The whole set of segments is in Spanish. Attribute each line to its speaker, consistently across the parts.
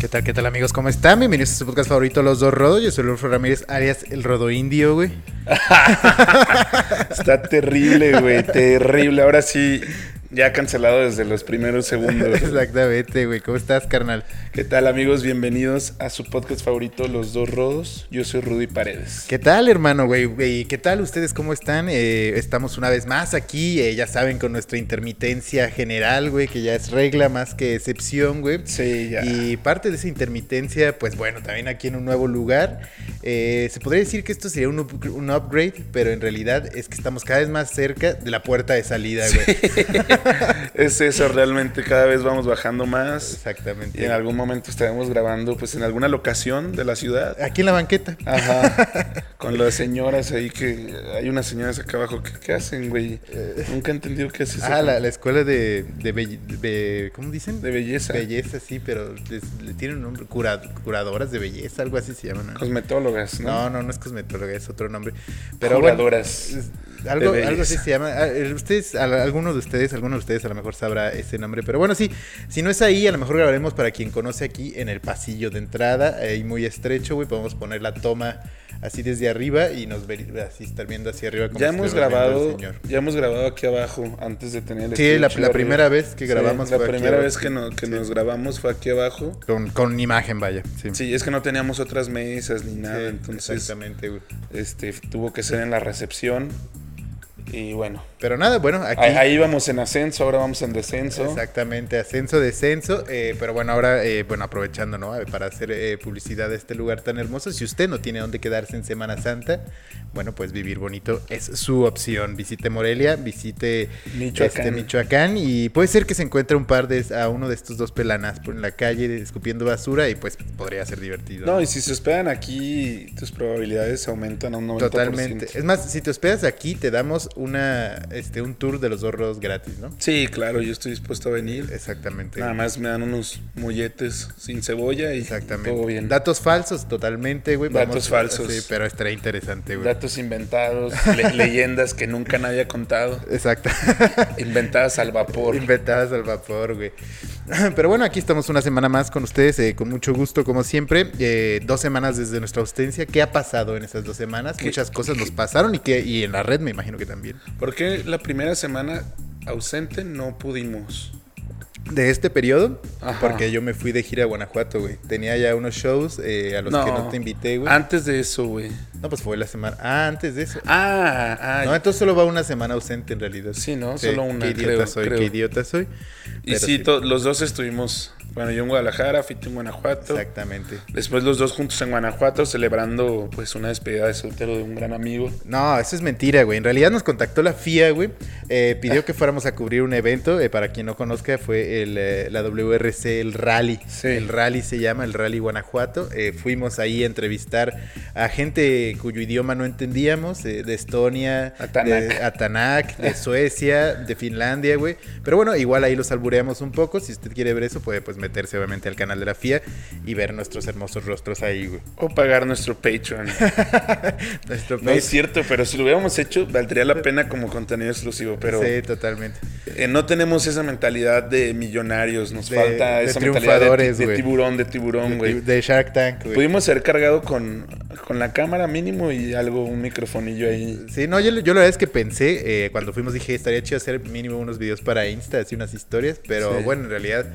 Speaker 1: ¿Qué tal, qué tal, amigos? ¿Cómo están? Bienvenidos a su podcast favorito, Los Dos Rodos. Yo soy Lulfo Ramírez, Arias, el Rodo Indio, güey.
Speaker 2: Está terrible, güey, terrible. Ahora sí, ya cancelado desde los primeros segundos.
Speaker 1: Exactamente, güey. ¿Cómo estás, carnal?
Speaker 2: ¿Qué tal, amigos? Bienvenidos a su podcast favorito, Los Dos Rodos. Yo soy Rudy Paredes.
Speaker 1: ¿Qué tal, hermano, güey? güey? ¿Qué tal ustedes? ¿Cómo están? Eh, estamos una vez más aquí, eh, ya saben, con nuestra intermitencia general, güey, que ya es regla más que excepción, güey.
Speaker 2: Sí, ya.
Speaker 1: Y parte de esa intermitencia, pues bueno, también aquí en un nuevo lugar. Eh, se podría decir que esto sería un, up- un upgrade, pero en realidad es que estamos cada vez más cerca de la puerta de salida, güey.
Speaker 2: Es eso, realmente cada vez vamos bajando más.
Speaker 1: Exactamente.
Speaker 2: Y en algún momento estaremos grabando, pues, en alguna locación de la ciudad.
Speaker 1: Aquí en la banqueta.
Speaker 2: Ah, Ajá. Con las señoras ahí que... Hay unas señoras acá abajo. ¿Qué, qué hacen, güey? Nunca he entendido qué haces.
Speaker 1: Eh. Ah, la, la escuela de, de, belle- de- ¿Cómo dicen?
Speaker 2: De belleza.
Speaker 1: Belleza, sí, pero les- le tienen un nombre. cura- curadoras de belleza, algo así se llaman. ¿no?
Speaker 2: Cosmetólogas, ¿no?
Speaker 1: No, no, no es cosmetóloga, es otro nombre. Pero
Speaker 2: Pero
Speaker 1: bueno,
Speaker 2: Curadoras.
Speaker 1: es- algo,
Speaker 2: de
Speaker 1: algo así
Speaker 2: belleza.
Speaker 1: se llama. Ah, eh, Ustedes, a- alguno de ustedes, alguno de ustedes a lo mejor sabrá ese nombre. Pero bueno, sí, si no es ahí, a lo mejor grabaremos para quien conoce aquí en el pasillo de entrada, ahí muy estrecho, güey. Podemos poner la toma así desde arriba y nos ver, así estar viendo hacia arriba. como
Speaker 2: Ya
Speaker 1: si
Speaker 2: hemos
Speaker 1: estuviéramos viendo al
Speaker 2: grabado, ya hemos grabado aquí abajo antes de tener el
Speaker 1: Sí, la,
Speaker 2: estudio
Speaker 1: la
Speaker 2: arriba.
Speaker 1: primera vez que
Speaker 2: Sí,
Speaker 1: grabamos
Speaker 2: la
Speaker 1: fue aquí
Speaker 2: primera
Speaker 1: abajo.
Speaker 2: vez que, no- que nos grabamos fue aquí abajo.
Speaker 1: Con, con imagen, vaya. Sí,
Speaker 2: Sí, es que no teníamos otras mesas ni
Speaker 1: Sí,
Speaker 2: nada, entonces
Speaker 1: Exactamente, güey.
Speaker 2: este tuvo que ser en la recepción. Y bueno,
Speaker 1: Pero nada, bueno, aquí.
Speaker 2: ahí, ahí íbamos en ascenso, ahora vamos en descenso.
Speaker 1: Exactamente, ascenso, descenso, eh, pero bueno, ahora, eh, bueno, aprovechando, ¿no? Eh, Para hacer eh, publicidad de este lugar tan hermoso, si usted no tiene dónde quedarse en Semana Santa, bueno, pues vivir bonito es su opción. Visite Morelia, visite
Speaker 2: Michoacán.
Speaker 1: este, Michoacán y puede ser que se encuentre un par de, a uno de estos dos pelanas por en la calle escupiendo basura y pues podría ser divertido.
Speaker 2: No, y si se hospedan aquí, tus probabilidades aumentan a un 90%.
Speaker 1: Totalmente. Es más, si te hospedas aquí, te damos una, este, un tour de los dos rodos gratis, ¿no?
Speaker 2: Sí, claro, yo estoy dispuesto a
Speaker 1: Este,
Speaker 2: venir.
Speaker 1: Exactamente.
Speaker 2: Nada más me dan unos molletes sin cebolla y
Speaker 1: Exactamente.
Speaker 2: todo bien.
Speaker 1: Datos falsos, totalmente, güey.
Speaker 2: Datos
Speaker 1: Vamos-
Speaker 2: falsos.
Speaker 1: Sí, pero estará interesante, güey.
Speaker 2: Datos inventados, le- leyendas que nunca nadie ha contado,
Speaker 1: Exacto.
Speaker 2: inventadas al vapor.
Speaker 1: Inventadas al vapor, güey. Pero bueno, aquí estamos una semana más con ustedes, eh, con mucho gusto, como siempre. Eh, dos semanas desde nuestra ausencia. ¿Qué ha pasado en esas dos semanas?
Speaker 2: ¿Qué-
Speaker 1: Muchas cosas nos pasaron y, que, y en la red me imagino que también.
Speaker 2: ¿Por qué la primera semana ausente no pudimos?
Speaker 1: de este periodo,
Speaker 2: Ajá.
Speaker 1: porque yo me fui de gira a Guanajuato, güey. Tenía ya unos shows eh, a los que no te invité, güey.
Speaker 2: Antes de eso, güey.
Speaker 1: No, pues fue la semana. Ah, antes de eso.
Speaker 2: Ah, ah.
Speaker 1: No, entonces solo va una semana ausente en realidad.
Speaker 2: Sí, ¿no? Solo una,
Speaker 1: Qué idiota
Speaker 2: creo,
Speaker 1: soy,
Speaker 2: creo.
Speaker 1: qué idiota soy.
Speaker 2: y
Speaker 1: Pero
Speaker 2: sí, to- los dos estuvimos. Bueno, yo en Guadalajara, Fito en Guanajuato.
Speaker 1: Exactamente.
Speaker 2: Después los dos juntos en Guanajuato celebrando pues una despedida de soltero de un gran amigo.
Speaker 1: No, eso es mentira, güey. En realidad nos contactó la FIA, güey. Eh, pidió que fuéramos a cubrir un evento. eh, para quien no conozca, fue el, eh, la WRC, el rally.
Speaker 2: Sí.
Speaker 1: El rally se llama, el rally Guanajuato. Eh, fuimos ahí a entrevistar a gente cuyo idioma no entendíamos, eh, de Estonia,
Speaker 2: Atanak.
Speaker 1: de Atanak, de Suecia, de Finlandia, güey. Pero bueno, igual ahí los albureamos un poco. Si usted quiere ver eso, puede pues meterse obviamente al canal de la FIA y ver nuestros hermosos rostros ahí, güey.
Speaker 2: O pagar nuestro Patreon.
Speaker 1: Nuestro
Speaker 2: No es cierto, pero si lo hubiéramos hecho, valdría la pena como contenido exclusivo. Pero
Speaker 1: Sí, totalmente.
Speaker 2: Eh, no tenemos esa mentalidad de millonarios, nos
Speaker 1: De-
Speaker 2: falta
Speaker 1: de
Speaker 2: esa mentalidad de,
Speaker 1: triunfadores,
Speaker 2: ti- de
Speaker 1: güey.
Speaker 2: tiburón, de tiburón,
Speaker 1: De,
Speaker 2: güey.
Speaker 1: de Shark Tank, güey.
Speaker 2: Pudimos ser cargado con, con la cámara mínimo y algo, un microfonillo ahí.
Speaker 1: Sí, no, yo, yo la verdad es que pensé, eh, cuando fuimos dije, estaría chido hacer mínimo unos videos para Insta, así unas historias, pero
Speaker 2: Sí.
Speaker 1: bueno, en realidad,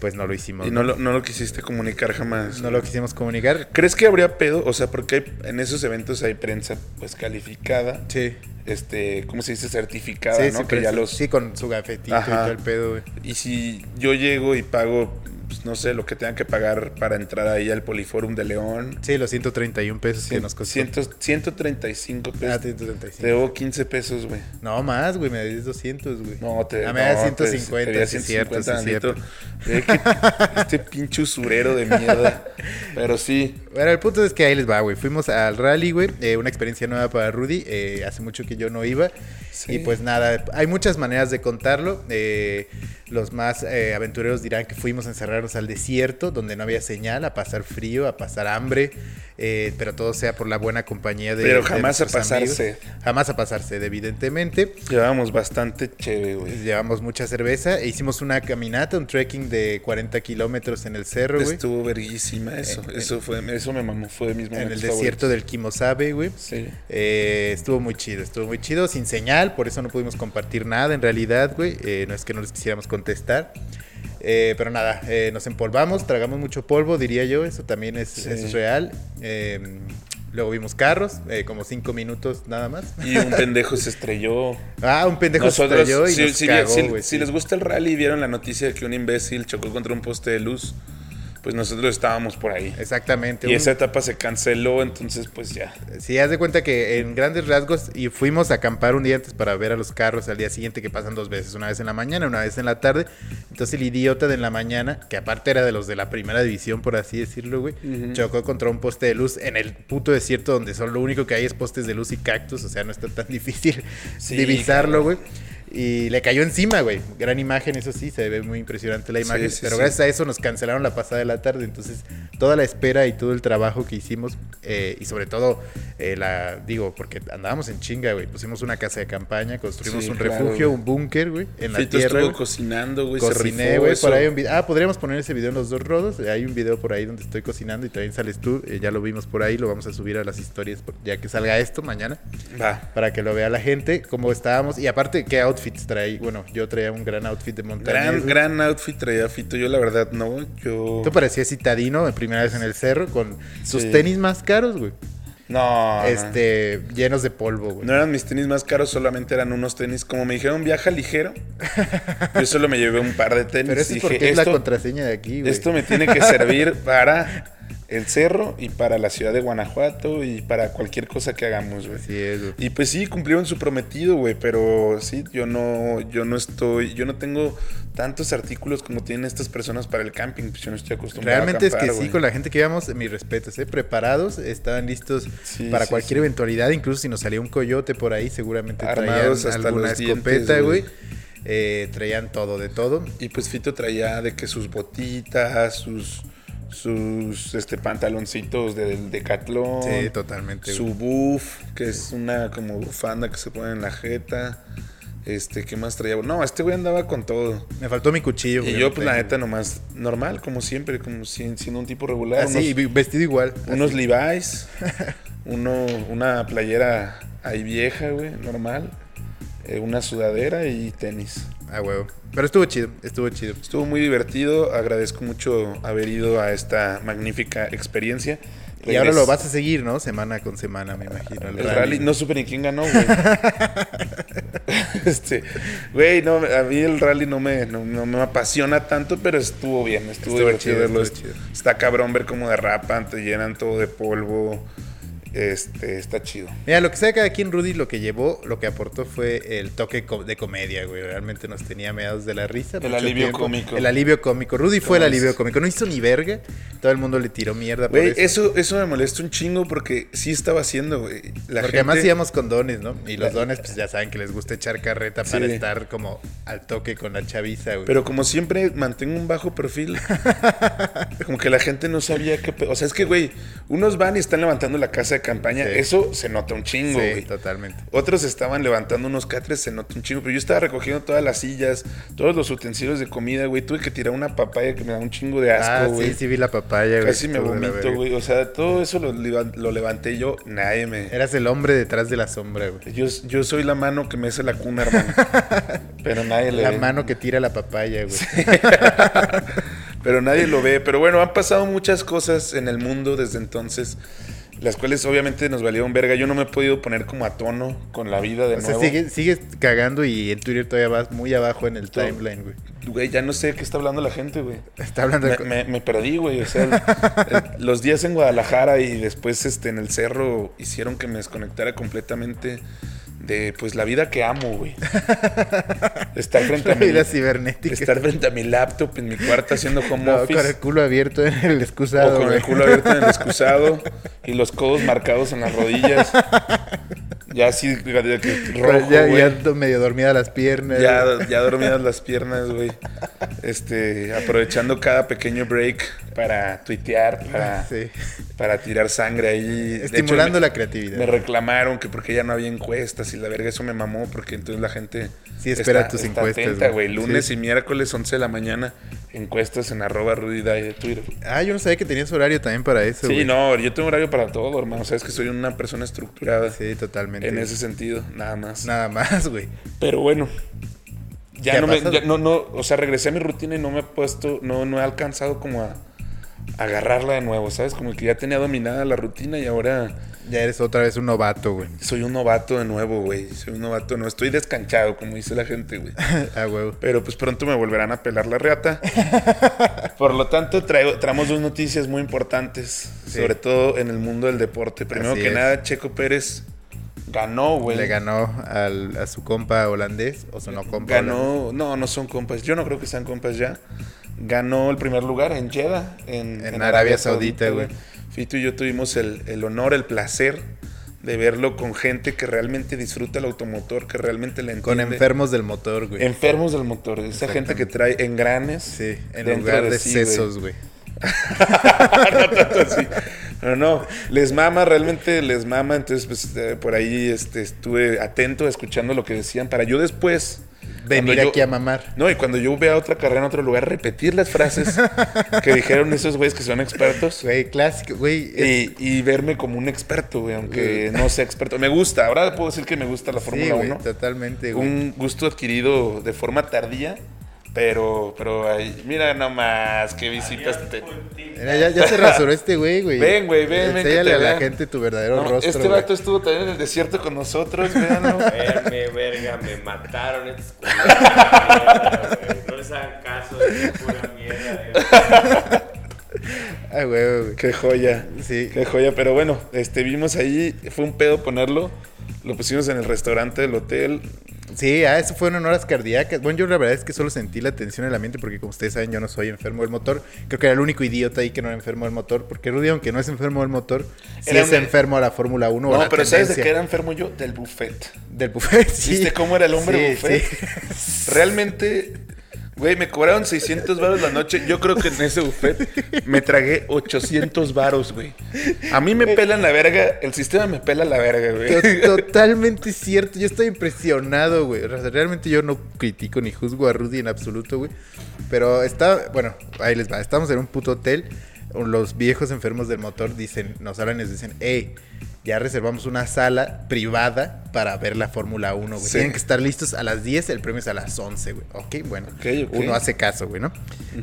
Speaker 1: pues no lo hicimos.
Speaker 2: Y no lo, no lo quisiste comunicar jamás.
Speaker 1: No lo quisimos comunicar.
Speaker 2: ¿Crees que habría pedo? O sea, porque hay- en esos eventos hay prensa pues calificada,
Speaker 1: Sí.
Speaker 2: este, ¿cómo se dice? Certificada,
Speaker 1: Sí,
Speaker 2: ¿no?
Speaker 1: sí,
Speaker 2: que
Speaker 1: pero
Speaker 2: ya
Speaker 1: sí,
Speaker 2: los...
Speaker 1: sí, con su gafetito
Speaker 2: Ajá.
Speaker 1: y todo el pedo, güey.
Speaker 2: Y si yo llego y pago, pues, no sé, lo que tengan que pagar para entrar ahí al Poliforum de León,
Speaker 1: Sí, los 131 pesos que nos costó.
Speaker 2: ciento- 135 pesos.
Speaker 1: Ah, 135.
Speaker 2: Te debo 15 pesos, güey.
Speaker 1: No más, güey, me debes 200, güey.
Speaker 2: No, te
Speaker 1: Ah,
Speaker 2: debo.
Speaker 1: me das
Speaker 2: Eh,
Speaker 1: 150, sí, cierto, sí, cierto.
Speaker 2: Este pinche usurero de mierda. Pero sí.
Speaker 1: Bueno, el punto es que ahí les va, güey. Fuimos al rally, güey. eh, una experiencia nueva para Rudy. eh, hace mucho que yo no iba.
Speaker 2: Sí.
Speaker 1: Y pues nada, hay muchas maneras de contarlo. Eh, los más eh, aventureros dirán que fuimos a encerrarnos al desierto, donde no había señal, a pasar frío, a pasar hambre. eh, pero todo sea por la buena compañía de.
Speaker 2: Pero
Speaker 1: de
Speaker 2: jamás a
Speaker 1: nuestros amigos.
Speaker 2: pasarse.
Speaker 1: Jamás a pasarse, evidentemente. Pues,
Speaker 2: Llevábamos bastante chévere, güey.
Speaker 1: Llevamos mucha cerveza e hicimos una caminata, un trekking de 40 kilómetros en el cerro, güey.
Speaker 2: Estuvo verguísima eso.
Speaker 1: En-
Speaker 2: eso fue, eso me mamó, fue de mis
Speaker 1: En el
Speaker 2: momentos
Speaker 1: desierto del Kimosabe, güey.
Speaker 2: favoritos. Sí.
Speaker 1: Eh, estuvo muy chido, estuvo muy chido, sin señal, por eso no pudimos compartir nada en realidad, güey. Eh, no es que no les quisiéramos contestar. Eh, pero nada, eh, nos empolvamos, tragamos mucho polvo, diría yo, eso también es,
Speaker 2: Sí.
Speaker 1: es real. Eh, luego vimos carros, eh, como cinco minutos nada más.
Speaker 2: Y un pendejo se estrelló.
Speaker 1: Ah, un pendejo se
Speaker 2: Nosotros,
Speaker 1: estrelló y
Speaker 2: si,
Speaker 1: nos
Speaker 2: si-
Speaker 1: cagó,
Speaker 2: si-
Speaker 1: güey,
Speaker 2: si
Speaker 1: sí.
Speaker 2: les gusta el rally y vieron la noticia de que un imbécil chocó contra un poste de luz, pues nosotros estábamos por ahí.
Speaker 1: Exactamente.
Speaker 2: Y
Speaker 1: Este un-
Speaker 2: esa etapa se canceló, entonces pues ya.
Speaker 1: Si haz de cuenta que en grandes rasgos y fuimos a acampar un día antes para ver a los carros al día siguiente que pasan dos veces, una vez en la mañana, una vez en la tarde. Entonces el idiota de en la mañana, que aparte era de los de la primera división por así decirlo, güey,
Speaker 2: Ujú.
Speaker 1: chocó contra un poste de luz en el puto desierto donde solo lo único que hay es postes de luz y cactus, o sea, no está tan difícil
Speaker 2: Sí,
Speaker 1: divisarlo, güey. Y le cayó encima, güey. Gran imagen, eso sí, se ve muy impresionante la
Speaker 2: Sí,
Speaker 1: imagen.
Speaker 2: sí,
Speaker 1: pero
Speaker 2: sí.
Speaker 1: gracias a eso nos cancelaron la pasada de la tarde. Entonces, toda la espera y todo el trabajo que hicimos, eh, y sobre todo, eh, la digo, porque andábamos en chinga, güey. Pusimos una casa de campaña, construimos
Speaker 2: Sí,
Speaker 1: un
Speaker 2: claro,
Speaker 1: refugio,
Speaker 2: güey.
Speaker 1: un búnker, güey, en la
Speaker 2: Fito
Speaker 1: tierra.
Speaker 2: estuvo
Speaker 1: güey.
Speaker 2: cocinando, güey. se
Speaker 1: Cociné,
Speaker 2: rifó
Speaker 1: güey.
Speaker 2: eso.
Speaker 1: Por ahí un video. Ah, podríamos poner ese video en los dos rodos. Hay un video por ahí donde estoy cocinando y también sales tú. eh, ya lo vimos por ahí. Lo vamos a subir a las historias por- ya que salga esto mañana
Speaker 2: Va.
Speaker 1: para que lo vea la gente, cómo estábamos. Y aparte, ¿qué outfits traí? Bueno, yo traía un gran outfit de montaña.
Speaker 2: Gran, gran outfit traía Fito. Yo la verdad no. Yo.
Speaker 1: Tú parecías citadino, de primera vez en el cerro, con sus
Speaker 2: Sí.
Speaker 1: tenis más caros, güey.
Speaker 2: No. no.
Speaker 1: Este, llenos de polvo, güey.
Speaker 2: No eran mis tenis más caros, solamente eran unos tenis. Como me dijeron, viaja ligero. Yo solo me llevé un par de tenis.
Speaker 1: Pero eso
Speaker 2: y
Speaker 1: es
Speaker 2: dije,
Speaker 1: porque es la
Speaker 2: "Esto-
Speaker 1: contraseña de aquí, güey.
Speaker 2: Esto me tiene que servir para el cerro y para la ciudad de Guanajuato y para cualquier cosa que hagamos, güey.
Speaker 1: Así es, güey.
Speaker 2: Y pues sí, cumplieron su prometido, güey, pero sí, yo no, yo no estoy, yo no tengo tantos artículos como tienen estas personas para el camping, pues yo no estoy acostumbrado
Speaker 1: Realmente
Speaker 2: a
Speaker 1: es que
Speaker 2: acampar,
Speaker 1: sí,
Speaker 2: güey.
Speaker 1: con la gente que íbamos, mis respetos, ¿eh? Preparados, estaban listos
Speaker 2: Sí,
Speaker 1: para
Speaker 2: sí,
Speaker 1: cualquier
Speaker 2: sí.
Speaker 1: eventualidad, incluso si nos salía un coyote por ahí, seguramente
Speaker 2: Armados
Speaker 1: traían
Speaker 2: hasta
Speaker 1: alguna
Speaker 2: los dientes,
Speaker 1: escopeta,
Speaker 2: güey.
Speaker 1: güey. Eh, traían todo, de todo.
Speaker 2: Y pues Fito traía de que sus botitas, sus, sus este, pantaloncitos de- del Decathlon.
Speaker 1: Sí, totalmente. güey.
Speaker 2: Su buff, que es una como bufanda que se pone en la jeta. Este, ¿qué más traía? No, este güey andaba con todo.
Speaker 1: Me faltó mi cuchillo,
Speaker 2: Y
Speaker 1: güey,
Speaker 2: yo,
Speaker 1: no
Speaker 2: pues, la
Speaker 1: tengo.
Speaker 2: neta, nomás normal, como siempre, como si- siendo un tipo regular.
Speaker 1: Así,
Speaker 2: unos,
Speaker 1: Ah, vi- vestido igual.
Speaker 2: unos
Speaker 1: así.
Speaker 2: Levi's, uno, una playera ahí vieja, güey, normal. eh, una sudadera y tenis.
Speaker 1: Ah, huevo. Pero estuvo chido, estuvo chido.
Speaker 2: Estuvo muy divertido. Agradezco mucho haber ido a esta magnífica experiencia.
Speaker 1: Y ahora lo
Speaker 2: Regres-
Speaker 1: vas a seguir, ¿no? Semana con semana, me imagino.
Speaker 2: El rally, no supe ni quién ganó, güey. este, güey, no, a mí el rally no me, no, no me apasiona tanto, pero estuvo bien, estuvo,
Speaker 1: Estuvo
Speaker 2: divertido
Speaker 1: chido,
Speaker 2: verlo.
Speaker 1: estuvo chido.
Speaker 2: Está cabrón ver cómo derrapan, te llenan todo de polvo. Este, está chido.
Speaker 1: Mira, lo que sea cada quien, Rudy, lo que llevó, lo que aportó fue el toque co- de comedia, güey. Realmente nos tenía meados de la risa.
Speaker 2: El
Speaker 1: mucho
Speaker 2: alivio cómico.
Speaker 1: El alivio cómico. Rudy fue el
Speaker 2: Entonces-
Speaker 1: alivio cómico. No hizo ni verga. Todo el mundo le tiró mierda por
Speaker 2: Güey,
Speaker 1: eso.
Speaker 2: eso, eso me molesta un chingo porque sí estaba haciendo, güey.
Speaker 1: Porque
Speaker 2: La gente-
Speaker 1: además íbamos con dones, ¿no? Y los
Speaker 2: La-
Speaker 1: dones, pues ya saben que les gusta echar carreta
Speaker 2: Sí.
Speaker 1: para estar como al toque con la chaviza, güey.
Speaker 2: Pero como siempre, mantengo un bajo perfil. como que la gente no sabía qué. pe- O sea, es que, güey, unos van y están levantando la casa de campaña.
Speaker 1: Sí.
Speaker 2: Eso se nota un
Speaker 1: sí,
Speaker 2: chingo, güey.
Speaker 1: totalmente.
Speaker 2: Otros estaban levantando unos catres, se nota un chingo. Pero yo estaba recogiendo todas las sillas, todos los utensilios de comida, güey. Tuve que tirar una papaya que me da un chingo de
Speaker 1: ah,
Speaker 2: asco, güey.
Speaker 1: sí, sí vi la papaya, güey.
Speaker 2: Casi me
Speaker 1: Estuvo de la
Speaker 2: vomito,
Speaker 1: verga.
Speaker 2: güey. O sea, todo eso lo, levan- lo levanté yo. Nadie me.
Speaker 1: Eras el hombre detrás de la sombra, güey.
Speaker 2: Yo, yo soy la mano que me hace la cuna, hermano. Pero nadie le
Speaker 1: La
Speaker 2: ve.
Speaker 1: mano que tira la papaya, güey.
Speaker 2: Pero nadie lo ve. Pero bueno, han pasado muchas cosas en el mundo desde entonces, las cuales obviamente nos valieron verga. Yo no me he podido poner como a tono con la vida de
Speaker 1: o sea,
Speaker 2: nuevo.
Speaker 1: sigues, sigues cagando y en Twitter todavía vas muy abajo en el
Speaker 2: Todo.
Speaker 1: timeline, güey.
Speaker 2: Güey, ya no sé qué está hablando la gente, güey.
Speaker 1: Está hablando
Speaker 2: Me,
Speaker 1: de co-
Speaker 2: me- me perdí, güey. O sea, el- el- los días en Guadalajara y después este, en el cerro hicieron que me desconectara completamente de pues la vida que amo, güey. Estar frente
Speaker 1: La
Speaker 2: a mi
Speaker 1: vida cibernética.
Speaker 2: estar frente a mi laptop en mi cuarto haciendo home
Speaker 1: No,
Speaker 2: office.
Speaker 1: con el culo abierto en el
Speaker 2: O
Speaker 1: excusado.
Speaker 2: con el
Speaker 1: güey.
Speaker 2: culo abierto en el excusado y los codos marcados en las rodillas. Ya así, de que rojo,
Speaker 1: Pues ya,
Speaker 2: güey.
Speaker 1: ya do- medio dormida las piernas. güey.
Speaker 2: Ya, ya dormidas las piernas, güey. Este, aprovechando cada pequeño break para tuitear, para,
Speaker 1: Sí.
Speaker 2: para tirar sangre ahí. De hecho,
Speaker 1: Estimulando
Speaker 2: me-
Speaker 1: la creatividad.
Speaker 2: Me reclamaron que porque ya no había encuestas y la verga, eso me mamó porque entonces la gente.
Speaker 1: Sí, espera tus encuestas,
Speaker 2: atenta,
Speaker 1: güey.
Speaker 2: güey. Lunes
Speaker 1: Sí.
Speaker 2: y miércoles, 11 de la mañana, encuestas en arroba Rudy Dye de Twitter.
Speaker 1: Ah, yo no sabía que tenías horario también para eso.
Speaker 2: Sí,
Speaker 1: güey.
Speaker 2: no, yo tengo horario para todo, hermano. Sabes que soy una persona estructurada
Speaker 1: Sí, totalmente.
Speaker 2: en ese sentido, nada más.
Speaker 1: Nada más, güey.
Speaker 2: Pero bueno, ya
Speaker 1: ¿Qué
Speaker 2: no me,
Speaker 1: pasa?
Speaker 2: ya no, no, o sea, regresé a mi rutina y no me he puesto, no, no he alcanzado como a, a agarrarla de nuevo, ¿sabes? Como que ya tenía dominada la rutina y ahora
Speaker 1: Ya eres otra vez un novato, güey.
Speaker 2: soy un novato de nuevo, güey. Soy un novato, no estoy descanchado, como dice la gente, güey.
Speaker 1: ah, huevo.
Speaker 2: Pero pues pronto me volverán a pelar la reata. Por lo tanto, traigo, traemos dos noticias muy importantes,
Speaker 1: Sí.
Speaker 2: sobre todo en el mundo del deporte. Primero
Speaker 1: Así
Speaker 2: que
Speaker 1: es.
Speaker 2: nada, Checo Pérez ganó, güey.
Speaker 1: Le ganó al- a su compa holandés. O sea, no compa. holandés.
Speaker 2: Ganó, no, no son compas. Yo no creo que sean compas ya. Ganó el primer lugar en Jeddah, en,
Speaker 1: En Arabia Saudita, güey.
Speaker 2: Fito y yo tuvimos el, el honor, el placer de verlo con gente que realmente disfruta el automotor, que realmente le
Speaker 1: Con
Speaker 2: entiende.
Speaker 1: enfermos del motor, güey.
Speaker 2: Enfermos del motor, esa gente que trae engranes.
Speaker 1: Sí, en
Speaker 2: dentro
Speaker 1: lugar de
Speaker 2: sí, güey.
Speaker 1: sesos, güey.
Speaker 2: no tanto así. Pero no, les mama, realmente les mama. Entonces, pues eh, por ahí este, estuve atento escuchando lo que decían para yo después.
Speaker 1: Venir
Speaker 2: cuando yo-
Speaker 1: aquí a mamar.
Speaker 2: No, y cuando yo vea otra carrera en otro lugar, repetir las frases que dijeron esos güeyes que son expertos.
Speaker 1: Güey, clásico, güey. es-
Speaker 2: Y, y verme como un experto, güey, aunque no sea experto. Me gusta, ahora puedo decir que me gusta la
Speaker 1: sí,
Speaker 2: Fórmula
Speaker 1: güey,
Speaker 2: 1.
Speaker 1: totalmente, güey.
Speaker 2: Un gusto adquirido de forma tardía, pero, pero ay, mira nomás qué visitas te...
Speaker 1: Mira, ya, ya se rasuró este güey, güey.
Speaker 2: Ven, güey, ven, ven, que
Speaker 1: Enséñale
Speaker 2: te
Speaker 1: a la
Speaker 2: vean.
Speaker 1: gente tu verdadero
Speaker 2: No,
Speaker 1: rostro.
Speaker 2: este
Speaker 1: güey.
Speaker 2: vato estuvo también en el desierto con nosotros, véanlo.
Speaker 3: Verme, verga, me mataron estos culeros, güey. No les hagan caso, es pura mierda. eh. güey.
Speaker 1: Ah, güey, güey.
Speaker 2: Qué joya.
Speaker 1: Sí.
Speaker 2: Qué joya. Pero bueno, este vimos ahí, fue un pedo ponerlo. Lo pusimos en el restaurante del hotel.
Speaker 1: Sí, ah, eso fueron horas cardíacas. Bueno, yo la verdad es que solo sentí la tensión en la mente porque como ustedes saben, yo no soy enfermo del motor. Creo que era el único idiota ahí que no era enfermo del motor, porque Rudy, aunque no es enfermo del motor, sí
Speaker 2: Era
Speaker 1: es
Speaker 2: un-
Speaker 1: enfermo a la Fórmula 1 o a
Speaker 2: No,
Speaker 1: la
Speaker 2: pero ¿sabes de
Speaker 1: tendencia
Speaker 2: qué era enfermo yo? Del buffet.
Speaker 1: del buffet. Sí.
Speaker 2: ¿Viste cómo era el hombre
Speaker 1: Sí,
Speaker 2: buffet?
Speaker 1: sí.
Speaker 2: Realmente, güey, me cobraron 600 varos la noche. Yo creo que en ese buffet me tragué 800 varos, güey. A mí me pelan la verga, el sistema me pela la verga, güey.
Speaker 1: To- Totalmente cierto. Yo estoy impresionado, güey. O sea, Realmente yo no critico ni juzgo a Rudy en absoluto, güey. Pero está, bueno, ahí les va. Estamos en un puto hotel. Los viejos enfermos del motor dicen, nos hablan y nos dicen, hey, ya reservamos una sala privada para ver la Fórmula 1, güey.
Speaker 2: Sí.
Speaker 1: Tienen que estar listos a las 10, el premio es a las 11, güey. Ok, bueno.
Speaker 2: Ok, ok.
Speaker 1: Uno hace hace caso, güey, ¿no?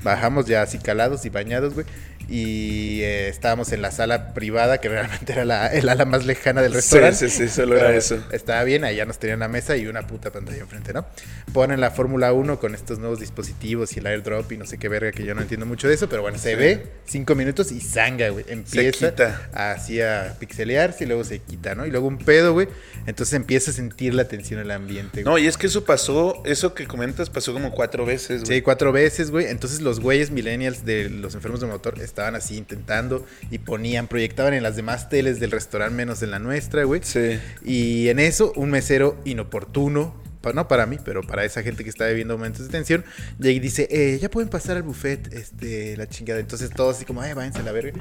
Speaker 1: Bajamos ya así calados y bañados, güey. Y eh, estábamos en la sala privada, que realmente era la, el ala más lejana del
Speaker 2: Sí,
Speaker 1: restaurante.
Speaker 2: sí, sí, solo era
Speaker 1: Pero
Speaker 2: eso.
Speaker 1: Estaba bien, allá nos tenían la mesa y una puta pantalla enfrente, ¿no? Ponen la Fórmula 1 con estos nuevos dispositivos y el airdrop y no sé qué verga, que yo no entiendo mucho de eso, pero bueno, se
Speaker 2: Sí.
Speaker 1: ve cinco minutos y zanga, güey. Empieza
Speaker 2: quita.
Speaker 1: así a pixelearse y luego se quita, ¿no? Y luego un pedo, güey. Entonces empieza a sentir la tensión en el ambiente, güey.
Speaker 2: No, y es que eso pasó, eso que comentas pasó como cuatro veces,
Speaker 1: Sí,
Speaker 2: güey.
Speaker 1: cuatro veces, güey. Entonces los güeyes millennials de los enfermos del motor estaban así intentando y ponían, proyectaban en las demás teles del restaurante menos en la nuestra, güey.
Speaker 2: Sí.
Speaker 1: Y en eso, un mesero inoportuno, pa- no para mí, pero para esa gente que está viviendo momentos de tensión, llega y dice, eh, ya pueden pasar al buffet, este, la chingada. Entonces todos así como, ay, váyanse a la verga.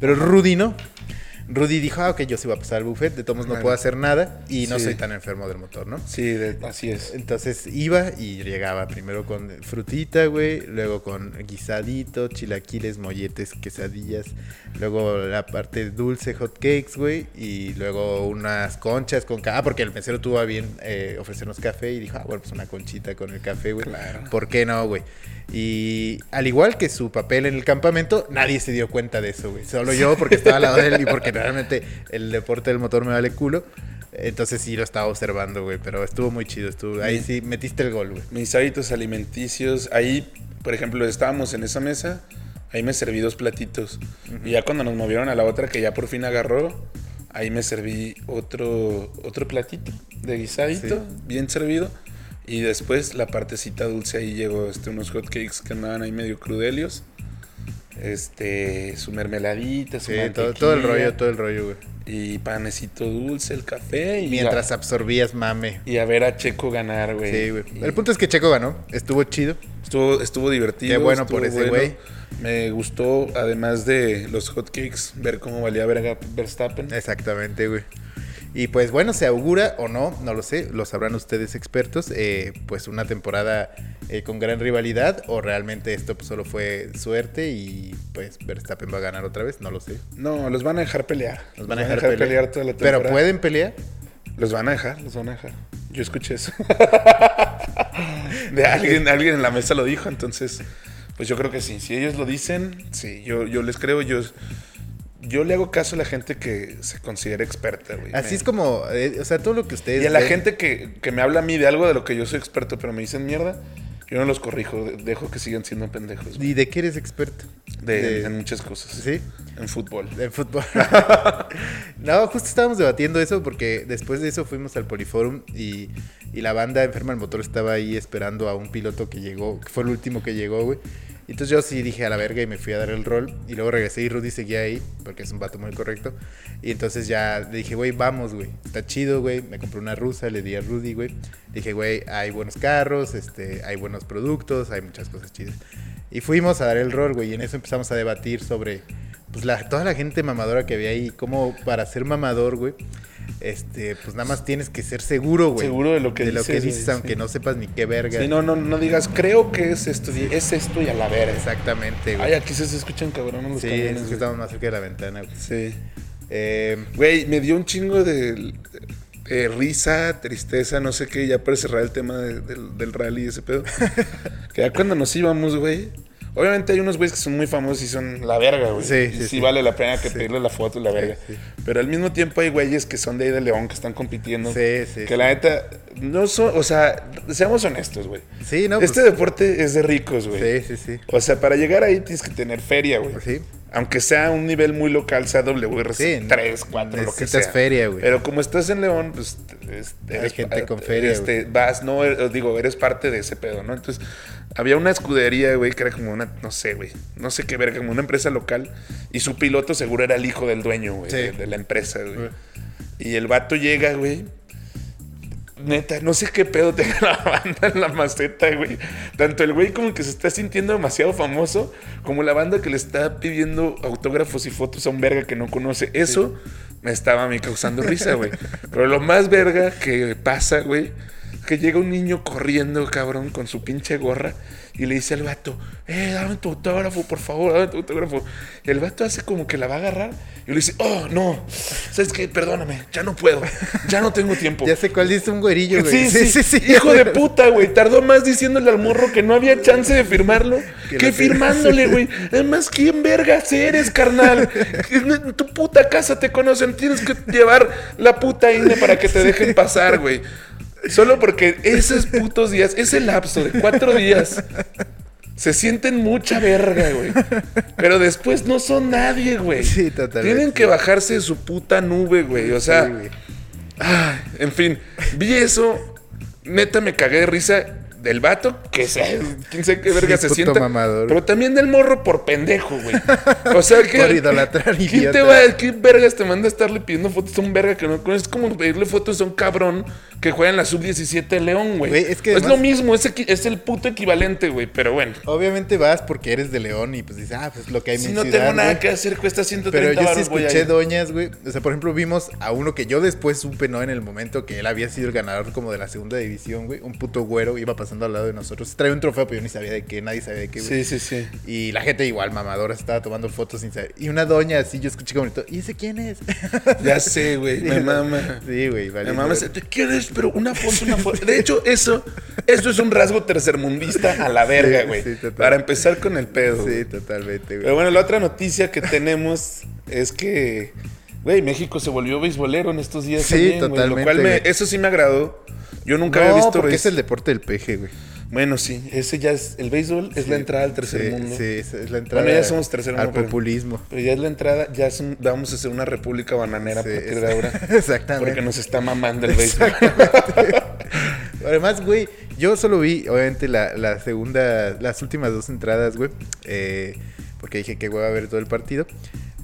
Speaker 1: Pero Rudy no. Rudy dijo, ah, ok, yo sí voy a pasar al buffet, de todos modos no
Speaker 2: Ajá.
Speaker 1: puedo hacer nada y no
Speaker 2: Sí.
Speaker 1: soy tan enfermo del motor, ¿no?
Speaker 2: Sí, de- así es.
Speaker 1: Entonces iba y llegaba primero con frutita, güey, luego con guisadito, chilaquiles, molletes, quesadillas, luego la parte dulce, hot cakes, güey, y luego unas conchas con café, ah, porque el mesero tuvo a bien eh, ofrecernos café y dijo, ah, bueno, pues una conchita con el café, güey.
Speaker 2: Claro.
Speaker 1: ¿Por qué no, güey? Y al igual que su papel en el campamento, nadie se dio cuenta de eso, güey. Solo yo, porque estaba al lado de él y porque realmente el deporte del motor me vale culo. Entonces sí lo estaba observando, güey. Pero estuvo muy chido. Estuvo... Ahí
Speaker 2: Mm.
Speaker 1: sí metiste el gol, güey.
Speaker 2: Mis hábitos alimenticios, ahí, por ejemplo, estábamos en esa mesa, ahí me serví dos platitos. Y ya cuando nos movieron a la otra que ya por fin agarró, Ahí me serví otro, otro platito de guisadito,
Speaker 1: Sí.
Speaker 2: bien servido. Y después la partecita dulce ahí llegó este, unos hotcakes que andaban ahí medio crudelios. Este, su mermeladita, su
Speaker 1: Sí, todo, todo el
Speaker 2: mantequilla,
Speaker 1: rollo, todo el rollo, güey.
Speaker 2: Y panecito dulce, el café. Y
Speaker 1: Mientras absorbías mame.
Speaker 2: y a ver a Checo ganar, güey.
Speaker 1: Sí, güey.
Speaker 2: Y
Speaker 1: El punto es que Checo ganó. Estuvo chido.
Speaker 2: estuvo, estuvo divertido.
Speaker 1: Qué bueno
Speaker 2: estuvo
Speaker 1: por ese güey.
Speaker 2: Me gustó, además de los hotcakes, ver cómo valía verga Verstappen.
Speaker 1: Eh. Exactamente, güey. Y pues bueno, se augura o no, no lo sé, lo sabrán ustedes expertos, eh, pues una temporada eh, con gran rivalidad o realmente esto pues, solo fue suerte y pues Verstappen va a ganar otra vez, no lo sé.
Speaker 2: No, los van a dejar pelear.
Speaker 1: Nos van a dejar, pelear.
Speaker 2: toda la temporada.
Speaker 1: Pero pueden pelear.
Speaker 2: Los van a dejar, los van a dejar. Yo escuché eso. de alguien, alguien en la mesa lo dijo, entonces, pues yo creo que sí. Si ellos lo dicen, sí, yo, yo les creo, yo, yo le hago caso a la gente que se considera experta, güey.
Speaker 1: Así
Speaker 2: Me-
Speaker 1: es como, eh, o sea, todo lo que ustedes...
Speaker 2: Y a la
Speaker 1: ven-
Speaker 2: gente que, que me habla a mí de algo de lo que yo soy experto, pero me dicen mierda, yo no los corrijo, de- dejo que sigan siendo pendejos. güey.
Speaker 1: ¿Y de qué eres experto?
Speaker 2: De-
Speaker 1: De-
Speaker 2: En muchas cosas.
Speaker 1: ¿Sí?
Speaker 2: En fútbol.
Speaker 1: En fútbol. no, justo estábamos debatiendo eso porque después de eso fuimos al Poliforum y, y la banda enferma del motor estaba ahí esperando a un piloto que llegó, que fue el último que llegó, güey. Y Entonces yo sí dije a la verga y me fui a dar el rol y luego regresé y Rudy seguía ahí porque es un vato muy correcto. Y entonces ya le dije, güey, vamos, güey. Está chido, güey. Me compré una rusa, le di a Rudy, güey. Dije, güey, hay buenos carros, este, hay buenos productos, hay muchas cosas chidas. Y fuimos a dar el rol, güey, y en eso empezamos a debatir sobre pues la, toda la gente mamadora que había ahí, como para ser mamador, güey. Este, pues nada más tienes que ser seguro, güey.
Speaker 2: Seguro de lo que
Speaker 1: de lo
Speaker 2: dices,
Speaker 1: que dices,
Speaker 2: güey,
Speaker 1: aunque
Speaker 2: sí.
Speaker 1: no sepas ni qué verga.
Speaker 2: Sí, no, no, no digas, creo que es esto, di, es esto y a la verga.
Speaker 1: Exactamente,
Speaker 2: Ay,
Speaker 1: güey.
Speaker 2: aquí sí se escuchan cabrones los
Speaker 1: Sí,
Speaker 2: camiones,
Speaker 1: es que
Speaker 2: güey.
Speaker 1: estamos más cerca de la ventana, güey.
Speaker 2: Sí.
Speaker 1: Eh,
Speaker 2: Güey, me dio un chingo de, de risa, tristeza, no sé qué, ya para cerrar el tema de- del, del rally y ese pedo. que ya cuando nos íbamos, güey. Obviamente hay unos güeyes que son muy famosos y son la verga, güey.
Speaker 1: Sí,
Speaker 2: Y
Speaker 1: sí,
Speaker 2: sí,
Speaker 1: sí.
Speaker 2: vale la pena que
Speaker 1: Sí.
Speaker 2: pedirle la foto y la verga.
Speaker 1: sí.
Speaker 2: Pero al mismo tiempo hay güeyes que son de ahí de León, que están compitiendo.
Speaker 1: Sí, sí,
Speaker 2: Que
Speaker 1: sí.
Speaker 2: la neta, no son, o sea, seamos honestos, güey.
Speaker 1: sí, no,
Speaker 2: este
Speaker 1: pues,
Speaker 2: deporte es de ricos, güey.
Speaker 1: Sí, sí, sí. Pues
Speaker 2: O sea, para llegar ahí tienes que tener feria, güey.
Speaker 1: Sí.
Speaker 2: Aunque sea un nivel muy local, sea
Speaker 1: Sí,
Speaker 2: WRC 3, 4, lo que
Speaker 1: necesitas
Speaker 2: sea.
Speaker 1: feria, güey.
Speaker 2: Pero como estás en León, pues es-
Speaker 1: Hay
Speaker 2: eres
Speaker 1: gente
Speaker 2: pa-
Speaker 1: con feria,
Speaker 2: este, vas, no, eh, digo, eres parte de ese pedo, ¿no? Entonces, había una escudería, güey, que era como una, no sé, güey, no sé qué verga, como una empresa local. Y su piloto seguro era el hijo del dueño, güey,
Speaker 1: Sí.
Speaker 2: de, de la empresa, güey.
Speaker 1: Güey.
Speaker 2: Y el vato llega, güey. Neta, no sé qué pedo tenga la banda en la maceta, güey. Tanto el güey como que se está sintiendo demasiado famoso, como la banda que le está pidiendo autógrafos y fotos a un verga que no conoce. Eso me estaba a mí causando risa, güey. Pero lo más verga que pasa, güey, es que llega un niño corriendo, cabrón, con su pinche gorra y le dice al vato, eh, dame tu autógrafo, por favor, dame tu autógrafo. Y el vato hace como que la va a agarrar y le dice, oh, no, ¿sabes qué? Perdóname, ya no puedo, ya no tengo tiempo.
Speaker 1: Ya sé cuál dice un güerillo, güey.
Speaker 2: Sí, sí, sí, Hijo de puta, güey. Tardó más diciéndole al morro que no había chance de firmarlo
Speaker 1: Que
Speaker 2: que,
Speaker 1: lo firme.
Speaker 2: firmándole, güey. Además, ¿quién vergas eres, carnal? En tu puta casa te conocen. Tienes que llevar la puta INE para que te dejen pasar, güey. Solo porque esos putos días, ese lapso de cuatro días, se sienten mucha verga, güey. Pero después no son nadie, güey.
Speaker 1: Sí, totalmente.
Speaker 2: Tienen que bajarse de su puta nube, güey. O sea,
Speaker 1: Sí, güey.
Speaker 2: Ay, en fin, vi eso. Neta me cagué de risa del vato, que sé, quién sabe qué verga
Speaker 1: Sí,
Speaker 2: se
Speaker 1: puto
Speaker 2: sienta.
Speaker 1: mamador.
Speaker 2: Pero también del morro por pendejo, güey. O sea, que.
Speaker 1: Por idolatrar,
Speaker 2: ¿Quién
Speaker 1: idiota.
Speaker 2: te va a- ¿Qué vergas te manda a estarle pidiendo fotos a un verga que no conoces? Es como pedirle fotos a un cabrón que juega en la sub-17 de León, güey.
Speaker 1: Güey, es que además-
Speaker 2: lo mismo, es, equi- es el puto equivalente, güey, pero bueno.
Speaker 1: Obviamente vas porque eres de León y pues dices, ah, pues lo que hay en
Speaker 2: Si
Speaker 1: mi
Speaker 2: no
Speaker 1: ciudad,
Speaker 2: tengo nada
Speaker 1: güey.
Speaker 2: que hacer, cuesta 130
Speaker 1: Pero yo sí
Speaker 2: varos, voy a
Speaker 1: escuché
Speaker 2: ir.
Speaker 1: doñas, güey. O sea, por ejemplo, vimos a uno que yo después supe, ¿no? En el momento que él había sido el ganador como de la segunda división, güey. Un puto güero iba pasando al lado de nosotros. Traía un trofeo, pero yo ni sabía de qué, nadie sabía de qué, güey.
Speaker 2: Sí, sí, sí.
Speaker 1: Y la gente igual, mamadora, se estaba tomando fotos sin saber. Y una doña así, yo escuché como gritó, ¿y ese quién es?
Speaker 2: Ya sé, güey. me mama.
Speaker 1: Sí, güey, vale.
Speaker 2: Mi mamá dice, ¿te quieres? Pero una foto, una foto. De hecho, eso, eso es un rasgo tercermundista a la verga,
Speaker 1: Sí,
Speaker 2: güey.
Speaker 1: sí, total.
Speaker 2: Para empezar con el pedo.
Speaker 1: Sí,
Speaker 2: güey.
Speaker 1: totalmente,
Speaker 2: Pero
Speaker 1: güey.
Speaker 2: bueno, la otra noticia que tenemos es que, güey, México se volvió beisbolero en estos días.
Speaker 1: Sí,
Speaker 2: también, güey,
Speaker 1: totalmente,
Speaker 2: lo cual me-
Speaker 1: güey.
Speaker 2: eso sí me agradó. Yo nunca
Speaker 1: no,
Speaker 2: había visto
Speaker 1: porque
Speaker 2: béis-
Speaker 1: es el deporte del peje, güey.
Speaker 2: Bueno, sí, ese ya es. El béisbol es la
Speaker 1: Sí,
Speaker 2: entrada al tercer
Speaker 1: sí,
Speaker 2: mundo.
Speaker 1: Sí, es es la entrada.
Speaker 2: Bueno, ya somos tercer
Speaker 1: Al
Speaker 2: mundo, pero-
Speaker 1: populismo.
Speaker 2: Pero ya es la entrada, ya es un- vamos a ser una república bananera
Speaker 1: Sí,
Speaker 2: a partir de
Speaker 1: es-
Speaker 2: ahora.
Speaker 1: Exactamente.
Speaker 2: Porque nos está mamando el béisbol.
Speaker 1: Además, güey, yo solo vi, obviamente, la, la segunda, las últimas dos entradas, güey. eh, porque dije que voy a ver todo el partido.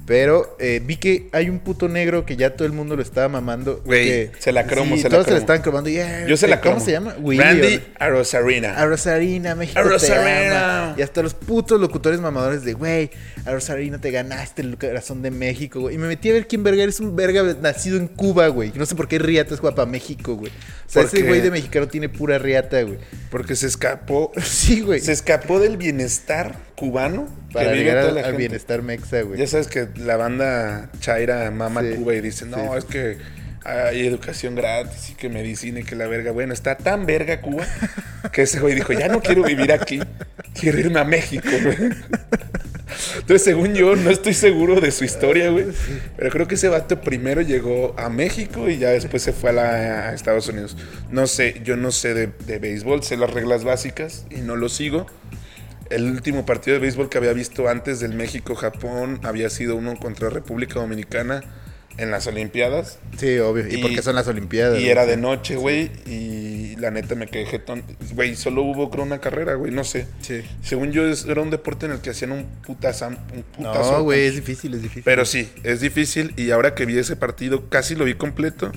Speaker 1: Pero eh, vi que hay un puto negro que ya todo el mundo lo estaba mamando. que-
Speaker 2: Güey, se la cromo,
Speaker 1: sí,
Speaker 2: se la
Speaker 1: todos se la
Speaker 2: cromo.
Speaker 1: estaban cromando. Yeah,
Speaker 2: Yo se la
Speaker 1: ¿Cómo
Speaker 2: como.
Speaker 1: se llama? Güey,
Speaker 2: Randy
Speaker 1: o-
Speaker 2: Arosarena.
Speaker 1: A Rosarina, México
Speaker 2: A Rosarina.
Speaker 1: te ama. Y hasta los putos locutores mamadores de, güey, a Rosarina te ganaste el corazón de México, güey. Y me metí a ver quién verga es un verga nacido en Cuba, güey. No sé por qué riata es guapa México, güey. O sea,
Speaker 2: Porque-
Speaker 1: ese güey de mexicano tiene pura riata, güey.
Speaker 2: Porque se escapó.
Speaker 1: Sí, güey.
Speaker 2: Se escapó del bienestar cubano
Speaker 1: Para
Speaker 2: vive
Speaker 1: llegar
Speaker 2: toda
Speaker 1: al,
Speaker 2: la
Speaker 1: al
Speaker 2: gente.
Speaker 1: bienestar mexa, güey.
Speaker 2: Ya sabes que la banda Chaira mama
Speaker 1: Sí,
Speaker 2: Cuba y dice, no,
Speaker 1: sí.
Speaker 2: es que hay educación gratis y que medicina y que la verga. Bueno, está tan verga Cuba que ese güey dijo, ya no quiero vivir aquí, quiero irme a México. güey". Entonces, según yo, no estoy seguro de su historia, güey. Pero creo que ese vato primero llegó a México y ya después se fue a, la- a Estados Unidos. No sé, yo no sé de, de béisbol, sé las reglas básicas y no lo sigo. El último partido de béisbol que había visto antes del México-Japón había sido uno contra República Dominicana en las Olimpiadas.
Speaker 1: Sí, obvio. Y, porque son las Olimpiadas.
Speaker 2: Y
Speaker 1: güey.
Speaker 2: era de noche, güey. Y la neta me quedé jetón. Güey, solo hubo creo una carrera, güey, no sé.
Speaker 1: Sí.
Speaker 2: Según yo, es- era un deporte en el que hacían un putazo. Un putazo
Speaker 1: No, güey, es difícil, es difícil.
Speaker 2: Pero sí, es difícil. Y ahora que vi ese partido, casi lo vi completo.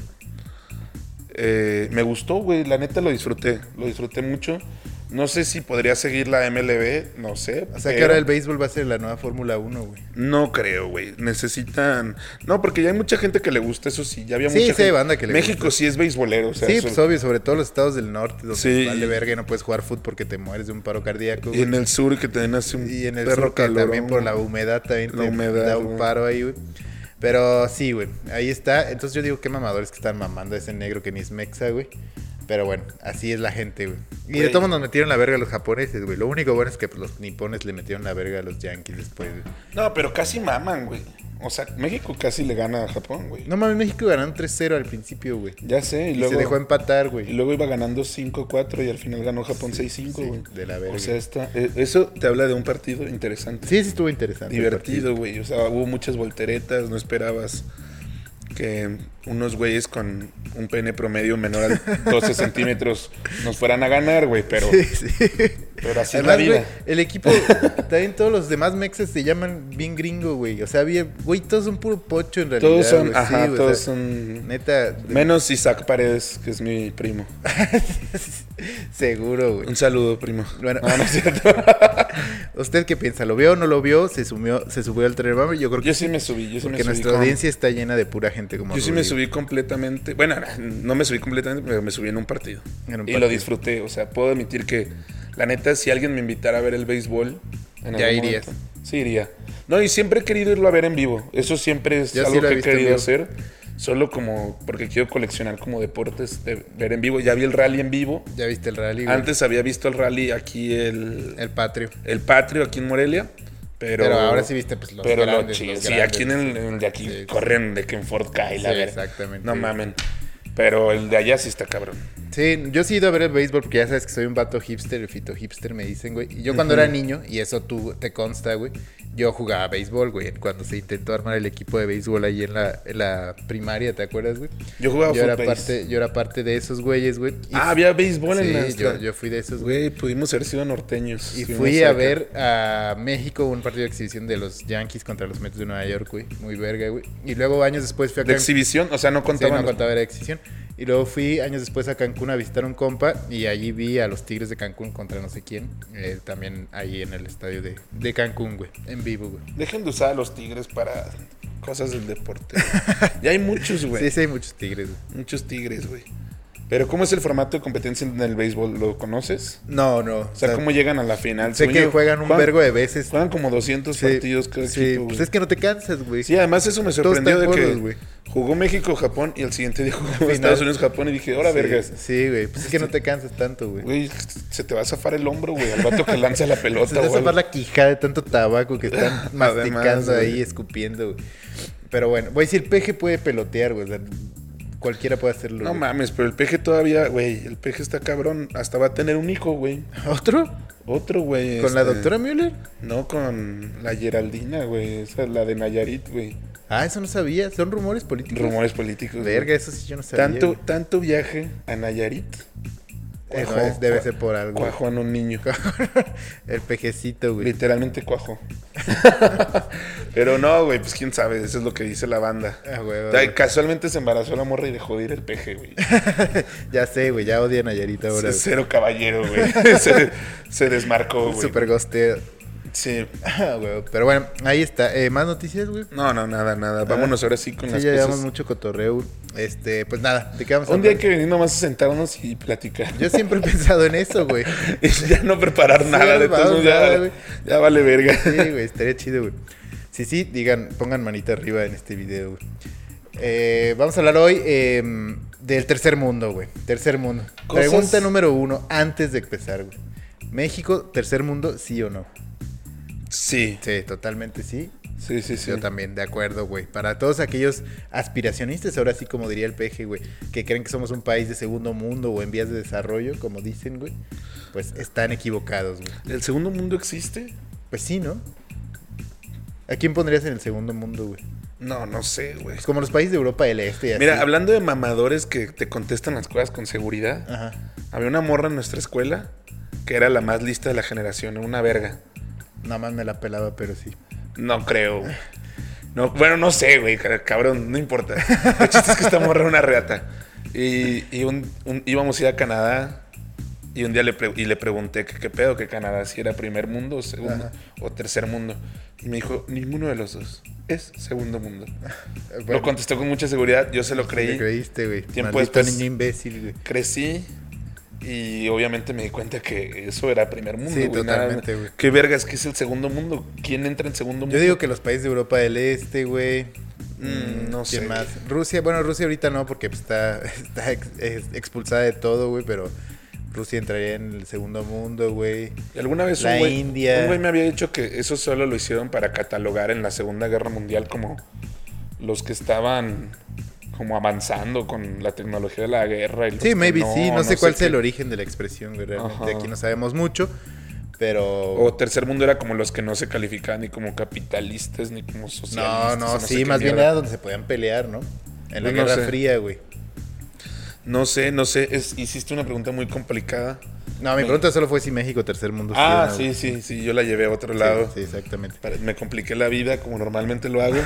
Speaker 2: Eh, me gustó, güey. La neta lo disfruté. Lo disfruté mucho. No sé si podría seguir la MLB. No sé.
Speaker 1: o sea que
Speaker 2: pero-
Speaker 1: ahora el béisbol va a ser la nueva Fórmula 1, güey.
Speaker 2: no creo, güey. Necesitan. No, porque ya hay mucha gente que le gusta, eso sí. Ya había
Speaker 1: Sí,
Speaker 2: mucha
Speaker 1: sí, hay
Speaker 2: gente-
Speaker 1: banda que le
Speaker 2: México
Speaker 1: gusta.
Speaker 2: sí es beisbolero. O sea,
Speaker 1: sí,
Speaker 2: eso-
Speaker 1: pues obvio, sobre todo los estados del norte, donde
Speaker 2: Sí.
Speaker 1: vale verga y no puedes jugar fútbol porque te mueres de un paro cardíaco.
Speaker 2: Y en
Speaker 1: güey.
Speaker 2: el sur que también hace un
Speaker 1: Y en el
Speaker 2: perro
Speaker 1: sur que
Speaker 2: calorón,
Speaker 1: también por la humedad también
Speaker 2: La
Speaker 1: te
Speaker 2: humedad,
Speaker 1: da un
Speaker 2: güey.
Speaker 1: paro ahí, güey. Pero sí, güey, ahí está. Entonces yo digo, qué mamadores que están mamando a ese negro que ni es mexa, güey. Pero bueno, así es la gente, güey. Y de
Speaker 2: Güey.
Speaker 1: todos modos nos metieron la verga a los japoneses, güey. Lo único bueno es que pues, los nipones le metieron la verga a los yankees después, güey.
Speaker 2: No, pero casi maman, güey. O sea, México casi le gana a Japón, güey.
Speaker 1: No mames, México ganaron 3-0 al principio, güey.
Speaker 2: Ya sé,
Speaker 1: Y
Speaker 2: y luego.
Speaker 1: se dejó empatar,
Speaker 2: Y
Speaker 1: güey.
Speaker 2: luego iba ganando 5-4 y al final ganó Japón 6-5,
Speaker 1: sí,
Speaker 2: güey.
Speaker 1: de la verga.
Speaker 2: O sea, está, eh, eso te habla de un partido interesante.
Speaker 1: Sí, sí estuvo interesante. el
Speaker 2: divertido, güey. O sea, hubo muchas volteretas, no esperabas que unos güeyes con un pene promedio menor a 12 centímetros nos fueran a ganar, güey. Pero,
Speaker 1: partido. Sí, sí.
Speaker 2: pero así es la
Speaker 1: Además,
Speaker 2: vida.
Speaker 1: güey, el equipo, también todos los demás mexas se llaman bien gringo, güey. O sea, bien, güey, todos son puro pocho en realidad.
Speaker 2: Todos son,
Speaker 1: güey. Sí,
Speaker 2: ajá,
Speaker 1: güey, o
Speaker 2: todos
Speaker 1: sea,
Speaker 2: son.
Speaker 1: Neta, de-
Speaker 2: Menos Isaac Paredes, que es mi primo.
Speaker 1: seguro, güey.
Speaker 2: Un saludo, primo.
Speaker 1: Bueno.
Speaker 2: No, no es cierto.
Speaker 1: ¿Usted qué piensa? ¿Lo vio o no lo vio? ¿Se sumió, se subió al tren mame? Yo creo que
Speaker 2: Yo
Speaker 1: sí,
Speaker 2: sí me subí, yo sí me
Speaker 1: porque
Speaker 2: subí.
Speaker 1: nuestra
Speaker 2: con-
Speaker 1: audiencia está llena de pura gente como
Speaker 2: Yo sí me
Speaker 1: Rodrigo.
Speaker 2: subí completamente. Bueno, no me subí completamente, pero me subí en un partido.
Speaker 1: En un
Speaker 2: y
Speaker 1: partido.
Speaker 2: lo disfruté. O sea, puedo admitir que, la neta, si alguien me invitara a ver el béisbol. En
Speaker 1: Ya
Speaker 2: algún
Speaker 1: irías.
Speaker 2: momento, sí, iría. No, y siempre he querido irlo a ver en vivo. Eso siempre es
Speaker 1: Yo sí
Speaker 2: algo
Speaker 1: lo he
Speaker 2: que he
Speaker 1: visto en
Speaker 2: querido
Speaker 1: vivo.
Speaker 2: hacer. Solo como porque quiero coleccionar como deportes de ver en vivo. Ya vi el rally en vivo.
Speaker 1: Ya viste el rally, güey.
Speaker 2: Antes había visto el rally aquí, el, el,
Speaker 1: El patrio.
Speaker 2: patrio aquí en Morelia. Pero,
Speaker 1: Pero, ahora sí viste, pues, los
Speaker 2: pero lo
Speaker 1: grandes,
Speaker 2: chido.
Speaker 1: los
Speaker 2: Sí,
Speaker 1: grandes.
Speaker 2: aquí en el, en el de aquí
Speaker 1: Sí.
Speaker 2: corren de que en Ford cae la
Speaker 1: Sí,
Speaker 2: verga.
Speaker 1: exactamente.
Speaker 2: No mamen. Pero el de allá sí está cabrón.
Speaker 1: Sí, yo sí he ido a ver el béisbol porque ya sabes que soy un vato hipster, el fito hipster me dicen, güey. Y yo cuando era niño, y eso tú te consta, güey, yo jugaba béisbol, güey. Cuando se intentó armar el equipo de béisbol ahí en la, en la primaria, ¿te acuerdas, güey?
Speaker 2: Yo jugaba
Speaker 1: Yo era,
Speaker 2: footbase.
Speaker 1: parte, yo era parte de esos güeyes, güey. Y-
Speaker 2: Ah, había béisbol en la
Speaker 1: Sí, yo, yo fui de esos, güey.
Speaker 2: Pues, Güey, pudimos haber sido norteños.
Speaker 1: Y
Speaker 2: Estuvimos
Speaker 1: fui a
Speaker 2: cerca.
Speaker 1: ver a México un partido de exhibición de los Yankees contra los Mets de Nueva York, güey. Muy verga, güey. Y luego años después fui a
Speaker 2: De
Speaker 1: Cancún.
Speaker 2: exhibición, o sea, no
Speaker 1: Sí, no
Speaker 2: contaban.
Speaker 1: contaba era exhibición. Y luego fui años después a Cancún a visitar a un compa y allí vi a los Tigres de Cancún contra no sé quién. eh, también ahí en el estadio de, de Cancún, güey. En vivo, güey.
Speaker 2: Dejen de usar a los tigres para cosas del deporte. güey. ya hay muchos, güey.
Speaker 1: Sí, sí, hay muchos Tigres, güey.
Speaker 2: Muchos tigres, güey. Pero ¿cómo es el formato de competencia en el béisbol? ¿Lo conoces?
Speaker 1: No, no.
Speaker 2: O sea, ¿cómo llegan a la final?
Speaker 1: sé
Speaker 2: Según
Speaker 1: que
Speaker 2: yo,
Speaker 1: juegan un
Speaker 2: juegan-
Speaker 1: vergo de veces.
Speaker 2: Juegan como 200
Speaker 1: Sí,
Speaker 2: partidos cada
Speaker 1: sí,
Speaker 2: equipo,
Speaker 1: pues
Speaker 2: güey.
Speaker 1: es que no te cansas, güey.
Speaker 2: Sí, además eso me
Speaker 1: Todos
Speaker 2: sorprendió de
Speaker 1: están
Speaker 2: que
Speaker 1: gordos, güey.
Speaker 2: jugó México, Japón y el siguiente día jugó
Speaker 1: final.
Speaker 2: Estados Unidos, Japón y dije, ahora
Speaker 1: Sí,
Speaker 2: vergas.
Speaker 1: Sí, güey. Pues es que no te cansas tanto, güey.
Speaker 2: Güey, se te va a zafar el hombro, güey, al vato que lanza la
Speaker 1: Se
Speaker 2: pelota.
Speaker 1: te va a
Speaker 2: güey.
Speaker 1: zafar Pues la quijada de tanto tabaco que están masticando
Speaker 2: Además, güey.
Speaker 1: ahí, escupiendo, güey. Pero bueno, voy a decir, peje puede pelotear, güey. o sea, Cualquiera puede hacerlo.
Speaker 2: No
Speaker 1: güey.
Speaker 2: mames, pero el peje todavía, güey, el peje está cabrón. Hasta va a tener un hijo, güey.
Speaker 1: ¿Otro?
Speaker 2: Otro, güey.
Speaker 1: ¿Con la
Speaker 2: este,
Speaker 1: doctora Müller?
Speaker 2: No, con la Geraldina, güey. Esa es la de Nayarit, güey.
Speaker 1: Ah, eso no sabía. Son rumores políticos.
Speaker 2: Rumores políticos. güey.
Speaker 1: Verga, eso sí yo no sabía.
Speaker 2: Tanto,
Speaker 1: güey.
Speaker 2: tanto viaje a Nayarit.
Speaker 1: Bueno,
Speaker 2: Cuajó-
Speaker 1: Eh, es- debe
Speaker 2: cua-
Speaker 1: ser por algo.
Speaker 2: Cuajó en un niño.
Speaker 1: El pejecito, güey.
Speaker 2: Literalmente cuajó. Pero no, güey, pues quién sabe, eso es lo que dice la banda.
Speaker 1: Ah, güey,
Speaker 2: O
Speaker 1: güey.
Speaker 2: sea, casualmente se embarazó la morra y dejó de ir el peje, güey.
Speaker 1: ya sé, güey. Ya odian a Yarita ahora.
Speaker 2: C-
Speaker 1: güey.
Speaker 2: Cero caballero, güey. se, se desmarcó, güey.
Speaker 1: Super ghosteo.
Speaker 2: Sí.
Speaker 1: Ah, güey. Pero bueno, ahí está. Eh, ¿Más noticias, güey?
Speaker 2: No, no, nada, nada. Vámonos ahora sí con
Speaker 1: Ah, Sí,
Speaker 2: las
Speaker 1: ya llevamos
Speaker 2: cosas.
Speaker 1: mucho cotorreo. Este, pues nada, te quedamos
Speaker 2: Un día hay que venir nomás a sentarnos y platicar.
Speaker 1: Yo siempre he pensado en eso, güey.
Speaker 2: y ya no preparar
Speaker 1: Sí,
Speaker 2: nada.
Speaker 1: no
Speaker 2: de todos
Speaker 1: vamos,
Speaker 2: modos, ya,
Speaker 1: nada, güey.
Speaker 2: ya vale verga.
Speaker 1: Sí, güey, estaría chido, güey. Sí, sí, digan, pongan manita arriba en este video, güey. Eh, vamos a hablar hoy eh, del tercer mundo, güey. Tercer mundo.
Speaker 2: Cosas-
Speaker 1: Pregunta número uno, antes de empezar, güey. ¿México, tercer mundo, sí o no?
Speaker 2: Sí,
Speaker 1: Sí, totalmente sí.
Speaker 2: sí, sí, sí.
Speaker 1: Yo también, de acuerdo, güey. Para todos aquellos aspiracionistas, ahora sí, como diría el peje, güey, que creen que somos un país de segundo mundo o en vías de desarrollo, como dicen, güey, pues están equivocados, güey.
Speaker 2: ¿El segundo mundo existe?
Speaker 1: Pues sí, ¿no? ¿A quién pondrías en el segundo mundo, güey?
Speaker 2: No, no sé, güey.
Speaker 1: Pues como los países de Europa del Este y así.
Speaker 2: Mira, hablando de mamadores que te contestan las cosas con seguridad,
Speaker 1: Ajá.
Speaker 2: había una morra en nuestra escuela que era la más lista de la generación, era una verga.
Speaker 1: Nada más me la pelaba, pero sí.
Speaker 2: No creo. güey. No, bueno, no sé, güey, ca- cabrón, no importa. El chiste es que esta morra era una reata. Y, y un- un- íbamos a ir a Canadá y un día le, pre- y le pregunté que qué pedo, que Canadá si era primer mundo o segundo
Speaker 1: Ajá.
Speaker 2: o tercer mundo. Y me dijo, ninguno de los dos, es segundo mundo.
Speaker 1: Eh,
Speaker 2: Lo
Speaker 1: bueno,
Speaker 2: contestó con mucha seguridad, yo Ah, se lo
Speaker 1: ¿qué
Speaker 2: creí.
Speaker 1: le creíste, güey.
Speaker 2: Tiempo
Speaker 1: Maldito
Speaker 2: después-
Speaker 1: niño imbécil, güey.
Speaker 2: crecí y obviamente me di cuenta que eso era primer mundo.
Speaker 1: Sí,
Speaker 2: güey, nada-
Speaker 1: totalmente, güey.
Speaker 2: Qué vergas, ¿qué es el segundo mundo? ¿Quién entra en segundo mundo?
Speaker 1: Yo digo que los países de Europa del Este, güey.
Speaker 2: Mm, no
Speaker 1: ¿quién
Speaker 2: sé.
Speaker 1: más? Rusia, bueno, Rusia ahorita no, porque pues, está, está ex- es- expulsada de todo, güey, pero Rusia entraría en el segundo mundo, güey.
Speaker 2: Y alguna vez
Speaker 1: La
Speaker 2: un güey,
Speaker 1: India.
Speaker 2: un güey me había dicho que eso solo lo hicieron para catalogar en la Segunda Guerra Mundial como los que estaban como avanzando con la tecnología de la guerra. y los
Speaker 1: Sí,
Speaker 2: que
Speaker 1: maybe sí, no, sé cuál sea el
Speaker 2: qué.
Speaker 1: origen de la expresión, güey, realmente.
Speaker 2: Ajá.
Speaker 1: Aquí no sabemos mucho, pero...
Speaker 2: O tercer mundo era como los que no se calificaban ni como capitalistas ni como
Speaker 1: no,
Speaker 2: socialistas.
Speaker 1: no,
Speaker 2: sé
Speaker 1: sí,
Speaker 2: qué
Speaker 1: más bien
Speaker 2: mierda.
Speaker 1: era donde se podían pelear, ¿no? En la
Speaker 2: Pues No
Speaker 1: Guerra
Speaker 2: sé.
Speaker 1: Fría, güey.
Speaker 2: No sé, no sé. Es, hiciste una pregunta muy complicada.
Speaker 1: No, mi pregunta solo fue si México, tercer mundo. o
Speaker 2: Ah,
Speaker 1: no,
Speaker 2: sí,
Speaker 1: güey.
Speaker 2: sí, sí, yo la llevé a otro
Speaker 1: Sí,
Speaker 2: lado.
Speaker 1: sí, exactamente.
Speaker 2: Para- Me compliqué la vida como normalmente lo hago.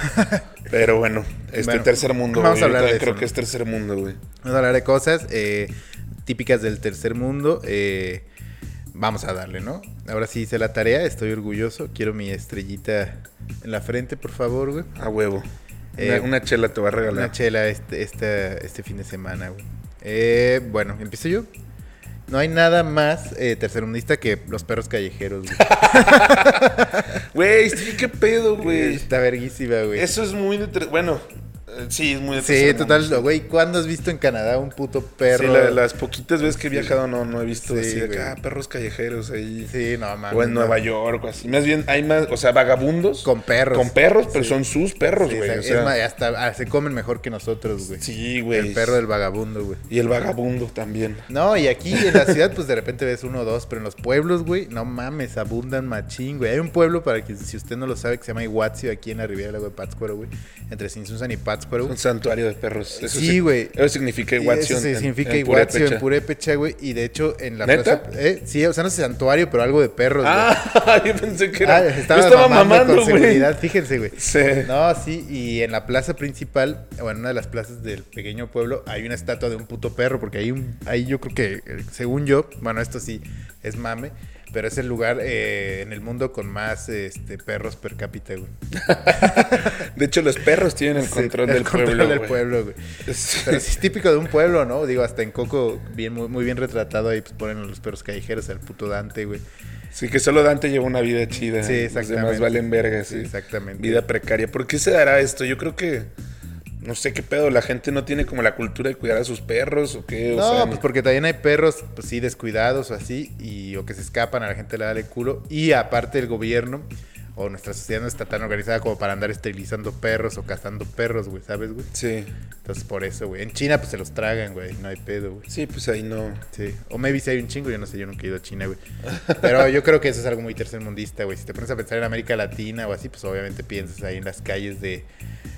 Speaker 2: pero bueno, este
Speaker 1: Bueno,
Speaker 2: tercer mundo,
Speaker 1: vamos
Speaker 2: güey,
Speaker 1: a hablar
Speaker 2: ahorita
Speaker 1: de
Speaker 2: creo
Speaker 1: eso,
Speaker 2: que
Speaker 1: ¿no?
Speaker 2: es tercer mundo, güey.
Speaker 1: Vamos a hablar de cosas eh, típicas del tercer mundo. eh, vamos a darle, ¿no? Ahora sí hice la tarea, estoy orgulloso. Quiero mi estrellita en la frente, por favor, güey.
Speaker 2: A huevo.
Speaker 1: Eh,
Speaker 2: una, una chela te va a regalar.
Speaker 1: Una chela este, este, este fin de semana, güey. Eh, bueno, empiezo yo. No hay nada más eh, tercermundista que los perros callejeros, güey.
Speaker 2: Güey, sí, qué pedo, güey.
Speaker 1: Está verguísima, este, güey.
Speaker 2: Eso es muy de ter- bueno, eh, sí, es muy de
Speaker 1: Sí,
Speaker 2: tercer
Speaker 1: total,
Speaker 2: mundo.
Speaker 1: güey. ¿Cuándo has visto en Canadá un puto perro?
Speaker 2: Sí, la- las poquitas veces que he viajado no, no he visto
Speaker 1: Sí,
Speaker 2: así de
Speaker 1: güey.
Speaker 2: acá, perros callejeros ahí.
Speaker 1: Sí, no mames.
Speaker 2: O en
Speaker 1: no.
Speaker 2: Nueva York o así. Más bien hay más, o sea, vagabundos.
Speaker 1: Con perros.
Speaker 2: Con perros, pero
Speaker 1: Sí.
Speaker 2: son sus perros,
Speaker 1: Sí,
Speaker 2: güey.
Speaker 1: o sea,
Speaker 2: o sea,
Speaker 1: es más, hasta ah, se comen mejor que nosotros, güey.
Speaker 2: sí, güey.
Speaker 1: El perro del vagabundo, güey.
Speaker 2: Y el vagabundo también.
Speaker 1: No, y aquí en la ciudad, pues de repente ves uno o dos, pero en los pueblos, güey, no mames, abundan machín, güey. Hay un pueblo, para que si usted no lo sabe, que se llama Iguatzio, aquí en la Riviera del Lago de Pátzcuaro, güey. Entre Sinsunzan y Pátzcuaro.
Speaker 2: Un santuario de perros. Eso
Speaker 1: Sí,
Speaker 2: sig-
Speaker 1: güey.
Speaker 2: Eso significa
Speaker 1: Y
Speaker 2: Iguatzio.
Speaker 1: eso se
Speaker 2: en-
Speaker 1: significa
Speaker 2: en
Speaker 1: Iguatzio
Speaker 2: Purépecha.
Speaker 1: en Purépecha, güey. Y de hecho, en la
Speaker 2: ¿Neta?
Speaker 1: plaza. eh, sí, o sea, no es santuario, pero algo de perros, güey.
Speaker 2: Ah, yo pensé que era.
Speaker 1: Ah,
Speaker 2: estaba, yo estaba mamando,
Speaker 1: con
Speaker 2: güey.
Speaker 1: seguridad, fíjense, güey.
Speaker 2: Sí.
Speaker 1: No, sí, y en la plaza principal, o en una de las plazas del pequeño pueblo, hay una estatua de un puto perro, porque ahí, un- ahí yo creo que, eh, según yo, bueno, esto sí es mame, pero es el lugar eh, en el mundo con más este, perros per cápita, güey.
Speaker 2: De hecho, los perros tienen el
Speaker 1: Sí,
Speaker 2: control
Speaker 1: el
Speaker 2: del
Speaker 1: control
Speaker 2: pueblo.
Speaker 1: del
Speaker 2: güey.
Speaker 1: pueblo, güey.
Speaker 2: Sí.
Speaker 1: Pero sí es típico de un pueblo, ¿no? Digo, hasta en Coco, bien, muy, muy bien retratado, ahí pues ponen a los perros callejeros, al puto Dante, güey.
Speaker 2: Sí, que solo Dante lleva una vida chida.
Speaker 1: Sí,
Speaker 2: Ah, Los
Speaker 1: exactamente.
Speaker 2: demás valen verga,
Speaker 1: Sí,
Speaker 2: sí.
Speaker 1: exactamente.
Speaker 2: Vida precaria. ¿Por qué se dará esto? Yo creo que. No sé qué pedo. La gente no tiene como la cultura de cuidar a sus perros o qué. O
Speaker 1: No,
Speaker 2: sea,
Speaker 1: pues porque también hay perros, pues sí, descuidados o así, y, o que se escapan, a la gente le da el culo. Y aparte el gobierno o nuestra sociedad no está tan organizada como para andar esterilizando perros o cazando perros, güey, ¿sabes, güey?
Speaker 2: Sí.
Speaker 1: Entonces por eso, güey. En China pues se los tragan, güey, no hay pedo, güey.
Speaker 2: Sí, pues ahí no.
Speaker 1: Sí, o maybe si hay un chingo, yo no sé, yo nunca he ido a China, güey. Pero yo creo que eso es algo muy tercermundista, güey. Si te pones a pensar en América Latina o así, pues obviamente piensas ahí en las calles de,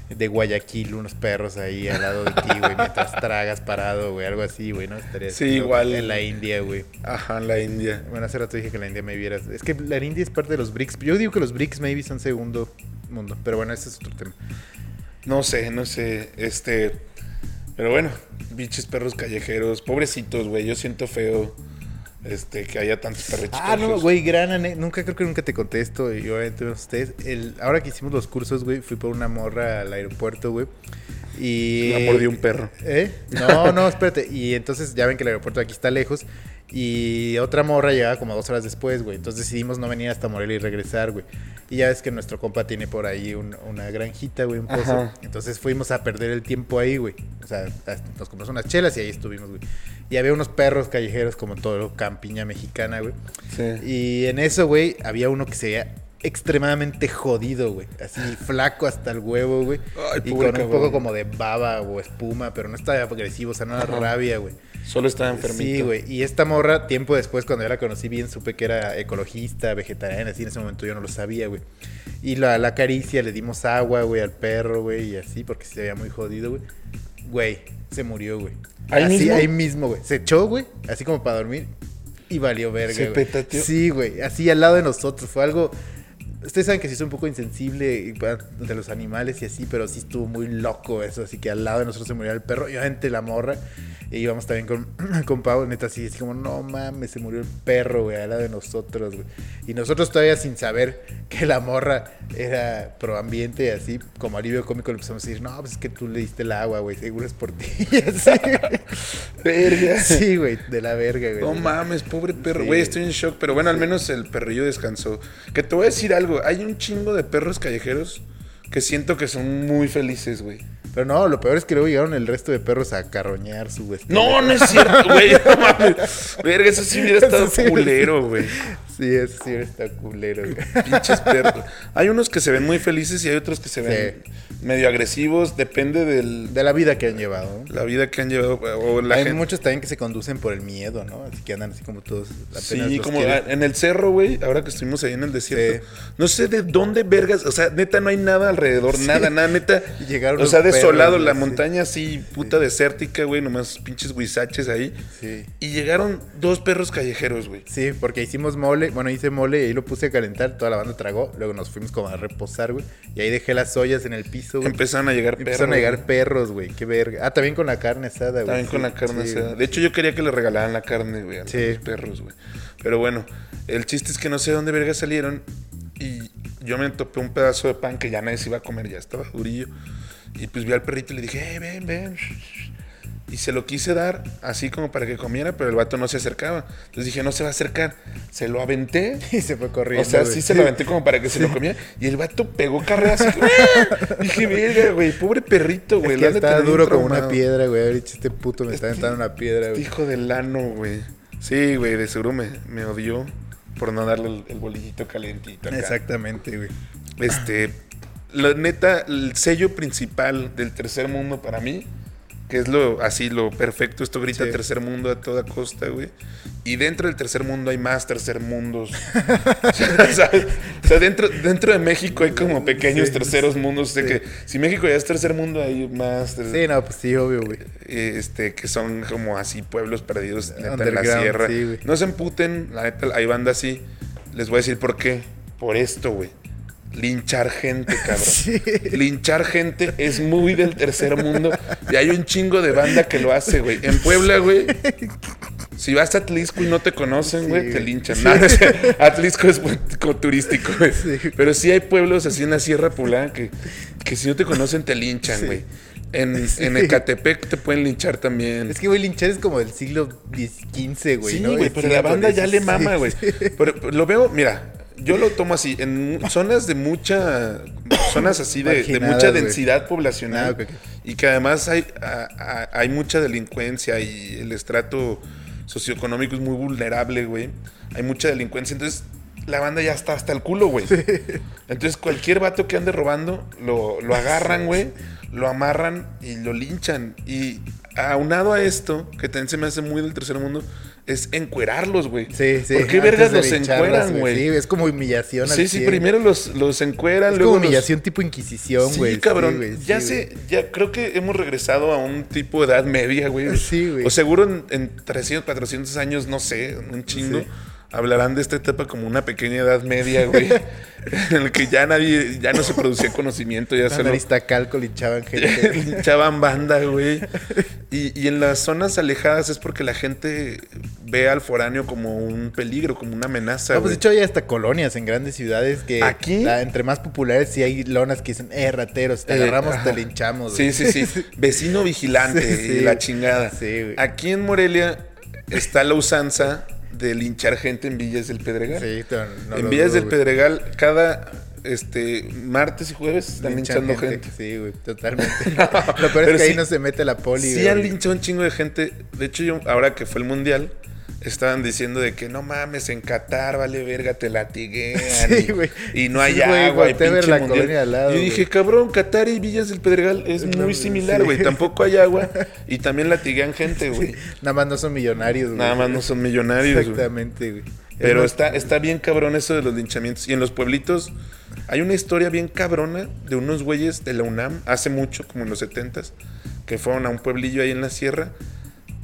Speaker 1: de Guayaquil, unos perros ahí al lado de ti, güey, mientras tragas parado, güey, algo así, güey, ¿no? Estaría
Speaker 2: Sí,
Speaker 1: chido,
Speaker 2: igual.
Speaker 1: En la India, güey.
Speaker 2: Ajá, la India.
Speaker 1: Bueno, hace rato dije que la India me vieras. Es que la India es parte de los BRICS. Yo digo que los BRICS maybe son segundo mundo, pero bueno, ese es otro tema.
Speaker 2: No sé, no sé. Este. Pero bueno, bichos perros callejeros. Pobrecitos, güey. Yo siento feo. Este, que haya tantos perritos.
Speaker 1: Ah, no,
Speaker 2: callejeros.
Speaker 1: güey, gran ane- Nunca creo que nunca te contesto. Y obviamente no ustedes. El, ahora que hicimos los cursos, güey, fui por una morra al aeropuerto, güey. Y.
Speaker 2: La mordió un perro.
Speaker 1: ¿Eh? No, no, espérate. Y entonces ya ven que el aeropuerto de aquí está lejos. Y otra morra llegaba como dos horas después, güey. Entonces decidimos no venir hasta Morelia y regresar, güey. Y ya ves que nuestro compa tiene por ahí un- una granjita, güey, un pozo.
Speaker 2: Ajá.
Speaker 1: Entonces fuimos a perder el tiempo ahí, güey. O sea, hasta- nos compramos unas chelas y ahí estuvimos, güey. Y había unos perros callejeros como todo campiña mexicana, güey.
Speaker 2: Sí.
Speaker 1: Y en eso, güey, había uno que se veía extremadamente jodido, güey. Así flaco hasta el huevo, güey.
Speaker 2: Ay,
Speaker 1: Y con
Speaker 2: pobre
Speaker 1: un
Speaker 2: cabrón.
Speaker 1: poco como de baba o espuma, pero no estaba agresivo, o sea, no era
Speaker 2: Ajá.
Speaker 1: rabia, güey.
Speaker 2: Solo estaba enfermito.
Speaker 1: Sí, güey. Y esta morra, tiempo después, cuando yo la conocí bien, supe que era ecologista, vegetariana, así en ese momento yo no lo sabía, güey. Y la, la caricia, le dimos agua, güey, al perro, güey, y así, porque se veía muy jodido, güey. Güey, se murió, güey.
Speaker 2: ¿Ahí
Speaker 1: así,
Speaker 2: mismo?
Speaker 1: ahí mismo, güey. Se echó, güey, así como para dormir. Y valió verga,
Speaker 2: Se
Speaker 1: güey.
Speaker 2: petateó.
Speaker 1: Sí, güey. Así al lado de nosotros. Fue algo. Ustedes saben que sí soy un poco insensible de los animales y así, pero sí estuvo muy loco eso. Así que al lado de nosotros se murió el perro. Y obviamente la morra. Y íbamos también con, con Pau, neta, así, así como, no mames, se murió el perro, güey, al lado de nosotros, güey. Y nosotros todavía sin saber que la morra era proambiente y así, como alivio cómico le empezamos a decir, no, pues es que tú le diste el agua, güey, seguro es por ti. Y así.
Speaker 2: Verga.
Speaker 1: sí, güey, de la verga, güey.
Speaker 2: No mames, pobre perro.
Speaker 1: Sí.
Speaker 2: Güey, estoy en shock. Pero bueno, al menos el perrillo descansó. Que te voy a decir algo. Hay un chingo de perros callejeros que siento que son muy felices, güey.
Speaker 1: Pero no, lo peor es que luego llegaron el resto de perros a carroñar su vestido.
Speaker 2: No, no es cierto, güey. No mames. Verga, eso sí hubiera
Speaker 1: Eso
Speaker 2: estado
Speaker 1: sí hubiera
Speaker 2: culero, güey.
Speaker 1: Sí, eso sí está culero, güey.
Speaker 2: Pinches perros. Hay unos que se ven muy felices y hay otros que se ven medio agresivos. Depende de
Speaker 1: De la vida que han llevado. ¿no?
Speaker 2: la vida que han llevado. O la
Speaker 1: Hay
Speaker 2: gente.
Speaker 1: muchos también que se conducen por el miedo, ¿no? Así que andan así como todos apenas
Speaker 2: Sí,
Speaker 1: los
Speaker 2: como
Speaker 1: quieren.
Speaker 2: a- en el cerro, güey, ahora que estuvimos ahí en el desierto. No sé de dónde vergas, o sea, neta no hay nada alrededor, nada, nada, neta.
Speaker 1: Y llegaron
Speaker 2: o sea,
Speaker 1: los
Speaker 2: desolado,
Speaker 1: perros,
Speaker 2: la
Speaker 1: sí.
Speaker 2: montaña así, puta desértica, güey, nomás pinches huizaches ahí.
Speaker 1: Sí.
Speaker 2: Y llegaron dos perros callejeros, güey.
Speaker 1: Sí, porque hicimos mole, bueno, hice mole y ahí lo puse a calentar, toda la banda tragó, luego nos fuimos como a reposar, güey, y ahí dejé las ollas en el piso, güey.
Speaker 2: Empezaron a llegar perros.
Speaker 1: Empezaron a
Speaker 2: güey.
Speaker 1: llegar perros, güey, qué verga. Ah, también con la carne asada, güey.
Speaker 2: También con
Speaker 1: Sí,
Speaker 2: la carne
Speaker 1: sí.
Speaker 2: asada. De hecho, yo quería que le regalaran la carne, güey, a
Speaker 1: Sí.
Speaker 2: los perros, güey. Pero bueno, el chiste es que no sé de dónde verga salieron. Y yo me topé un pedazo de pan que ya nadie se iba a comer, ya estaba durillo. Y pues vi al perrito y le dije, "Eh, ven, ven. Y se lo quise dar así como para que comiera, pero el vato no se acercaba. Entonces dije, no se va a acercar. Se lo aventé.
Speaker 1: Y se fue
Speaker 2: O
Speaker 1: corriendo.
Speaker 2: sea,
Speaker 1: güey.
Speaker 2: sí se lo aventé como para que se lo comiera. Y el vato pegó carrera así. dije, verga, güey, pobre perrito, güey.
Speaker 1: Es que
Speaker 2: lo han de
Speaker 1: estaba
Speaker 2: tener bien
Speaker 1: duro como una
Speaker 2: traumado".
Speaker 1: piedra, güey. Ahorita este puto me está aventando una piedra, güey.
Speaker 2: Hijo del ano, güey. Sí, güey, de seguro me, me odió por no darle el, el bolillito calentito. acá.
Speaker 1: Exactamente, güey.
Speaker 2: Este, la neta, el sello principal del tercer mundo para mí, que es lo así, lo perfecto, esto grita
Speaker 1: Sí.
Speaker 2: tercer mundo a toda costa, güey. Y dentro del tercer mundo hay más tercer mundos. o sea, o sea, dentro, dentro de México hay como pequeños
Speaker 1: Sí,
Speaker 2: terceros mundos. O sea
Speaker 1: sí.
Speaker 2: que si México ya es tercer mundo, hay más. tercer-
Speaker 1: Sí, no, pues sí, obvio, güey.
Speaker 2: eh, este, que son como así pueblos perdidos neta, en la
Speaker 1: Underground,
Speaker 2: sierra.
Speaker 1: sí, güey.
Speaker 2: no se emputen, la neta, hay banda así. Les voy a decir por qué. Por esto, güey. Linchar gente, cabrón.
Speaker 1: Sí.
Speaker 2: Linchar gente es muy del tercer mundo. Y hay un chingo de banda que lo hace, güey. En Puebla, güey. Si vas a Atlisco y no te conocen,
Speaker 1: Sí,
Speaker 2: güey, te
Speaker 1: güey.
Speaker 2: linchan.
Speaker 1: Sí.
Speaker 2: No, no sé. Atlisco es buen- como turístico, güey.
Speaker 1: Sí.
Speaker 2: Pero sí hay pueblos así en la Sierra Poblana que, que si no te conocen te linchan,
Speaker 1: Sí.
Speaker 2: güey. En, en
Speaker 1: Sí.
Speaker 2: Ecatepec te pueden linchar también.
Speaker 1: Es que, güey, linchar es como del siglo XV, güey,
Speaker 2: sí,
Speaker 1: ¿no?
Speaker 2: güey,
Speaker 1: Es
Speaker 2: pero la
Speaker 1: siglo
Speaker 2: banda ya le
Speaker 1: XVI.
Speaker 2: mama, güey. Pero, pero lo veo, mira, yo lo tomo así. En mu- zonas de mucha. Zonas así de, de
Speaker 1: Marginadas,
Speaker 2: mucha
Speaker 1: güey.
Speaker 2: densidad poblacional.
Speaker 1: Ah, ok, ok.
Speaker 2: Y que además hay, a- a- hay mucha delincuencia y el estrato socioeconómico es muy vulnerable, güey. Hay mucha delincuencia. Entonces, la banda ya está hasta el culo, güey. Entonces, cualquier vato que ande robando, lo, lo agarran, güey, lo amarran y lo linchan. Y aunado a esto, que también se me hace muy del tercer mundo, es encuerarlos, güey.
Speaker 1: Sí, sí.
Speaker 2: ¿Por qué
Speaker 1: antes
Speaker 2: vergas
Speaker 1: de
Speaker 2: los
Speaker 1: lincharlas,
Speaker 2: encueran,
Speaker 1: Sí,
Speaker 2: güey?
Speaker 1: es como humillación. al
Speaker 2: Sí, sí,
Speaker 1: cien.
Speaker 2: primero los, los encueran,
Speaker 1: Es
Speaker 2: luego
Speaker 1: como
Speaker 2: los-
Speaker 1: humillación tipo Inquisición,
Speaker 2: Sí,
Speaker 1: güey.
Speaker 2: cabrón.
Speaker 1: güey,
Speaker 2: ya
Speaker 1: sí,
Speaker 2: sé,
Speaker 1: güey.
Speaker 2: ya creo que hemos regresado a un tipo de edad media, güey.
Speaker 1: Sí, güey.
Speaker 2: O seguro en, en 300, 400 años, no sé, un chingo.
Speaker 1: Sí.
Speaker 2: Hablarán de esta etapa como una pequeña edad media, güey. en el que ya nadie, ya no se producía conocimiento, ya
Speaker 1: Andan
Speaker 2: solo
Speaker 1: Iztacalco, linchaban gente.
Speaker 2: linchaban banda, güey. Y, y en las zonas alejadas es porque la gente ve al foráneo como un peligro, como una amenaza,
Speaker 1: No, pues de
Speaker 2: güey.
Speaker 1: hecho hay hasta colonias en grandes ciudades que
Speaker 2: ¿Aquí?
Speaker 1: la- entre más populares sí hay lonas que dicen, eh, rateros, te
Speaker 2: Eh,
Speaker 1: agarramos,
Speaker 2: ajá.
Speaker 1: te linchamos.
Speaker 2: Sí,
Speaker 1: güey".
Speaker 2: sí, sí. Vecino vigilante
Speaker 1: Sí, sí.
Speaker 2: y la chingada.
Speaker 1: Sí, güey.
Speaker 2: Aquí en Morelia está la usanza de linchar gente en Villas del Pedregal.
Speaker 1: Sí, pero no
Speaker 2: en
Speaker 1: lo
Speaker 2: Villas
Speaker 1: dudo,
Speaker 2: del
Speaker 1: güey.
Speaker 2: Pedregal, cada este martes y jueves están
Speaker 1: Linchan
Speaker 2: linchando gente.
Speaker 1: Sí, güey, totalmente. lo peor es
Speaker 2: pero
Speaker 1: que ahí
Speaker 2: sí-
Speaker 1: no se mete la poli,
Speaker 2: Sí
Speaker 1: güey.
Speaker 2: han linchado un chingo de gente. De hecho, yo, ahora que fue el Mundial, estaban diciendo de que no mames, en Qatar, vale verga, te latiguean.
Speaker 1: Sí,
Speaker 2: y-
Speaker 1: güey.
Speaker 2: y, no
Speaker 1: Sí,
Speaker 2: hay
Speaker 1: güey,
Speaker 2: agua. y
Speaker 1: volteé a ver
Speaker 2: pinche
Speaker 1: la
Speaker 2: mundial.
Speaker 1: colonia al lado,
Speaker 2: yo
Speaker 1: güey.
Speaker 2: dije, cabrón, Qatar y Villas del Pedregal es
Speaker 1: No,
Speaker 2: muy
Speaker 1: güey,
Speaker 2: similar,
Speaker 1: sí.
Speaker 2: güey. Tampoco hay agua y también latiguean gente, güey.
Speaker 1: Nada más no son millonarios, güey.
Speaker 2: Nada más no son millonarios, güey.
Speaker 1: Exactamente, güey. Es
Speaker 2: Pero
Speaker 1: más-
Speaker 2: está, está bien cabrón eso de los linchamientos. Y en los pueblitos hay una historia bien cabrona de unos güeyes de la UNAM, hace mucho, como en los 70s, que fueron a un pueblillo ahí en la sierra.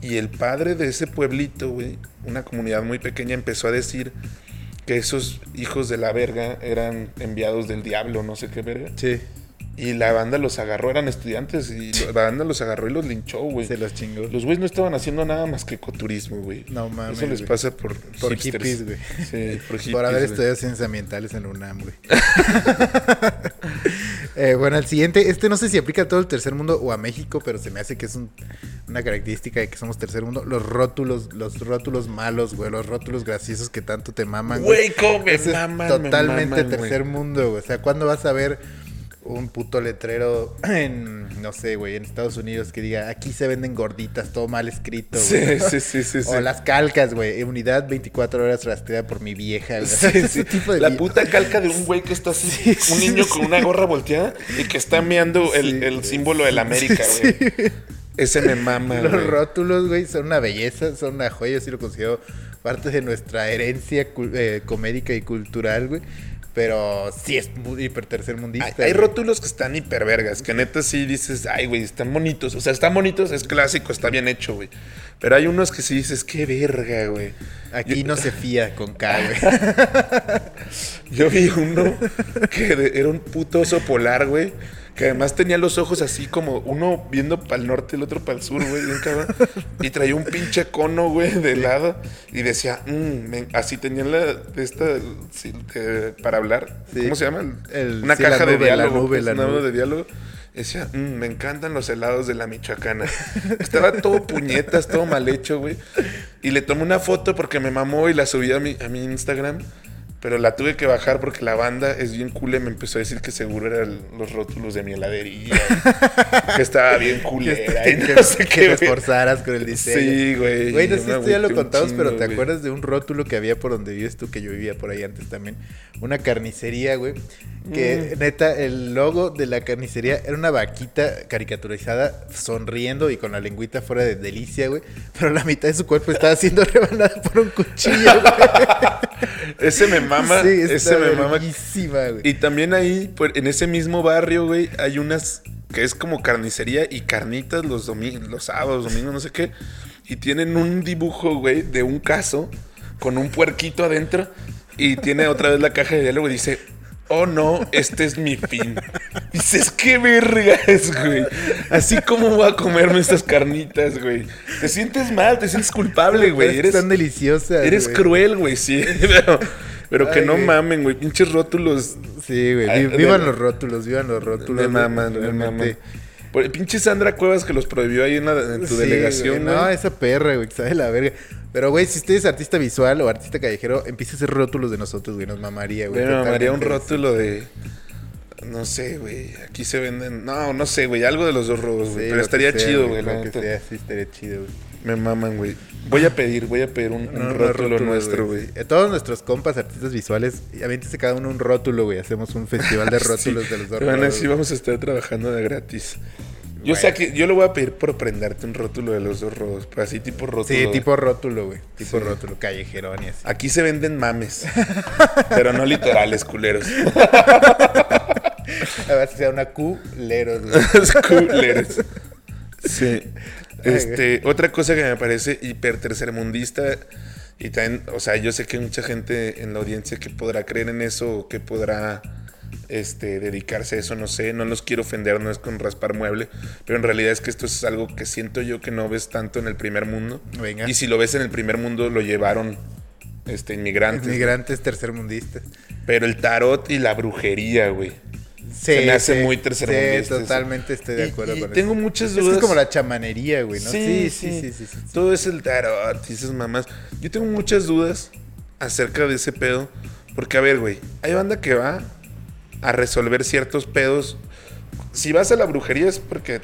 Speaker 2: Y el padre de ese pueblito, güey, una comunidad muy pequeña, empezó a decir que esos hijos de la verga eran enviados del diablo, no sé qué verga.
Speaker 1: Sí,
Speaker 2: Y la banda los agarró, eran estudiantes, y lo- la banda los agarró y los linchó, güey.
Speaker 1: se los chingó.
Speaker 2: Los güeyes no estaban haciendo nada más que ecoturismo, güey.
Speaker 1: No mames,
Speaker 2: Eso les
Speaker 1: güey.
Speaker 2: pasa por,
Speaker 1: Por
Speaker 2: hipsters.
Speaker 1: hippies, güey.
Speaker 2: Sí, por hippies.
Speaker 1: Por haber
Speaker 2: güey.
Speaker 1: estudiado ciencias ambientales en la UNAM, güey. Eh, bueno, el siguiente, este no sé si aplica a todo el tercer mundo o a México, pero se me hace que es un- una característica de que somos tercer mundo. Los rótulos, los rótulos malos, güey, los rótulos graciosos que tanto te maman, güey.
Speaker 2: Güey, cómo me
Speaker 1: Eso es
Speaker 2: maman, me
Speaker 1: totalmente
Speaker 2: maman,
Speaker 1: tercer
Speaker 2: güey.
Speaker 1: mundo, güey. O sea, ¿cuándo vas a ver un puto letrero en, no sé, güey, en Estados Unidos que diga, aquí se venden gorditas, todo mal escrito, güey?
Speaker 2: Sí, sí, sí, sí. sí.
Speaker 1: O las calcas, güey. Unidad 24 horas rastreada por mi vieja, güey.
Speaker 2: Sí,
Speaker 1: Ese
Speaker 2: sí.
Speaker 1: tipo de
Speaker 2: La
Speaker 1: vie-
Speaker 2: puta calca de un güey que está así,
Speaker 1: sí,
Speaker 2: un niño
Speaker 1: sí.
Speaker 2: con una gorra volteada y que está meando el,
Speaker 1: Sí,
Speaker 2: el
Speaker 1: güey.
Speaker 2: símbolo de la América,
Speaker 1: Sí,
Speaker 2: güey. Ese me mama,
Speaker 1: Los
Speaker 2: güey.
Speaker 1: rótulos, güey, son una belleza, son una joya. Yo sí lo considero parte de nuestra herencia cul- eh, comédica y cultural, güey. Pero sí es muy hiper tercermundista.
Speaker 2: Hay, hay
Speaker 1: güey.
Speaker 2: rótulos que están hipervergas, que neta sí dices, ay, güey, están bonitos. O sea, están bonitos, es clásico, está bien hecho, güey. Pero hay unos que sí dices, qué verga, güey.
Speaker 1: Aquí
Speaker 2: Yo-
Speaker 1: no se fía con K, güey.
Speaker 2: Yo vi uno que de- era un puto oso polar, güey. Que además tenía los ojos así como uno viendo para el norte, el otro para el sur, güey, bien cabrón. Y traía un pinche cono, güey, de lado. Y decía, mm, me- así tenía la de esta sí, de- para hablar.
Speaker 1: Sí.
Speaker 2: ¿Cómo se llama?
Speaker 1: El-
Speaker 2: Una
Speaker 1: sí, la
Speaker 2: caja de
Speaker 1: nube, la
Speaker 2: diálogo.
Speaker 1: nube,
Speaker 2: pues,
Speaker 1: la
Speaker 2: una nube
Speaker 1: nube.
Speaker 2: de diálogo. Y Decía, "Mm, me encantan los helados de la Michoacana. Estaba todo puñetas, todo mal hecho, güey. Y le tomé una foto porque me mamó y la subí a mi, a mi Instagram. Pero la tuve que bajar porque la banda es bien cool y me empezó a decir que seguro eran los rótulos de mi heladería. güey. que estaba bien culera. y
Speaker 1: este, que,
Speaker 2: no sé
Speaker 1: que
Speaker 2: qué,
Speaker 1: te
Speaker 2: güey.
Speaker 1: esforzaras con el diseño.
Speaker 2: Sí, güey.
Speaker 1: Güey, no
Speaker 2: yo
Speaker 1: sé si
Speaker 2: me
Speaker 1: esto ya lo
Speaker 2: agüité un
Speaker 1: contamos, pero
Speaker 2: chingo,
Speaker 1: ¿te
Speaker 2: güey.
Speaker 1: acuerdas de un rótulo que había por donde vives tú, que yo vivía por ahí antes también? Una carnicería, güey. Que neta, el logo de la carnicería era una vaquita caricaturizada, sonriendo y con la lengüita fuera de delicia, güey. Pero la mitad de su cuerpo estaba siendo rebanada por un cuchillo, güey.
Speaker 2: Ese me mama. ese me mama.
Speaker 1: verguísima, güey.
Speaker 2: Y también ahí, por- en ese mismo barrio, güey, hay unas que es como carnicería y carnitas los domingos, los sábados, domingos, no sé qué. Y tienen un dibujo, güey, de un caso con un puerquito adentro. Y tiene otra vez la caja de diálogo y dice, oh no, este es mi fin. Dices, qué verga es, güey. Así como voy a comerme estas carnitas, güey. Te sientes mal, te sientes culpable, güey.
Speaker 1: Eres
Speaker 2: Eres
Speaker 1: tan deliciosa.
Speaker 2: Eres cruel, güey, sí. Pero, pero que
Speaker 1: Ay,
Speaker 2: no
Speaker 1: güey.
Speaker 2: mamen, güey. Pinches rótulos.
Speaker 1: Sí, güey.
Speaker 2: Ay,
Speaker 1: vi- Vivan
Speaker 2: de-
Speaker 1: los rótulos, vivan los rótulos.
Speaker 2: Me
Speaker 1: güey,
Speaker 2: maman, me
Speaker 1: realmente.
Speaker 2: maman. Por- pinche Sandra Cuevas que los prohibió ahí en, la- en tu
Speaker 1: Sí,
Speaker 2: delegación,
Speaker 1: güey. No,
Speaker 2: güey.
Speaker 1: esa perra, güey, que sabe la verga. Pero, güey, si usted es artista visual o artista callejero, empieza a hacer rótulos de nosotros, güey. Nos mamaría, güey.
Speaker 2: Güey, me mamaría un
Speaker 1: totalmente.
Speaker 2: rótulo de. No sé, güey. Aquí se venden. No, no sé, güey. Algo de los dos robos,
Speaker 1: Sí,
Speaker 2: güey.
Speaker 1: lo
Speaker 2: Pero estaría
Speaker 1: que sea,
Speaker 2: chido, güey.
Speaker 1: Lo
Speaker 2: la
Speaker 1: que
Speaker 2: neta.
Speaker 1: sea, sí, estaría chido, güey.
Speaker 2: Me maman, güey. Voy a pedir, voy a pedir un, un
Speaker 1: No, no,
Speaker 2: rótulo
Speaker 1: rótulo,
Speaker 2: nuestro, güey.
Speaker 1: A todos nuestros compas, artistas visuales, avéntese cada uno un rótulo, güey. Hacemos un festival de rótulos de los dos.
Speaker 2: Van
Speaker 1: lados,
Speaker 2: así,
Speaker 1: güey.
Speaker 2: vamos a estar trabajando de gratis. Yo,
Speaker 1: Bueno.
Speaker 2: saqué- yo le voy a pedir por prenderte un rótulo de los dos rodos, pero así tipo rótulo.
Speaker 1: Sí,
Speaker 2: güey.
Speaker 1: tipo rótulo, güey. Tipo rótulo, callejerón y así.
Speaker 2: Aquí se venden mames, pero no literales, culeros.
Speaker 1: A ver si sea una culeros, güey.
Speaker 2: culeros. Sí. Este, otra cosa que me parece hiper tercermundista y también, o sea, yo sé que hay mucha gente en la audiencia que podrá creer en eso o que podrá este, dedicarse a eso, no sé, no los quiero ofender, no es con raspar mueble, pero en realidad es que esto es algo que siento yo que no ves tanto en el primer mundo.
Speaker 1: Venga.
Speaker 2: Y si lo ves en el primer mundo lo llevaron este inmigrantes,
Speaker 1: Migrantes tercermundistas.
Speaker 2: pero el tarot y la brujería, güey.
Speaker 1: Sí,
Speaker 2: Se me hace
Speaker 1: sí,
Speaker 2: muy tercermundista
Speaker 1: Sí,
Speaker 2: eso.
Speaker 1: totalmente estoy de
Speaker 2: Y-
Speaker 1: acuerdo
Speaker 2: y
Speaker 1: con
Speaker 2: tengo
Speaker 1: eso.
Speaker 2: muchas
Speaker 1: Es que
Speaker 2: dudas.
Speaker 1: Es como la chamanería, güey, ¿no?
Speaker 2: Sí, sí, Todo es el tarot y esas mamás. Yo tengo muchas dudas acerca de ese pedo. Porque, a ver, güey, hay banda que va a resolver ciertos pedos. Si vas a la brujería es porque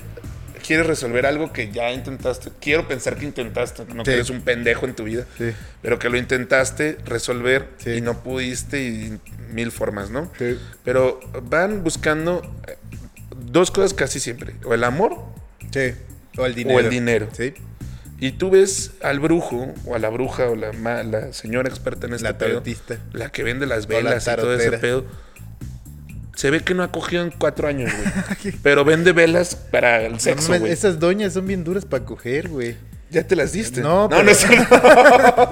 Speaker 2: quieres resolver algo que ya intentaste. Quiero pensar que intentaste, no
Speaker 1: Sí.
Speaker 2: que eres un pendejo en tu vida.
Speaker 1: Sí.
Speaker 2: Pero que lo intentaste resolver
Speaker 1: Sí.
Speaker 2: y no pudiste y mil formas, ¿no?
Speaker 1: Sí.
Speaker 2: Pero van buscando eh, dos cosas casi siempre. O el amor
Speaker 1: Sí. O el dinero.
Speaker 2: dinero.
Speaker 1: Sí.
Speaker 2: y tú ves al brujo o a la bruja o la, ma- la señora experta en este
Speaker 1: La
Speaker 2: pedo,
Speaker 1: tarotista.
Speaker 2: la que vende las
Speaker 1: O la
Speaker 2: velas y todo ese
Speaker 1: tarotera.
Speaker 2: pedo. Se ve que no ha cogido en cuatro años, güey. pero vende velas para el
Speaker 1: No
Speaker 2: sexo,
Speaker 1: mames,
Speaker 2: güey.
Speaker 1: esas doñas son bien duras para coger, güey.
Speaker 2: Ya te las diste.
Speaker 1: No,
Speaker 2: no,
Speaker 1: pero-
Speaker 2: no es cierto.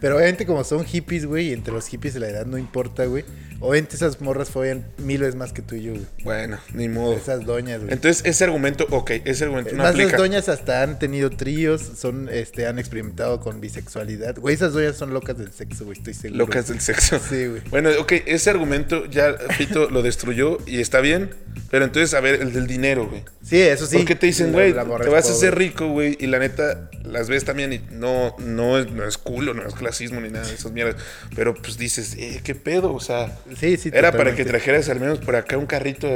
Speaker 1: Pero obviamente como son hippies, güey, y entre los hippies la edad no importa, güey. Obviamente esas morras follan mil veces más que tú y yo, güey.
Speaker 2: Bueno, ni modo.
Speaker 1: Esas doñas, güey.
Speaker 2: Entonces, ese argumento, ok, ese argumento no
Speaker 1: Más
Speaker 2: aplica.
Speaker 1: las doñas hasta han tenido tríos, son, este, han experimentado con bisexualidad. Güey, esas doñas son locas del sexo, güey, estoy seguro.
Speaker 2: Locas del sexo.
Speaker 1: Sí, güey.
Speaker 2: Bueno, ok, ese argumento ya Fito lo destruyó y está bien. Pero entonces, a ver, el del dinero, güey.
Speaker 1: Sí, eso sí.
Speaker 2: Porque te dicen,
Speaker 1: La-
Speaker 2: güey,
Speaker 1: la morra
Speaker 2: te
Speaker 1: es
Speaker 2: vas a
Speaker 1: pobre.
Speaker 2: hacer rico, güey. Y la neta, las ves también y no, no, es, no es culo, no es clasismo ni nada de esas mierdas. Pero pues dices, eh, qué pedo, o sea.
Speaker 1: Sí, sí,
Speaker 2: Era para
Speaker 1: totalmente.
Speaker 2: que trajeras al menos por acá un carrito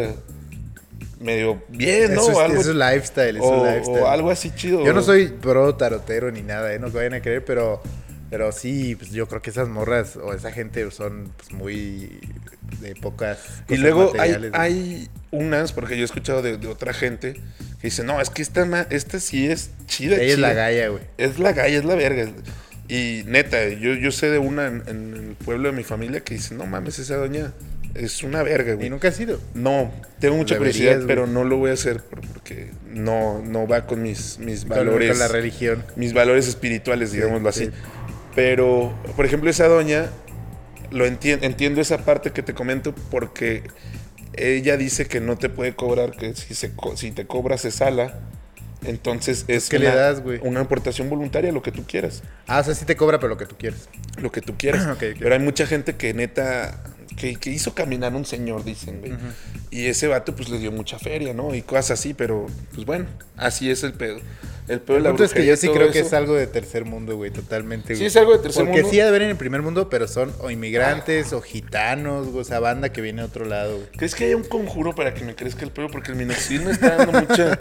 Speaker 2: medio bien, ¿no?
Speaker 1: Eso, es,
Speaker 2: O algo,
Speaker 1: eso es lifestyle, eso
Speaker 2: o-
Speaker 1: es lifestyle.
Speaker 2: o algo así chido.
Speaker 1: Yo no soy pro tarotero ni nada, ¿eh? no que vayan a creer, pero, pero sí, pues yo creo que esas morras o esa gente son pues, muy de pocas.
Speaker 2: Y
Speaker 1: cosas
Speaker 2: luego hay,
Speaker 1: materiales, güey.
Speaker 2: hay unas, porque yo he escuchado de, de otra gente que dice, no, es que esta, ma- esta sí es chida.
Speaker 1: Ella es la
Speaker 2: chida".
Speaker 1: galla, güey.
Speaker 2: Es la galla, es la verga. Y neta, yo, yo sé de una en, en el pueblo de mi familia que dice, no mames, esa doña es una verga,
Speaker 1: Y
Speaker 2: güey.
Speaker 1: nunca ha sido.
Speaker 2: No, tengo mucha
Speaker 1: Deberías,
Speaker 2: curiosidad,
Speaker 1: güey.
Speaker 2: pero no lo voy a hacer por- porque no, no va con mis, mis
Speaker 1: Con-
Speaker 2: valores.
Speaker 1: Con la religión.
Speaker 2: mis valores espirituales, digámoslo así.
Speaker 1: sí.
Speaker 2: Pero, por ejemplo, esa doña, lo entien- entiendo esa parte que te comento porque ella dice que no te puede cobrar, que si, se co- si te cobra se sala. Entonces es
Speaker 1: ¿qué le
Speaker 2: una,
Speaker 1: das, güey?
Speaker 2: una aportación voluntaria, lo que tú quieras.
Speaker 1: Ah, o sea, sí te cobra, pero lo que tú quieres.
Speaker 2: Lo que tú quieras.
Speaker 1: Ok, ok.
Speaker 2: Pero hay mucha gente que neta, que, que hizo caminar un señor, dicen, güey. Y ese vato pues le dio mucha feria, ¿no? Y cosas así, pero pues bueno, así es el pedo. El pedo de
Speaker 1: El
Speaker 2: la
Speaker 1: punto es que
Speaker 2: brujería,
Speaker 1: yo sí
Speaker 2: todo
Speaker 1: creo que
Speaker 2: eso.
Speaker 1: es algo de tercer mundo, güey, totalmente, güey.
Speaker 2: Sí, es algo de tercer
Speaker 1: Porque
Speaker 2: mundo.
Speaker 1: sí ha de ver en el primer mundo, pero son o inmigrantes o gitanos, güey, o sea, banda que viene de otro lado, güey.
Speaker 2: ¿Crees que haya un conjuro para que me crezca el pelo? Porque el minoxidil me está dando mucha.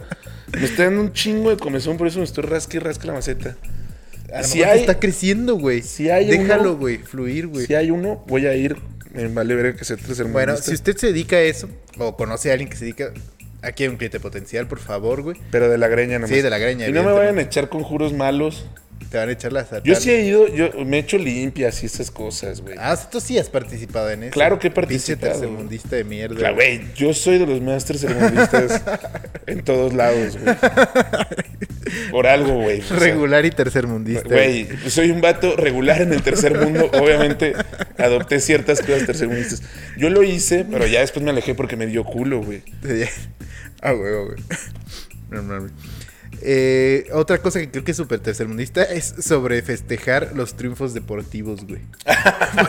Speaker 2: Me está dando un chingo de comezón, por eso me estoy rasque y rasque la maceta.
Speaker 1: A lo
Speaker 2: Si
Speaker 1: mejor te
Speaker 2: hay-
Speaker 1: está creciendo, güey.
Speaker 2: si hay
Speaker 1: Déjalo,
Speaker 2: uno-
Speaker 1: güey, fluir, güey.
Speaker 2: Si hay uno, voy a ir. Me vale ver que sea tercer
Speaker 1: Bueno,
Speaker 2: mundista.
Speaker 1: si usted se dedica a eso, o conoce a alguien que se dedica aquí hay un cliente potencial, por favor, güey.
Speaker 2: Pero de la greña nomás.
Speaker 1: Sí, de la greña,
Speaker 2: Y no me
Speaker 1: evidentemente.
Speaker 2: vayan a echar conjuros malos.
Speaker 1: Te van a echar las
Speaker 2: Yo sí he ido, yo me he hecho limpias y esas cosas, güey.
Speaker 1: Ah, o sea, tú sí has participado en eso.
Speaker 2: Claro que he
Speaker 1: Pinche
Speaker 2: participado.
Speaker 1: tercermundista de mierda.
Speaker 2: Claro, güey, yo soy de los más tercermundistas en todos lados, güey. Por algo, güey. o sea.
Speaker 1: Regular y tercermundista.
Speaker 2: Güey, soy un vato regular en el tercer mundo. Obviamente adopté ciertas cosas tercermundistas. Yo lo hice, pero ya después me alejé porque me dio culo, güey.
Speaker 1: ah, huevo, güey. No mames. Eh, otra cosa que creo que es súper tercermundista es sobre festejar los triunfos deportivos, güey.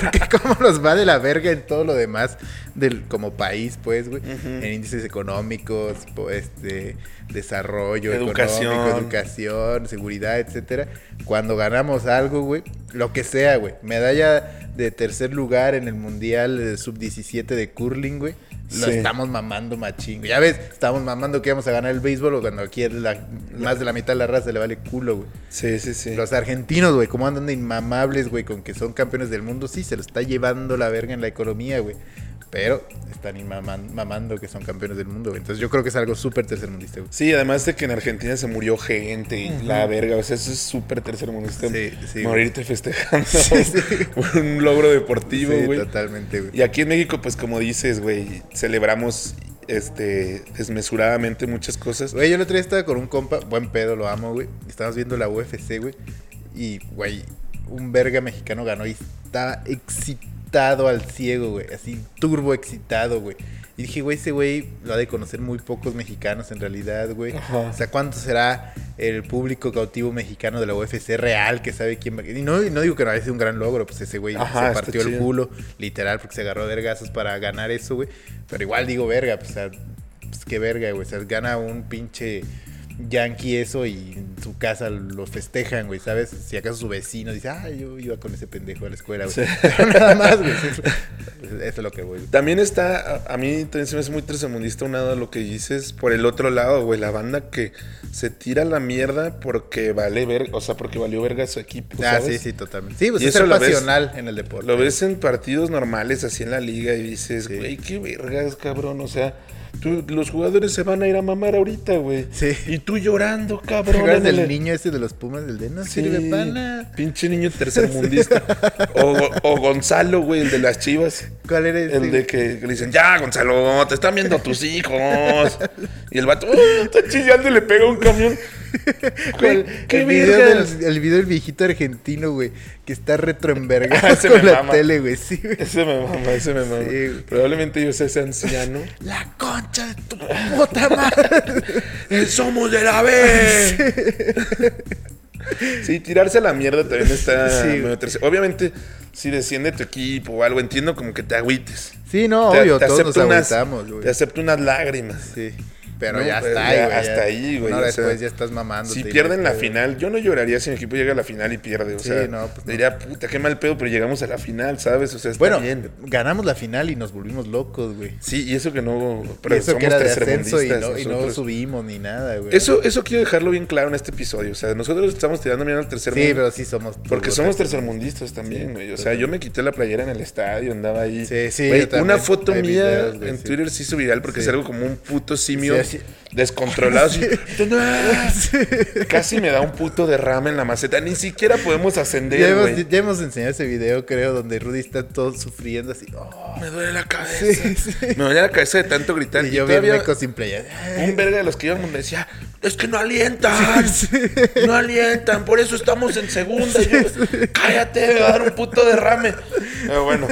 Speaker 1: Porque como nos va de la verga en todo lo demás del como país, pues, güey. En índices económicos, pues, este, desarrollo
Speaker 2: Educación.
Speaker 1: económico, educación, seguridad, etcétera. Cuando ganamos algo, güey, lo que sea, güey. Medalla de tercer lugar en el mundial sub 17 de curling, güey. Lo
Speaker 2: Sí.
Speaker 1: estamos mamando machín. güey. Ya ves, estamos mamando que íbamos a ganar el béisbol güey, cuando aquí la- más de la mitad de la raza le vale culo, güey.
Speaker 2: Sí, sí, sí.
Speaker 1: Los argentinos, güey, cómo andan de inmamables, güey, con que son campeones del mundo. Sí, se lo está llevando la verga en la economía, güey. Pero están inmaman- mamando que son campeones del mundo, güey. Entonces yo creo que es algo súper tercermundista, güey.
Speaker 2: Sí, además de que en Argentina se murió gente y la verga. O sea, eso es súper tercermundista.
Speaker 1: Sí, sí,
Speaker 2: Morirte festejando
Speaker 1: Sí, sí.
Speaker 2: por un logro deportivo,
Speaker 1: Sí,
Speaker 2: güey.
Speaker 1: totalmente, güey.
Speaker 2: Y aquí en México, pues como dices, güey, celebramos este desmesuradamente muchas cosas.
Speaker 1: Güey, yo el otro día estaba con un compa, buen pedo, lo amo, güey. Estábamos viendo la UFC, güey. Y, güey, un verga mexicano ganó y estaba excitado al ciego, güey. Así, turbo excitado, güey. Y dije, güey, ese güey lo ha de conocer muy pocos mexicanos en realidad, güey.
Speaker 2: Ajá.
Speaker 1: O sea, ¿cuánto será el público cautivo mexicano de la UFC real que sabe quién va? Y no, y no digo que no haya sido un gran logro, pues ese güey
Speaker 2: Ajá,
Speaker 1: se
Speaker 2: está
Speaker 1: partió el
Speaker 2: chido.
Speaker 1: culo, literal, porque se agarró de vergazos para ganar eso, güey. Pero igual digo verga, pues, o sea, pues, qué verga, güey. O sea, gana un pinche yankee eso y en su casa lo festejan, güey, ¿sabes? Si acaso su vecino dice, ah, yo iba con ese pendejo a la escuela, güey.
Speaker 2: Sí.
Speaker 1: Pero nada más, güey. Eso es- eso es lo que voy. güey.
Speaker 2: También está, a, a mí también se me hace muy tercermundista un lado lo que dices por el otro lado, güey, la banda que se tira la mierda porque vale ver, o sea, porque valió verga su equipo.
Speaker 1: Ah, sí,
Speaker 2: ¿sabes?
Speaker 1: sí, totalmente. Sí, pues
Speaker 2: Y
Speaker 1: es
Speaker 2: eso
Speaker 1: ser
Speaker 2: lo ves-
Speaker 1: pasional en el deporte.
Speaker 2: Lo ves en partidos normales, así en la liga, y dices,
Speaker 1: Sí.
Speaker 2: güey, qué vergas, cabrón. O sea, tú- los jugadores se van a ir a mamar ahorita, güey.
Speaker 1: Sí.
Speaker 2: Y tú llorando,
Speaker 1: ¿Te
Speaker 2: cabrón.
Speaker 1: acuerdas
Speaker 2: en
Speaker 1: del
Speaker 2: el-
Speaker 1: niño ese de los Pumas, del de no
Speaker 2: Sí,
Speaker 1: sirve pana?
Speaker 2: Pinche niño tercermundista. o, o Gonzalo, güey, el de las chivas.
Speaker 1: ¿Cuál era ese?
Speaker 2: El de que le dicen, ya, Gonzalo, te están viendo tus hijos. Y el vato, "Uh, está chillando y le pega un camión. Güey,
Speaker 1: ¿Cuál?
Speaker 2: qué
Speaker 1: el, video
Speaker 2: vergas.
Speaker 1: del, el video del viejito argentino, güey, que está
Speaker 2: Ah,
Speaker 1: retroenvergado
Speaker 2: ese
Speaker 1: con
Speaker 2: me
Speaker 1: la
Speaker 2: mama.
Speaker 1: tele, güey. Sí, güey.
Speaker 2: Ese me mama, ese me mama.
Speaker 1: Sí, güey.
Speaker 2: Probablemente yo sea ese anciano.
Speaker 1: La concha de tu puta madre.
Speaker 2: ¡Somos de la B! sí, tirarse a la mierda también está.
Speaker 1: Sí,
Speaker 2: medio
Speaker 1: güey.
Speaker 2: tercer- Obviamente, si desciende tu equipo o algo, entiendo como que te agüites.
Speaker 1: Sí, no,
Speaker 2: te,
Speaker 1: obvio,
Speaker 2: te
Speaker 1: todos nos
Speaker 2: acepto unas-
Speaker 1: aguantamos, güey.
Speaker 2: Te acepto unas lágrimas.
Speaker 1: Sí. Pero
Speaker 2: No,
Speaker 1: ya
Speaker 2: pero
Speaker 1: está ahí,
Speaker 2: ya
Speaker 1: güey.
Speaker 2: hasta ahí, güey,
Speaker 1: No,
Speaker 2: o sea,
Speaker 1: después ya estás mamando.
Speaker 2: Si pierden la final, yo no lloraría si mi equipo llega a la final y pierde. O
Speaker 1: Sí,
Speaker 2: sea,
Speaker 1: no, pues no.
Speaker 2: diría, puta, qué mal pedo, pero llegamos a la final, ¿sabes? O sea, está
Speaker 1: Bueno,
Speaker 2: bien.
Speaker 1: ganamos la final y nos volvimos locos, güey.
Speaker 2: Sí, y eso que no.
Speaker 1: Y eso que
Speaker 2: somos
Speaker 1: era de ascenso y
Speaker 2: tercermundistas
Speaker 1: no, y no
Speaker 2: nosotros.
Speaker 1: subimos ni nada, güey.
Speaker 2: Eso, eso quiero dejarlo bien claro en este episodio. O sea, nosotros estamos tirando bien al tercer
Speaker 1: Sí,
Speaker 2: mundo.
Speaker 1: pero sí somos.
Speaker 2: Porque
Speaker 1: turbo
Speaker 2: somos tercermundistas también, güey. O sea, yo me quité la playera en el estadio, andaba ahí.
Speaker 1: Sí, sí,
Speaker 2: Güey,
Speaker 1: yo también.
Speaker 2: una foto
Speaker 1: Hay
Speaker 2: mía
Speaker 1: videos, güey,
Speaker 2: en
Speaker 1: sí.
Speaker 2: Twitter sí hizo viral porque
Speaker 1: Sí.
Speaker 2: es algo como un puto simio
Speaker 1: Sí, así.
Speaker 2: descontrolado. así.
Speaker 1: Sí.
Speaker 2: Casi me da un puto derrame en la maceta. Ni siquiera podemos
Speaker 1: Ya
Speaker 2: ascender, güey.
Speaker 1: hemos, ya hemos enseñado ese video, creo, donde Rudy está todo sufriendo así. "Oh",
Speaker 2: Me duele la cabeza.
Speaker 1: Sí, sí.
Speaker 2: Me duele la cabeza de tanto gritar.
Speaker 1: y yo bien
Speaker 2: todavía
Speaker 1: meco sin playa.
Speaker 2: un verga de los que íbamos me decía, es que no alientan. No alientan, por eso estamos en segunda. Y yo, cállate, me va a dar un puto derrame. Pero bueno,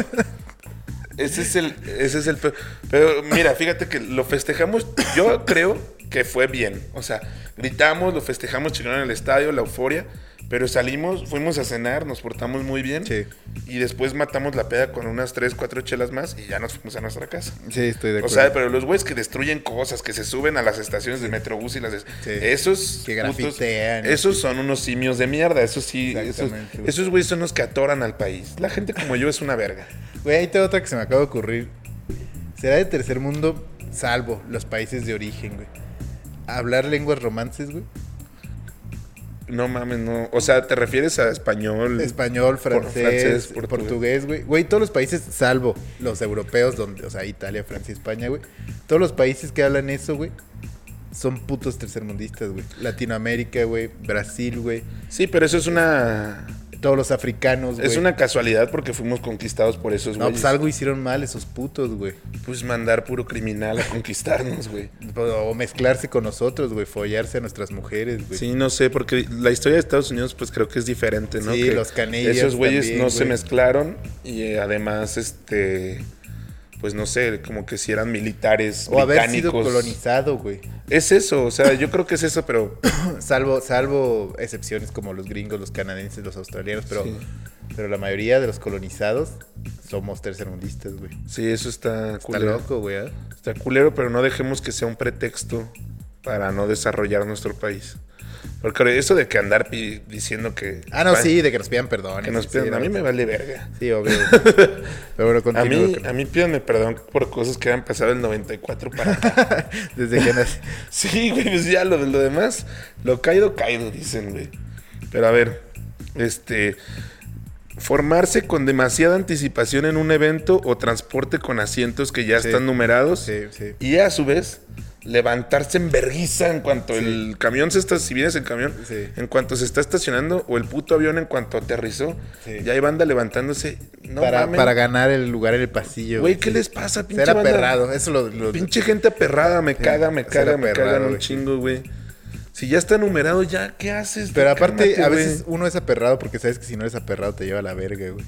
Speaker 2: ese es el, ese es el pe- Pero mira, fíjate que lo festejamos, yo creo que fue bien. O sea, gritamos, lo festejamos chingón en el estadio, la euforia. Pero salimos, fuimos a cenar, nos portamos muy bien.
Speaker 1: Sí.
Speaker 2: Y después matamos la peda con unas 3, 4 chelas más y ya nos fuimos a nuestra casa.
Speaker 1: Sí, estoy de
Speaker 2: O
Speaker 1: acuerdo.
Speaker 2: sea, pero los güeyes que destruyen cosas, que se suben a las estaciones de Metrobús y las...
Speaker 1: Sí.
Speaker 2: Esos...
Speaker 1: Que
Speaker 2: putos-
Speaker 1: grafitean.
Speaker 2: esos son unos simios de mierda, esos sí... Esos,
Speaker 1: Exactamente, güey.
Speaker 2: esos güeyes son los que atoran al país. La gente como yo es una verga.
Speaker 1: Güey, ahí tengo otra que se me acaba de ocurrir. Será de tercer mundo, salvo los países de origen, güey. Hablar lenguas romances, güey.
Speaker 2: No mames, no. O sea, ¿te refieres a español?
Speaker 1: Español,
Speaker 2: Por-
Speaker 1: Mm. francés,
Speaker 2: francés,
Speaker 1: portugués.
Speaker 2: portugués.
Speaker 1: güey. Güey, todos los países, salvo los europeos, donde, o sea, Italia, Francia, España, güey. Todos los países que hablan eso, güey, son putos tercermundistas, güey. Latinoamérica, güey. Brasil, güey.
Speaker 2: Sí, pero eso es una...
Speaker 1: Todos los africanos, güey.
Speaker 2: Es una casualidad porque fuimos conquistados por esos
Speaker 1: No,
Speaker 2: güeyes.
Speaker 1: pues algo hicieron mal esos putos, güey.
Speaker 2: Pues mandar puro criminal a conquistarnos, güey.
Speaker 1: O mezclarse con nosotros, güey. Follarse a nuestras mujeres, güey.
Speaker 2: Sí, no sé, porque la historia de Estados Unidos, pues creo que es diferente, ¿no?
Speaker 1: Sí,
Speaker 2: Que
Speaker 1: los canillas
Speaker 2: Esos güeyes
Speaker 1: también,
Speaker 2: no se
Speaker 1: güey.
Speaker 2: mezclaron y eh, además, este. Pues no sé, como que si eran militares
Speaker 1: O haber sido
Speaker 2: británicos.
Speaker 1: colonizado, güey.
Speaker 2: Es eso, o sea, yo creo que es eso, pero.
Speaker 1: Salvo, salvo excepciones como los gringos, los canadienses, los australianos, pero,
Speaker 2: Sí.
Speaker 1: pero la mayoría de los colonizados somos tercermundistas, güey.
Speaker 2: Sí, eso está
Speaker 1: Está
Speaker 2: culero.
Speaker 1: loco, güey. ¿eh?
Speaker 2: Está culero, pero no dejemos que sea un pretexto para no desarrollar nuestro país. Porque eso de que andar pi- diciendo que.
Speaker 1: Ah, no, sí, de que nos pidan perdón.
Speaker 2: Que nos pidan. a mí me vale verga.
Speaker 1: Sí, obvio. Pero bueno,
Speaker 2: A
Speaker 1: continúo.
Speaker 2: mí,
Speaker 1: con-
Speaker 2: a mí pídanme perdón por cosas que han pasado del 94 para acá.
Speaker 1: Desde que nací.
Speaker 2: Sí, güey, pues ya lo, lo demás, lo caído, caído, dicen, güey. Pero a ver, este. Formarse con demasiada anticipación en un evento o transporte con asientos que ya
Speaker 1: Sí.
Speaker 2: están numerados.
Speaker 1: Sí, sí.
Speaker 2: Y a su vez, levantarse en vergüenza en cuanto el camión se está, si vienes el camión,
Speaker 1: Sí.
Speaker 2: en cuanto se está estacionando o el puto avión en cuanto aterrizó,
Speaker 1: Sí.
Speaker 2: ya hay banda levantándose. No
Speaker 1: para,
Speaker 2: mamen.
Speaker 1: para ganar el lugar en el pasillo.
Speaker 2: Güey, ¿qué
Speaker 1: sí.
Speaker 2: les pasa, pinche
Speaker 1: Ser
Speaker 2: banda?
Speaker 1: aperrado. Eso lo. lo-
Speaker 2: Pinche gente perrada, me caga, me
Speaker 1: ser
Speaker 2: caga, me
Speaker 1: aperrado,
Speaker 2: cagan un
Speaker 1: güey.
Speaker 2: chingo, güey. Si ya está numerado, ya, ¿qué haces?
Speaker 1: Pero
Speaker 2: Güey?
Speaker 1: aparte,
Speaker 2: Cálmate,
Speaker 1: a
Speaker 2: güey.
Speaker 1: veces uno es aperrado porque sabes que si no eres aperrado te lleva a la verga, güey.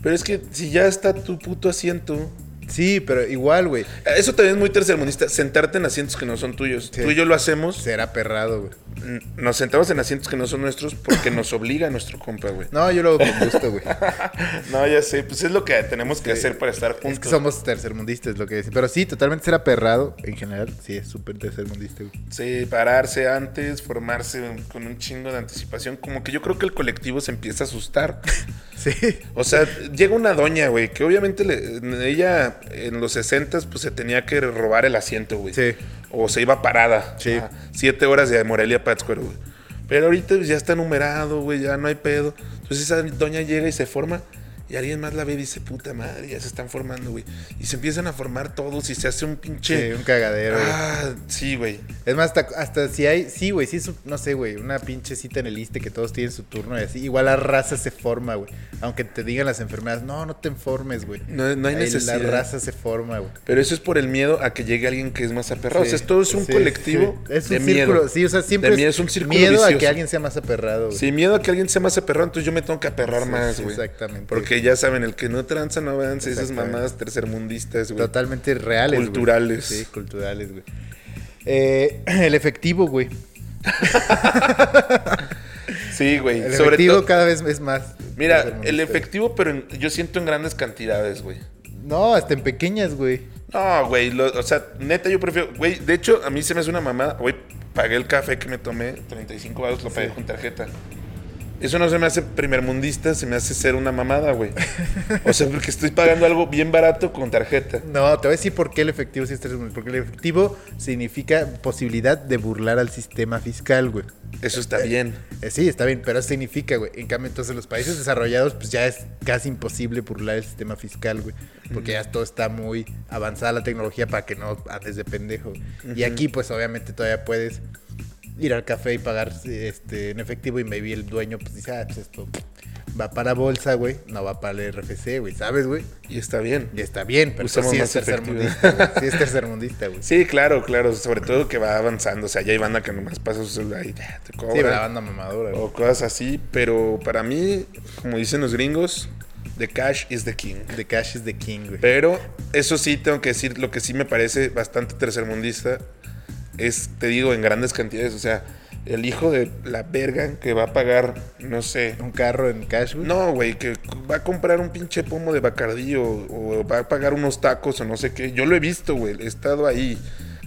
Speaker 2: Pero es que si ya está tu puto asiento.
Speaker 1: Sí, pero igual, güey.
Speaker 2: Eso también es muy tercermundista, sentarte en asientos que no son tuyos.
Speaker 1: Sí.
Speaker 2: Tú y yo lo hacemos.
Speaker 1: Ser aperrado, güey.
Speaker 2: N- Nos sentamos en asientos que no son nuestros porque nos obliga nuestro compa, güey.
Speaker 1: No, yo lo hago con gusto, güey.
Speaker 2: No, ya sé, pues es lo que tenemos que hacer para estar juntos.
Speaker 1: es que somos tercermundistas, lo que dicen. Pero sí, totalmente ser aperrado en general, sí, es súper tercermundista, güey.
Speaker 2: Sí, pararse antes, formarse con un chingo de anticipación. Como que yo creo que el colectivo se empieza a asustar.
Speaker 1: Sí.
Speaker 2: O sea, llega una doña, güey, que obviamente le- ella en los 60 pues se tenía que robar el asiento, güey.
Speaker 1: Sí.
Speaker 2: O se iba parada.
Speaker 1: Sí.
Speaker 2: Ajá. siete horas de Morelia a Pátzcuaro, güey. Pero ahorita pues, ya está numerado, güey, ya no hay pedo. Entonces esa doña llega y se forma. Y alguien más la ve y dice, puta madre, ya se están formando, güey. Y se empiezan a formar todos y se hace un
Speaker 1: Sí,
Speaker 2: pinche...
Speaker 1: un cagadero, güey.
Speaker 2: ah, sí, güey.
Speaker 1: Es más, hasta, hasta si hay, sí, güey, sí, es un- no sé, güey, una pinche cita en el ISTE que todos tienen su turno y así. Igual la raza se forma, güey. Aunque te digan las enfermedades, no, no te informes, güey.
Speaker 2: No, no hay
Speaker 1: Ahí
Speaker 2: necesidad.
Speaker 1: La raza se forma, güey.
Speaker 2: Pero eso es por el miedo a que llegue alguien que es más aperrado.
Speaker 1: Sí,
Speaker 2: o sea, todo es un
Speaker 1: sí,
Speaker 2: colectivo
Speaker 1: sí. Es un
Speaker 2: de
Speaker 1: círculo,
Speaker 2: miedo.
Speaker 1: sí, o sea, siempre
Speaker 2: De miedo, es un círculo
Speaker 1: miedo a que
Speaker 2: vicioso.
Speaker 1: alguien sea más aperrado, güey.
Speaker 2: Sin miedo a que alguien sea más aperrado, entonces yo me tengo que aperrar
Speaker 1: Sí,
Speaker 2: más,
Speaker 1: sí,
Speaker 2: güey.
Speaker 1: exactamente.
Speaker 2: Porque ya saben, el que no tranza no avanza, esas
Speaker 1: Exactamente.
Speaker 2: mamadas tercermundistas, güey.
Speaker 1: Totalmente reales, güey.
Speaker 2: Culturales.
Speaker 1: Sí, culturales, güey. Eh, el efectivo, güey.
Speaker 2: Sí, güey.
Speaker 1: El
Speaker 2: Sobre
Speaker 1: efectivo
Speaker 2: todo.
Speaker 1: cada vez es más.
Speaker 2: Mira,
Speaker 1: más
Speaker 2: el
Speaker 1: hermoso.
Speaker 2: efectivo, pero en- yo siento en grandes cantidades, güey.
Speaker 1: No, hasta en pequeñas, güey.
Speaker 2: No, güey. lo- O sea, neta, yo prefiero. Güey, de hecho, a mí se me hace una mamada. Güey, pagué el café que me tomé, 35 baros, lo pagué con tarjeta. Eso no se me hace primermundista, se me hace ser una mamada, güey. O sea, porque estoy pagando algo bien barato con tarjeta.
Speaker 1: No, te voy a decir por qué el efectivo sí es tres mundos. Porque el efectivo significa posibilidad de burlar al sistema fiscal, güey.
Speaker 2: Eso está bien.
Speaker 1: Eh, sí, está bien, pero eso significa, güey. En cambio, entonces los países desarrollados, pues ya es casi imposible burlar el sistema fiscal, güey. Porque ya todo está muy avanzada la tecnología para que no andes de pendejo. Y aquí, pues obviamente todavía puedes ir al café y pagar este, en efectivo y maybe el dueño pues dice, ah, pues esto va para bolsa, güey. No va para el RFC, güey, ¿sabes, güey?
Speaker 2: Y está bien.
Speaker 1: Y está bien, pero eso
Speaker 2: Usemos
Speaker 1: sí es
Speaker 2: más efectivo.
Speaker 1: tercermundista, güey. Sí es tercermundista, güey.
Speaker 2: Sí, claro, claro. Sobre todo que va avanzando. O sea, ya hay banda que nomás pasa su celular y ya te cobra.
Speaker 1: Sí, la banda mamadora, güey.
Speaker 2: o cosas así. Pero para mí, como dicen los gringos, the cash is the king.
Speaker 1: The cash is the king, güey.
Speaker 2: Pero eso sí, tengo que decir, lo que sí me parece bastante tercermundista es, te digo, en grandes cantidades. O sea, el hijo de la verga que va a pagar, no sé.
Speaker 1: Un carro en cash, güey.
Speaker 2: No, güey, que va a comprar un pinche pomo de Bacardí o, o va a pagar unos tacos o no sé qué. Yo lo he visto, güey. He estado ahí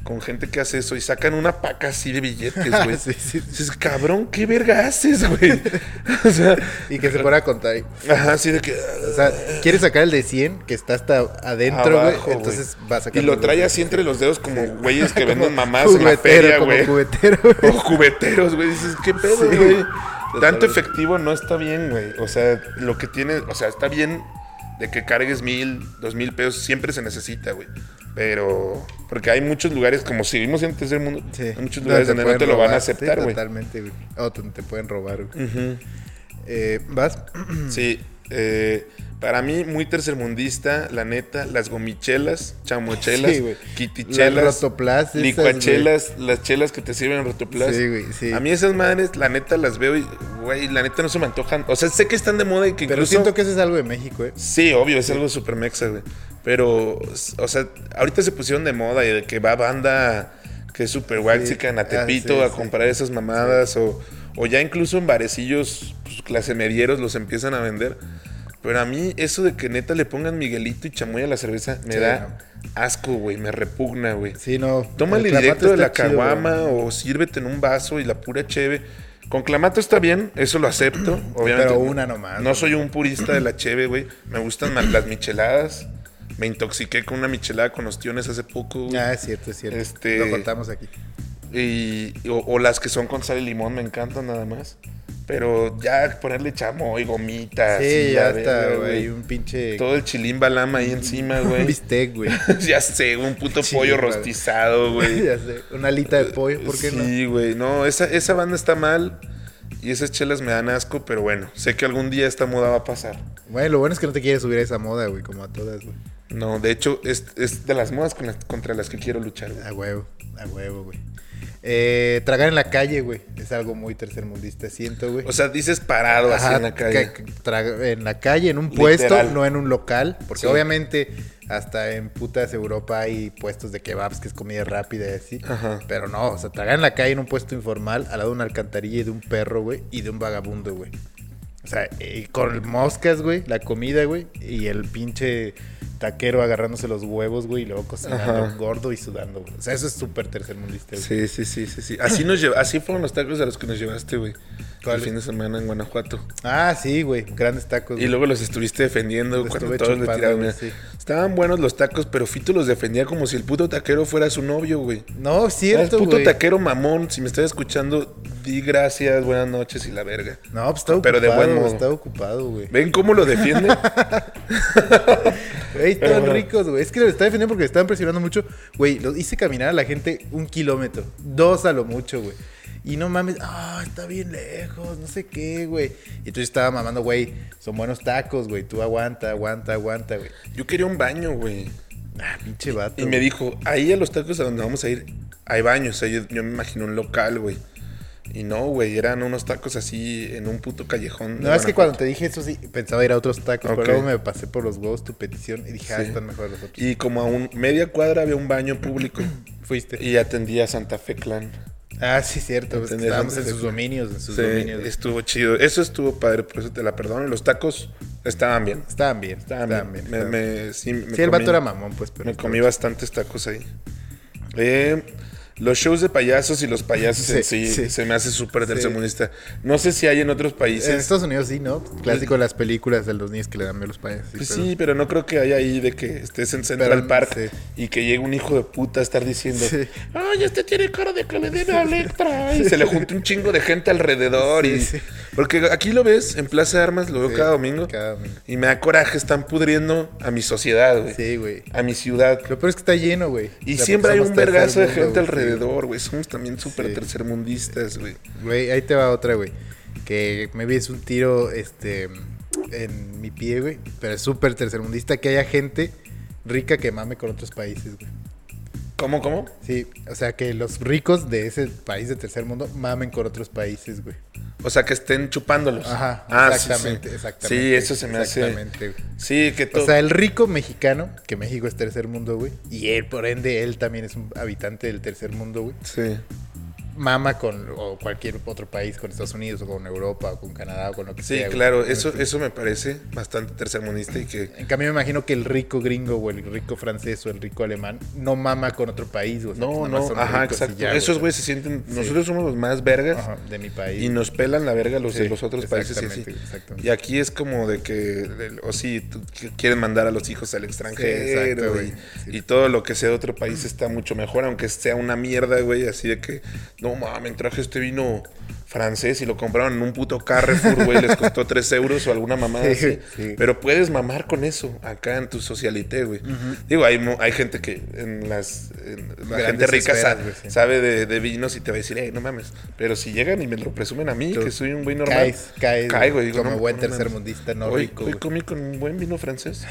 Speaker 2: con gente que hace eso y sacan una paca así de billetes, güey.
Speaker 1: Sí, sí, sí.
Speaker 2: Dices, cabrón, ¿qué verga haces, güey? o sea,
Speaker 1: Y que se fuera a contar. y-
Speaker 2: ajá, así de que... ah,
Speaker 1: O sea, quiere sacar el de 100 que está hasta adentro, güey.
Speaker 2: abajo, güey.
Speaker 1: Entonces va a sacar.
Speaker 2: Y lo trae así entre los dedos como güeyes que venden mamás en la feria,
Speaker 1: cubetero, como
Speaker 2: güey.
Speaker 1: cubetero, güey.
Speaker 2: O cubeteros, güey. Dices, qué pedo,
Speaker 1: Sí.
Speaker 2: güey.
Speaker 1: Totalmente.
Speaker 2: Tanto efectivo no está bien, güey. O sea, lo que tiene, o sea, está bien de que cargues mil, dos mil pesos, siempre se necesita, güey. Pero, porque hay muchos lugares, como si vivimos en el tercer mundo,
Speaker 1: Sí.
Speaker 2: hay muchos lugares donde no
Speaker 1: pueden
Speaker 2: te lo van a
Speaker 1: robar, sí,
Speaker 2: aceptar, güey.
Speaker 1: totalmente, güey. O donde te pueden robar, güey. Eh, ¿Vas?
Speaker 2: Sí, eh, para mí, muy tercermundista, la neta, las gomichelas, chamochelas,
Speaker 1: Sí, güey. Las
Speaker 2: quitichelas,
Speaker 1: Rotoplas esas,
Speaker 2: licuachelas, las chelas que te sirven en rotoplas.
Speaker 1: Sí, güey, sí.
Speaker 2: A mí esas madres, la neta, las veo y, güey, la neta no se me antojan. O sea, sé que están de moda y que
Speaker 1: Pero
Speaker 2: incluso...
Speaker 1: siento que eso es algo de México, eh.
Speaker 2: Sí, obvio, es algo súper mexa, güey. Pero, o sea, ahorita se pusieron de moda y de que va banda que es súper waxican
Speaker 1: ah,
Speaker 2: a Tepito
Speaker 1: sí,
Speaker 2: a
Speaker 1: sí.
Speaker 2: comprar esas mamadas o, o ya incluso en barecillos pues, clase medieros los empiezan a vender. Pero a mí, eso de que neta le pongan Miguelito y chamoy a la cerveza me
Speaker 1: Sí,
Speaker 2: da asco, güey. Me repugna, güey.
Speaker 1: Sí, no. el
Speaker 2: Tómale
Speaker 1: clamato
Speaker 2: directo de
Speaker 1: está
Speaker 2: la
Speaker 1: chido, güey.
Speaker 2: caguama o sírvete en un vaso y la pura cheve. Con clamato está bien, eso lo acepto, obviamente.
Speaker 1: Pero
Speaker 2: no-
Speaker 1: una nomás,
Speaker 2: No
Speaker 1: güey.
Speaker 2: soy un purista de la cheve, güey. Me gustan más las micheladas. Me intoxiqué con una michelada con ostiones hace poco, güey.
Speaker 1: Ah, es cierto, es cierto.
Speaker 2: Este-
Speaker 1: Lo contamos aquí.
Speaker 2: Y, o, o las que son con sal y limón me encantan nada más. Pero ya ponerle chamoy, gomitas.
Speaker 1: sí,
Speaker 2: y
Speaker 1: ya
Speaker 2: la
Speaker 1: está,
Speaker 2: verga,
Speaker 1: güey. Un pinche.
Speaker 2: Todo el chilín balama ahí encima,
Speaker 1: Un
Speaker 2: güey.
Speaker 1: bistec, güey.
Speaker 2: ya sé, un puto
Speaker 1: Sí,
Speaker 2: pollo
Speaker 1: güey.
Speaker 2: rostizado, güey.
Speaker 1: Ya sé, Una alita de pollo, ¿por qué no?
Speaker 2: Sí, güey. No, esa, esa banda está mal y esas chelas me dan asco, pero bueno, sé que algún día esta moda va a pasar.
Speaker 1: Bueno, lo bueno es que no te quieres subir a esa moda, güey, como a todas, güey.
Speaker 2: No, de hecho, es, es de las modas con las- contra las que quiero luchar. güey.
Speaker 1: A huevo, a huevo, güey. Eh, tragar en la calle, güey, es algo muy tercermundista, siento, güey.
Speaker 2: O sea, dices parado así
Speaker 1: Ajá,
Speaker 2: en la calle.
Speaker 1: ca- traga- en la calle, en un
Speaker 2: Literal.
Speaker 1: puesto, no en un local. Porque
Speaker 2: Sí.
Speaker 1: obviamente hasta en putas Europa hay puestos de kebabs que es comida rápida y así.
Speaker 2: Ajá.
Speaker 1: Pero no, o sea, tragar en la calle en un puesto informal, al lado de una alcantarilla y de un perro, güey, y de un vagabundo, güey. O sea, y con moscas, güey, la comida, güey, y el pinche taquero agarrándose los huevos, güey, y luego cocinando
Speaker 2: Ajá.
Speaker 1: gordo y sudando, güey. O sea, eso es súper tercermundista, güey.
Speaker 2: Sí, sí, sí, sí, sí. Así, nos lleva, así fueron los tacos a los que nos llevaste, güey. El
Speaker 1: ¿Cuáles?
Speaker 2: fin de semana en Guanajuato.
Speaker 1: Ah, sí, güey, grandes tacos.
Speaker 2: Y
Speaker 1: güey.
Speaker 2: luego los estuviste defendiendo
Speaker 1: Los
Speaker 2: cuando
Speaker 1: estuve
Speaker 2: todos le
Speaker 1: chupando,
Speaker 2: tiraron.
Speaker 1: güey,
Speaker 2: mira.
Speaker 1: sí.
Speaker 2: Estaban buenos los tacos, pero Fito los defendía como si el puto taquero fuera su novio, güey.
Speaker 1: No, cierto,
Speaker 2: Ah,
Speaker 1: güey.
Speaker 2: puto taquero mamón, si me estás escuchando, di gracias, buenas noches y la verga.
Speaker 1: No, pues está ocupado.
Speaker 2: Pero de buen modo.
Speaker 1: Está ocupado, güey.
Speaker 2: ¿Ven cómo lo defiende?
Speaker 1: Güey,
Speaker 2: Pero
Speaker 1: están
Speaker 2: bueno.
Speaker 1: ricos, güey. Es que lo está defendiendo porque le estaban presionando mucho. Güey, lo hice caminar a la gente un kilómetro. Dos a lo mucho, güey. Y no mames, ah, está bien lejos, no sé qué, güey. Y tú estaba mamando, güey, son buenos tacos, güey. Tú aguanta, aguanta, aguanta, güey.
Speaker 2: Yo quería un baño, güey.
Speaker 1: Ah, pinche vato.
Speaker 2: Y me dijo, ahí a los tacos a donde vamos a ir, hay baños. O sea, yo, yo me imagino un local, güey. Y no, güey, eran unos tacos así en un puto callejón. de
Speaker 1: No, es que
Speaker 2: Guanajuato.
Speaker 1: cuando te dije eso sí, pensaba ir a otros tacos,
Speaker 2: Ok.
Speaker 1: pero luego me pasé por los huevos tu petición y dije, ah,
Speaker 2: Sí.
Speaker 1: están mejor los otros.
Speaker 2: Y como a un media cuadra había un baño público.
Speaker 1: Fuiste.
Speaker 2: y atendía a Santa Fe Clan.
Speaker 1: Ah, sí, cierto. pues,
Speaker 2: Entendí,
Speaker 1: estábamos
Speaker 2: antes
Speaker 1: en
Speaker 2: de-
Speaker 1: sus dominios, en sus
Speaker 2: Sí,
Speaker 1: dominios.
Speaker 2: estuvo chido. Eso estuvo padre, por eso te la perdono. Los tacos estaban bien.
Speaker 1: Estaban bien,
Speaker 2: Estaban bien. Me-
Speaker 1: estaban bien.
Speaker 2: me- sí, me
Speaker 1: sí, el
Speaker 2: comí-
Speaker 1: vato era mamón, pues, pero.
Speaker 2: Me
Speaker 1: estaba
Speaker 2: comí
Speaker 1: chido.
Speaker 2: bastantes tacos ahí. Eh, los shows de payasos y los payasos en sí,
Speaker 1: Sí, sí.
Speaker 2: se me hace súper
Speaker 1: Sí.
Speaker 2: tercermundista. No sé si hay en otros
Speaker 1: En
Speaker 2: países.
Speaker 1: Estados Unidos sí, ¿no? Clásico de las películas de los niños que le dan miedo a los padres.
Speaker 2: Pues sí, pero no creo que haya ahí de que estés en Central
Speaker 1: Pero,
Speaker 2: Park
Speaker 1: sí.
Speaker 2: y que llegue un hijo de puta a estar diciendo,
Speaker 1: Sí.
Speaker 2: ay, este tiene cara de que le debe a Electra. Y se le junta un chingo de gente alrededor.
Speaker 1: Sí,
Speaker 2: y...
Speaker 1: sí.
Speaker 2: Porque aquí lo ves, en Plaza de Armas, lo veo
Speaker 1: Sí,
Speaker 2: cada domingo.
Speaker 1: cada domingo.
Speaker 2: Y me da coraje, están pudriendo a mi sociedad, güey.
Speaker 1: Sí, güey.
Speaker 2: A mi ciudad.
Speaker 1: Lo peor es que está lleno, güey.
Speaker 2: Y
Speaker 1: O sea,
Speaker 2: siempre hay
Speaker 1: somos
Speaker 2: un vergazo de
Speaker 1: tercer
Speaker 2: gente
Speaker 1: mundo, güey.
Speaker 2: alrededor, güey. Somos también súper
Speaker 1: Sí.
Speaker 2: tercermundistas, güey.
Speaker 1: Güey, ahí te va otra, güey. Que me vi un tiro, este, en mi pie, güey. Pero es súper tercermundista que haya gente rica que mame con otros países, güey.
Speaker 2: ¿Cómo, cómo?
Speaker 1: Sí, o sea, que los ricos de ese país de tercer mundo mamen con otros países, güey.
Speaker 2: O sea, que estén chupándolos.
Speaker 1: Ajá,
Speaker 2: Ah, sí, sí.
Speaker 1: exactamente, exactamente.
Speaker 2: Sí, eso se me hace.
Speaker 1: Exactamente, güey.
Speaker 2: Sí, que todo.
Speaker 1: O sea, el rico mexicano, que México es tercer mundo, güey, y él, por ende, él también es un habitante del tercer mundo, güey,
Speaker 2: Sí.
Speaker 1: mama con o cualquier otro país, con Estados Unidos, o con Europa, o con Canadá, o con lo que
Speaker 2: Sí,
Speaker 1: sea. güey.
Speaker 2: claro, eso, eso me parece bastante tercermundista y que...
Speaker 1: En cambio, me imagino que el rico gringo, o el rico francés, o el rico alemán, no mama con otro país, güey. o sea,
Speaker 2: No,
Speaker 1: nada más
Speaker 2: no,
Speaker 1: son
Speaker 2: ajá,
Speaker 1: ricos y
Speaker 2: exacto.
Speaker 1: ya, güey,
Speaker 2: Esos
Speaker 1: o sea,
Speaker 2: güeyes se sienten... Nosotros somos los más vergas
Speaker 1: ajá, de mi país.
Speaker 2: y nos pelan la verga los de
Speaker 1: Sí,
Speaker 2: los otros países y así.
Speaker 1: exactamente, exactamente.
Speaker 2: Y aquí es como de que... el- O sí, tú- que quieren mandar a los hijos al extranjero
Speaker 1: exacto,
Speaker 2: y,
Speaker 1: güey, sí.
Speaker 2: y todo lo que sea de otro país está mucho mejor, aunque sea una mierda, güey. Así de que, no mames, traje este vino francés y lo compraron en un puto Carrefour, güey. Les costó 3 euros o alguna mamada
Speaker 1: Sí,
Speaker 2: así.
Speaker 1: sí.
Speaker 2: Pero puedes mamar con eso acá en tu socialité, güey. Digo, hay, mo- hay gente que en las. en- la
Speaker 1: Grandes
Speaker 2: gente rica
Speaker 1: esferas,
Speaker 2: sa-
Speaker 1: güey, sí.
Speaker 2: sabe de, de vinos y te va a decir, hey, no mames. Pero si llegan y me lo presumen a mí,
Speaker 1: Tú
Speaker 2: que soy un güey normal.
Speaker 1: Caes, caes,
Speaker 2: caigo,
Speaker 1: güey,
Speaker 2: digo,
Speaker 1: como
Speaker 2: no,
Speaker 1: buen
Speaker 2: no mames.
Speaker 1: tercermundista, no
Speaker 2: hoy,
Speaker 1: rico,
Speaker 2: hoy
Speaker 1: güey.
Speaker 2: comí con un buen vino francés.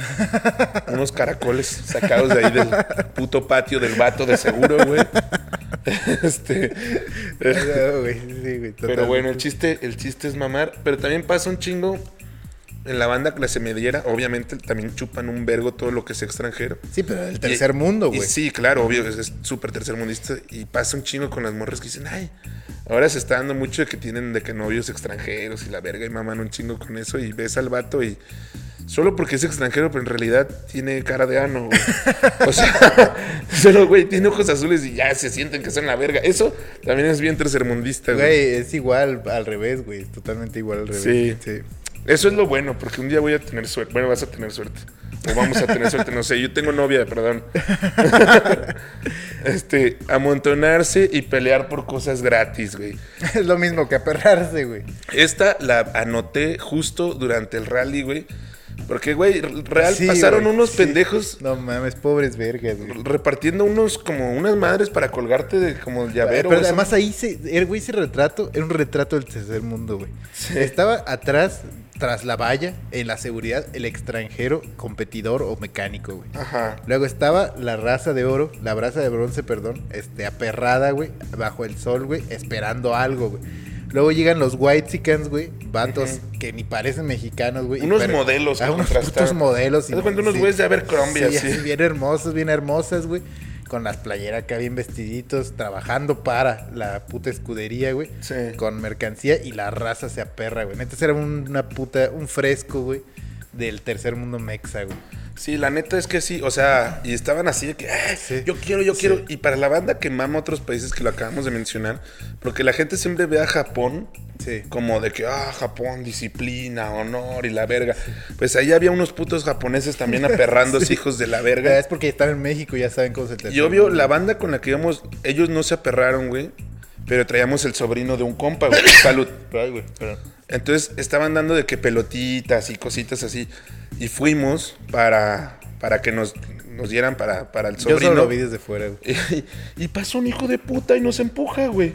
Speaker 2: Unos caracoles sacados de ahí del puto patio del vato de seguro, güey. Este.
Speaker 1: No, güey, sí, güey,
Speaker 2: Pero bueno,
Speaker 1: totalmente.
Speaker 2: el chiste, el chiste es mamar. Pero también pasa un chingo en la banda clase mediera. Obviamente también chupan un vergo todo lo que es extranjero.
Speaker 1: Sí, pero del
Speaker 2: Y-
Speaker 1: tercer mundo,
Speaker 2: y
Speaker 1: güey.
Speaker 2: Sí, claro, obvio, es- es súper tercermundista. Y pasa un chingo con las morras que dicen, ay, ahora se está dando mucho de que tienen de que novios extranjeros y la verga y maman un chingo con eso. Y ves al vato y Solo porque es extranjero, pero en realidad tiene cara de ano, güey. O sea, solo, güey, tiene ojos azules y ya se sienten que son la verga. Eso también es bien tercermundista, güey.
Speaker 1: Güey, es igual al revés, güey. es Totalmente igual al revés.
Speaker 2: Sí.
Speaker 1: sí.
Speaker 2: Eso es lo bueno, porque un día voy a tener suerte. Bueno, vas a tener suerte. O vamos a tener suerte, no sé. Yo tengo novia, perdón. este, amontonarse y pelear por cosas gratis, güey.
Speaker 1: Es lo mismo que aperrarse, güey.
Speaker 2: Esta la anoté justo durante el rally, güey. Porque, güey, real
Speaker 1: Sí,
Speaker 2: pasaron
Speaker 1: güey,
Speaker 2: unos
Speaker 1: sí.
Speaker 2: pendejos
Speaker 1: No mames, pobres vergas, güey.
Speaker 2: repartiendo unos como unas madres para colgarte de como el llavero.
Speaker 1: Pero
Speaker 2: o sea,
Speaker 1: además ahí se, el güey ese retrato era un retrato del tercer mundo, güey. Estaba atrás, tras la valla, en la seguridad, el extranjero, competidor o mecánico, güey.
Speaker 2: Ajá.
Speaker 1: Luego estaba la raza de oro, la raza de bronce, perdón, este, aperrada, güey, bajo el sol, güey, esperando algo, güey. Luego llegan los Whitexicans, güey, vatos que ni parecen mexicanos, güey. y
Speaker 2: Unos
Speaker 1: pero-
Speaker 2: modelos que
Speaker 1: Ah, unos
Speaker 2: contrastaron.
Speaker 1: putos modelos.
Speaker 2: Haz de cuenta unos güeyes de Abercrombie,
Speaker 1: sí,
Speaker 2: así.
Speaker 1: así, bien hermosos, bien hermosas, güey. Con las playeras acá bien vestiditos, trabajando para la puta escudería, güey.
Speaker 2: Sí.
Speaker 1: Con mercancía y la raza se aperra, güey. Neta, era un- una puta, un fresco, güey, del tercer mundo mexa, güey.
Speaker 2: Sí, la neta es que sí, o sea, y estaban así de que, "Ah,
Speaker 1: Sí.
Speaker 2: yo quiero, yo
Speaker 1: Sí.
Speaker 2: quiero. Y para la banda que mama otros países que lo acabamos de mencionar, porque la gente siempre ve a Japón
Speaker 1: Sí.
Speaker 2: como de que, ah, Japón, disciplina, honor y la verga. Pues ahí había unos putos japoneses también aperrándose, hijos de la
Speaker 1: Pero
Speaker 2: verga.
Speaker 1: Es porque están en México, ya saben cómo se te
Speaker 2: Y obvio, la banda con la que íbamos, ellos no se aperraron, güey, pero traíamos el sobrino de un compa, güey. Salud. Entonces estaban dando de que pelotitas y cositas así. Y fuimos para, para que nos, nos dieran para, para el
Speaker 1: Yo
Speaker 2: sobrino.
Speaker 1: solo lo vi desde fuera, güey.
Speaker 2: y, y pasa un hijo de puta y nos empuja, güey.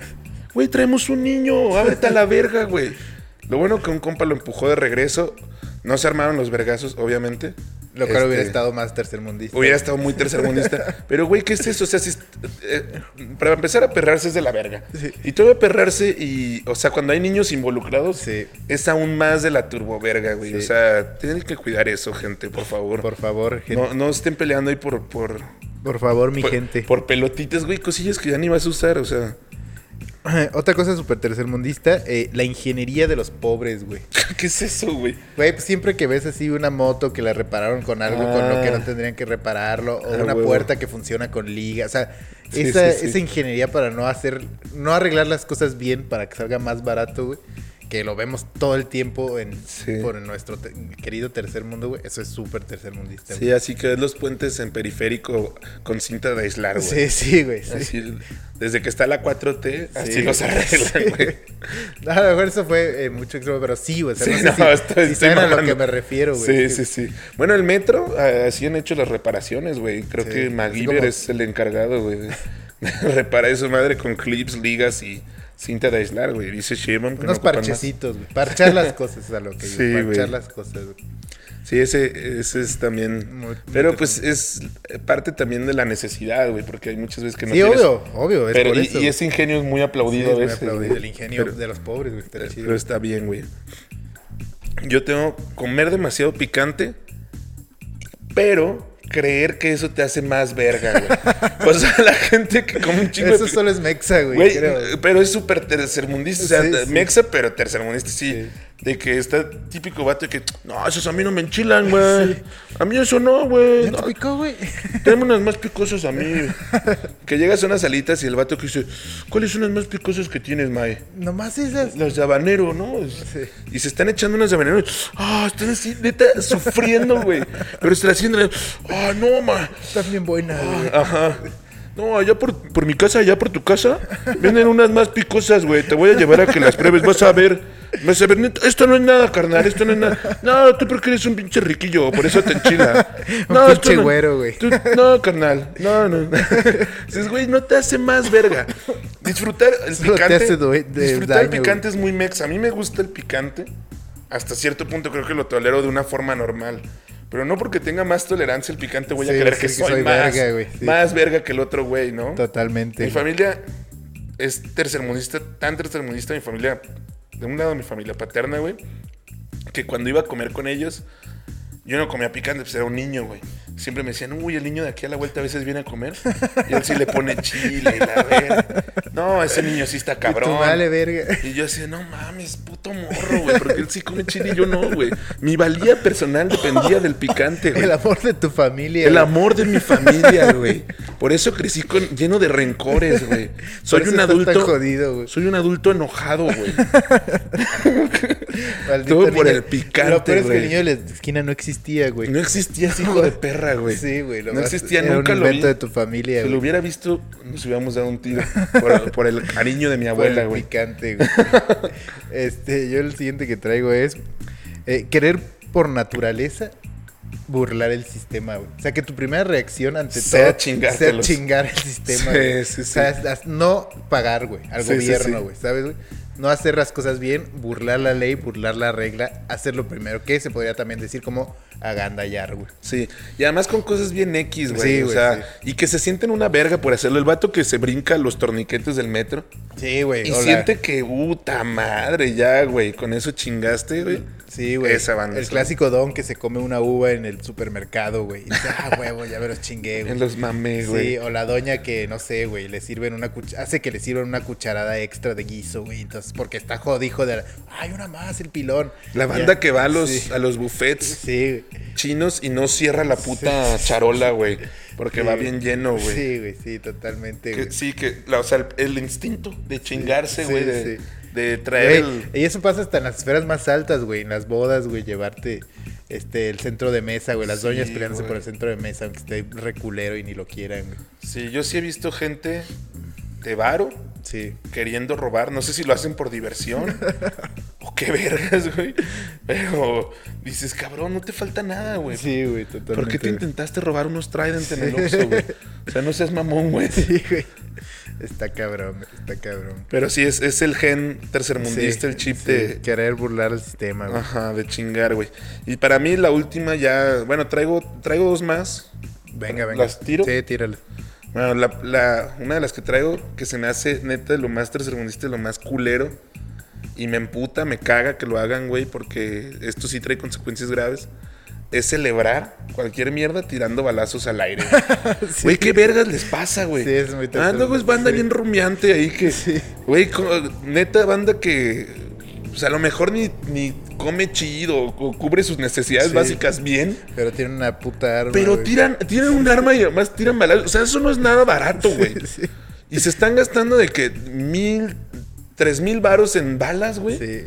Speaker 2: Güey, traemos un niño, ábrete a la verga, güey. Lo bueno que un compa lo empujó de regreso. No se armaron los vergazos, obviamente.
Speaker 1: Lo cual hubiera
Speaker 2: Este,
Speaker 1: estado más tercermundista.
Speaker 2: Hubiera estado muy tercermundista. Pero, güey, ¿qué es eso? O sea, si es- eh, para empezar a perrarse es de la verga.
Speaker 1: Sí.
Speaker 2: Y todavía perrarse y, o sea, cuando hay niños involucrados,
Speaker 1: Sí.
Speaker 2: es aún más de la turboverga, güey.
Speaker 1: Sí.
Speaker 2: O sea, tienen que cuidar eso, gente, por favor.
Speaker 1: Por favor, gente.
Speaker 2: no, no estén peleando ahí por, por,
Speaker 1: Por favor, mi
Speaker 2: por,
Speaker 1: gente.
Speaker 2: por pelotitas, güey, cosillas que ya ni vas a usar, o sea.
Speaker 1: Otra cosa súper tercermundista, eh, la ingeniería de los pobres, güey.
Speaker 2: ¿Qué es eso, güey?
Speaker 1: Güey, pues, siempre que ves así una moto que la repararon con algo con lo que
Speaker 2: Ah.
Speaker 1: no tendrían que repararlo, o
Speaker 2: Ah,
Speaker 1: una
Speaker 2: huevo.
Speaker 1: puerta que funciona con liga, o sea,
Speaker 2: Sí,
Speaker 1: esa,
Speaker 2: sí, sí.
Speaker 1: esa ingeniería para no hacer, no arreglar las cosas bien para que salga más barato, güey, que lo vemos todo el tiempo en,
Speaker 2: Sí.
Speaker 1: por nuestro te- querido tercer mundo, güey, eso es súper tercermundista.
Speaker 2: Sí, así que ves los puentes en periférico con cinta de aislar,
Speaker 1: güey.
Speaker 2: güey.
Speaker 1: sí, sí, güey. sí.
Speaker 2: Así, desde que está la 4T, así
Speaker 1: Sí.
Speaker 2: los arreglan, güey.
Speaker 1: A lo mejor eso fue eh, mucho extremo, pero sí, güey. O sea,
Speaker 2: Sí,
Speaker 1: no, sé
Speaker 2: no,
Speaker 1: si-
Speaker 2: estoy-
Speaker 1: si
Speaker 2: estoy
Speaker 1: saben a lo
Speaker 2: mamando.
Speaker 1: que me refiero, güey.
Speaker 2: Sí, sí, sí. Bueno, el metro, eh, así han hecho las reparaciones, güey. Creo
Speaker 1: Sí,
Speaker 2: que
Speaker 1: así
Speaker 2: MacGyver
Speaker 1: como-
Speaker 2: es el encargado, güey. de- Reparar su madre con clips, ligas y cinta de aislar, güey. Dice Shimon que
Speaker 1: Unos
Speaker 2: no ocupan más.
Speaker 1: parchecitos, güey. Parchar las cosas es a lo que yo.
Speaker 2: Sí, güey.
Speaker 1: Parchar las cosas, güey.
Speaker 2: Sí, ese, ese es también.
Speaker 1: Muy- muy
Speaker 2: Pero pues es parte también de la necesidad, güey, porque hay muchas veces que no
Speaker 1: sí,
Speaker 2: tienes-
Speaker 1: obvio, obvio. Es
Speaker 2: Pero
Speaker 1: por
Speaker 2: y,
Speaker 1: eso,
Speaker 2: y ese ingenio es muy
Speaker 1: güey.
Speaker 2: aplaudido
Speaker 1: Sí,
Speaker 2: a
Speaker 1: me
Speaker 2: veces.
Speaker 1: aplaudí
Speaker 2: güey.
Speaker 1: el ingenio
Speaker 2: Pero-
Speaker 1: de los pobres, güey. Está chido.
Speaker 2: Pero está bien, güey. Yo tengo comer demasiado picante, pero creer que eso te hace más verga, güey. o sea, la gente que come un chingo de
Speaker 1: Eso
Speaker 2: pi-
Speaker 1: solo es mexa, güey.
Speaker 2: Güey, eh,
Speaker 1: creo.
Speaker 2: pero es súper tercermundista, o sea,
Speaker 1: Sí, sí.
Speaker 2: mexa, pero tercermundista, sí. De que está típico vato que, no, esos a mí no me enchilan, güey. A mí eso no, güey.
Speaker 1: ¿Ya te
Speaker 2: No,
Speaker 1: picó, güey?
Speaker 2: Tráeme unas más picosas a mí. que llegas a unas alitas y el vato que dice, ¿cuáles son las más picosas que tienes, Mae?
Speaker 1: Nomás esas.
Speaker 2: Las de habanero, ¿no? Y se están echando unas de habanero. y, Ah, están así, neta, sufriendo, güey. Pero se las sienten. Ah, no, ma.
Speaker 1: Están bien buenas,
Speaker 2: Ah,
Speaker 1: güey.
Speaker 2: Ajá. No, allá por, por mi casa, allá por tu casa, vienen unas más picosas, güey. Te voy a llevar a que las pruebes. Vas a ver. Vas a ver, neta, esto no es nada, carnal. Esto no es nada. No, tú porque eres un pinche riquillo. Por eso te enchila.
Speaker 1: Un
Speaker 2: No, esto
Speaker 1: pinche
Speaker 2: no-
Speaker 1: güero, güey.
Speaker 2: tú- no, carnal. No, no. Dices, güey, no te hace más verga. Disfrutar el
Speaker 1: Solo te
Speaker 2: picante.
Speaker 1: hace due- de-
Speaker 2: disfrutar el
Speaker 1: daño,
Speaker 2: picante es muy mex. A mí me gusta el picante. Hasta cierto punto creo que lo tolero de una forma normal. Pero no porque tenga más tolerancia el picante, voy a
Speaker 1: Sí,
Speaker 2: creer
Speaker 1: sí,
Speaker 2: que,
Speaker 1: que
Speaker 2: soy,
Speaker 1: soy
Speaker 2: más,
Speaker 1: verga, güey, sí.
Speaker 2: más verga que el otro güey, ¿no?
Speaker 1: Totalmente.
Speaker 2: Mi familia es tercermundista, tan tercermundista mi familia, de un lado mi familia paterna, güey, que cuando iba a comer con ellos, yo no comía picante, pues era un niño, güey. siempre me decían, uy, el niño de aquí a la vuelta a veces viene a comer. Y él sí le pone chile y la verga. No, ese niño sí está
Speaker 1: Y tú
Speaker 2: cabrón.
Speaker 1: vale, verga.
Speaker 2: Y yo así, no mames, puto morro, güey. Porque él sí come chile y yo no, güey. Mi valía personal dependía del picante, güey.
Speaker 1: El amor de tu familia.
Speaker 2: El
Speaker 1: güey.
Speaker 2: amor de mi familia, güey. Por eso crecí con, lleno de rencores, güey. Soy
Speaker 1: eso
Speaker 2: un
Speaker 1: estás tan
Speaker 2: adulto.
Speaker 1: jodido, güey.
Speaker 2: soy un adulto enojado, güey.
Speaker 1: Maldito
Speaker 2: Todo por
Speaker 1: niño.
Speaker 2: el picante,
Speaker 1: Lo peor es que
Speaker 2: güey.
Speaker 1: el niño de la esquina no existía, güey.
Speaker 2: No existía ese hijo de perra, güey.
Speaker 1: Sí, güey. lo
Speaker 2: No
Speaker 1: más-
Speaker 2: existía,
Speaker 1: era
Speaker 2: nunca
Speaker 1: un
Speaker 2: lo vi.
Speaker 1: invento de tu familia,
Speaker 2: Si lo
Speaker 1: güey.
Speaker 2: hubiera visto, nos hubiéramos dado un tiro. Por, por el cariño de mi
Speaker 1: Por
Speaker 2: abuela,
Speaker 1: el
Speaker 2: güey.
Speaker 1: picante, güey. este, yo el siguiente que traigo es eh, querer por naturaleza burlar el sistema, güey. O sea, que tu primera reacción ante
Speaker 2: Sea
Speaker 1: todo sea
Speaker 2: chingártelos.
Speaker 1: chingar el sistema,
Speaker 2: Sí,
Speaker 1: güey.
Speaker 2: sí,
Speaker 1: O sea,
Speaker 2: sí.
Speaker 1: es- as- no pagar, güey, al
Speaker 2: Sí, sí,
Speaker 1: gobierno,
Speaker 2: sí.
Speaker 1: güey, ¿sabes, güey? No hacer las cosas bien, burlar la ley, burlar la regla, hacer lo primero que se podría también decir como agandallar, güey.
Speaker 2: Sí, y además con cosas bien X, güey.
Speaker 1: Sí,
Speaker 2: o
Speaker 1: güey,
Speaker 2: sea, y que se sienten una verga por hacerlo. El vato que se brinca los torniquetes del metro
Speaker 1: Sí, güey.
Speaker 2: y
Speaker 1: o la-
Speaker 2: siente que, puta madre, ya, güey, con eso chingaste, güey.
Speaker 1: Sí, güey.
Speaker 2: Esa banda.
Speaker 1: El
Speaker 2: sí.
Speaker 1: clásico don que se come una uva en el supermercado, güey. Y dice, ah, huevo, ya me los chingué, güey.
Speaker 2: En los mamé, güey.
Speaker 1: Sí, o la doña que, no sé, güey, le sirven una cuch- hace que le sirvan una cucharada extra de guiso, güey. Entonces, porque está jodido de la- Hay una más, el pilón.
Speaker 2: La banda
Speaker 1: Ya.
Speaker 2: que va a los,
Speaker 1: Sí,
Speaker 2: a los buffets
Speaker 1: sí, güey.
Speaker 2: chinos y no cierra la puta charola, güey. Porque
Speaker 1: Sí,
Speaker 2: va
Speaker 1: güey.
Speaker 2: bien lleno, güey.
Speaker 1: Sí, güey, sí, totalmente,
Speaker 2: Que-
Speaker 1: güey.
Speaker 2: sí, que, la- o sea, el, el instinto de chingarse,
Speaker 1: sí,
Speaker 2: güey, de,
Speaker 1: sí.
Speaker 2: de traer
Speaker 1: Güey,
Speaker 2: el...
Speaker 1: Y eso pasa hasta en las esferas más altas, güey. En las bodas, güey, llevarte este, el centro de mesa, güey. Las doñas
Speaker 2: Sí,
Speaker 1: peleándose
Speaker 2: güey.
Speaker 1: por el centro de mesa, aunque esté reculero y ni lo quieran, güey.
Speaker 2: Sí, yo sí he visto gente de varo
Speaker 1: Sí.
Speaker 2: queriendo robar. No sé si lo hacen por diversión o qué vergas, güey. Pero dices, cabrón, no te falta nada, güey.
Speaker 1: Sí, güey, totalmente.
Speaker 2: ¿Por qué te
Speaker 1: güey.
Speaker 2: intentaste robar unos Trident en el Oxxo, güey? O sea, no seas mamón, güey.
Speaker 1: Sí, güey. Está cabrón, güey, está cabrón.
Speaker 2: Pero sí, es, es el gen tercermundista,
Speaker 1: Sí,
Speaker 2: el chip
Speaker 1: sí,
Speaker 2: de...
Speaker 1: Querer burlar el sistema, güey.
Speaker 2: Ajá, de chingar, güey. Y para mí la última ya... Bueno, traigo, traigo dos más.
Speaker 1: Venga, venga.
Speaker 2: ¿Las tiro?
Speaker 1: Sí, tírale.
Speaker 2: Bueno, la, la- una de las que traigo que se me hace neta lo más tercermundista, lo más culero. Y me emputa, me caga que lo hagan, güey, porque esto sí trae consecuencias graves. Es celebrar cualquier mierda tirando balazos al aire. güey. Güey, qué vergas les pasa, güey.
Speaker 1: Sí, es muy
Speaker 2: Ah, no, pues banda
Speaker 1: sí.
Speaker 2: bien rumiante ahí que.
Speaker 1: Sí.
Speaker 2: Güey, co- neta, banda que. O sea, a lo mejor ni, ni come chido o cubre sus necesidades
Speaker 1: Sí.
Speaker 2: básicas bien.
Speaker 1: Pero tiene una puta arma.
Speaker 2: Pero
Speaker 1: güey.
Speaker 2: tiran, tiran un arma y además tiran balazos. O sea, eso no es nada barato, güey.
Speaker 1: Sí,
Speaker 2: Y se están gastando de que mil, tres mil varos en balas, güey.
Speaker 1: sí.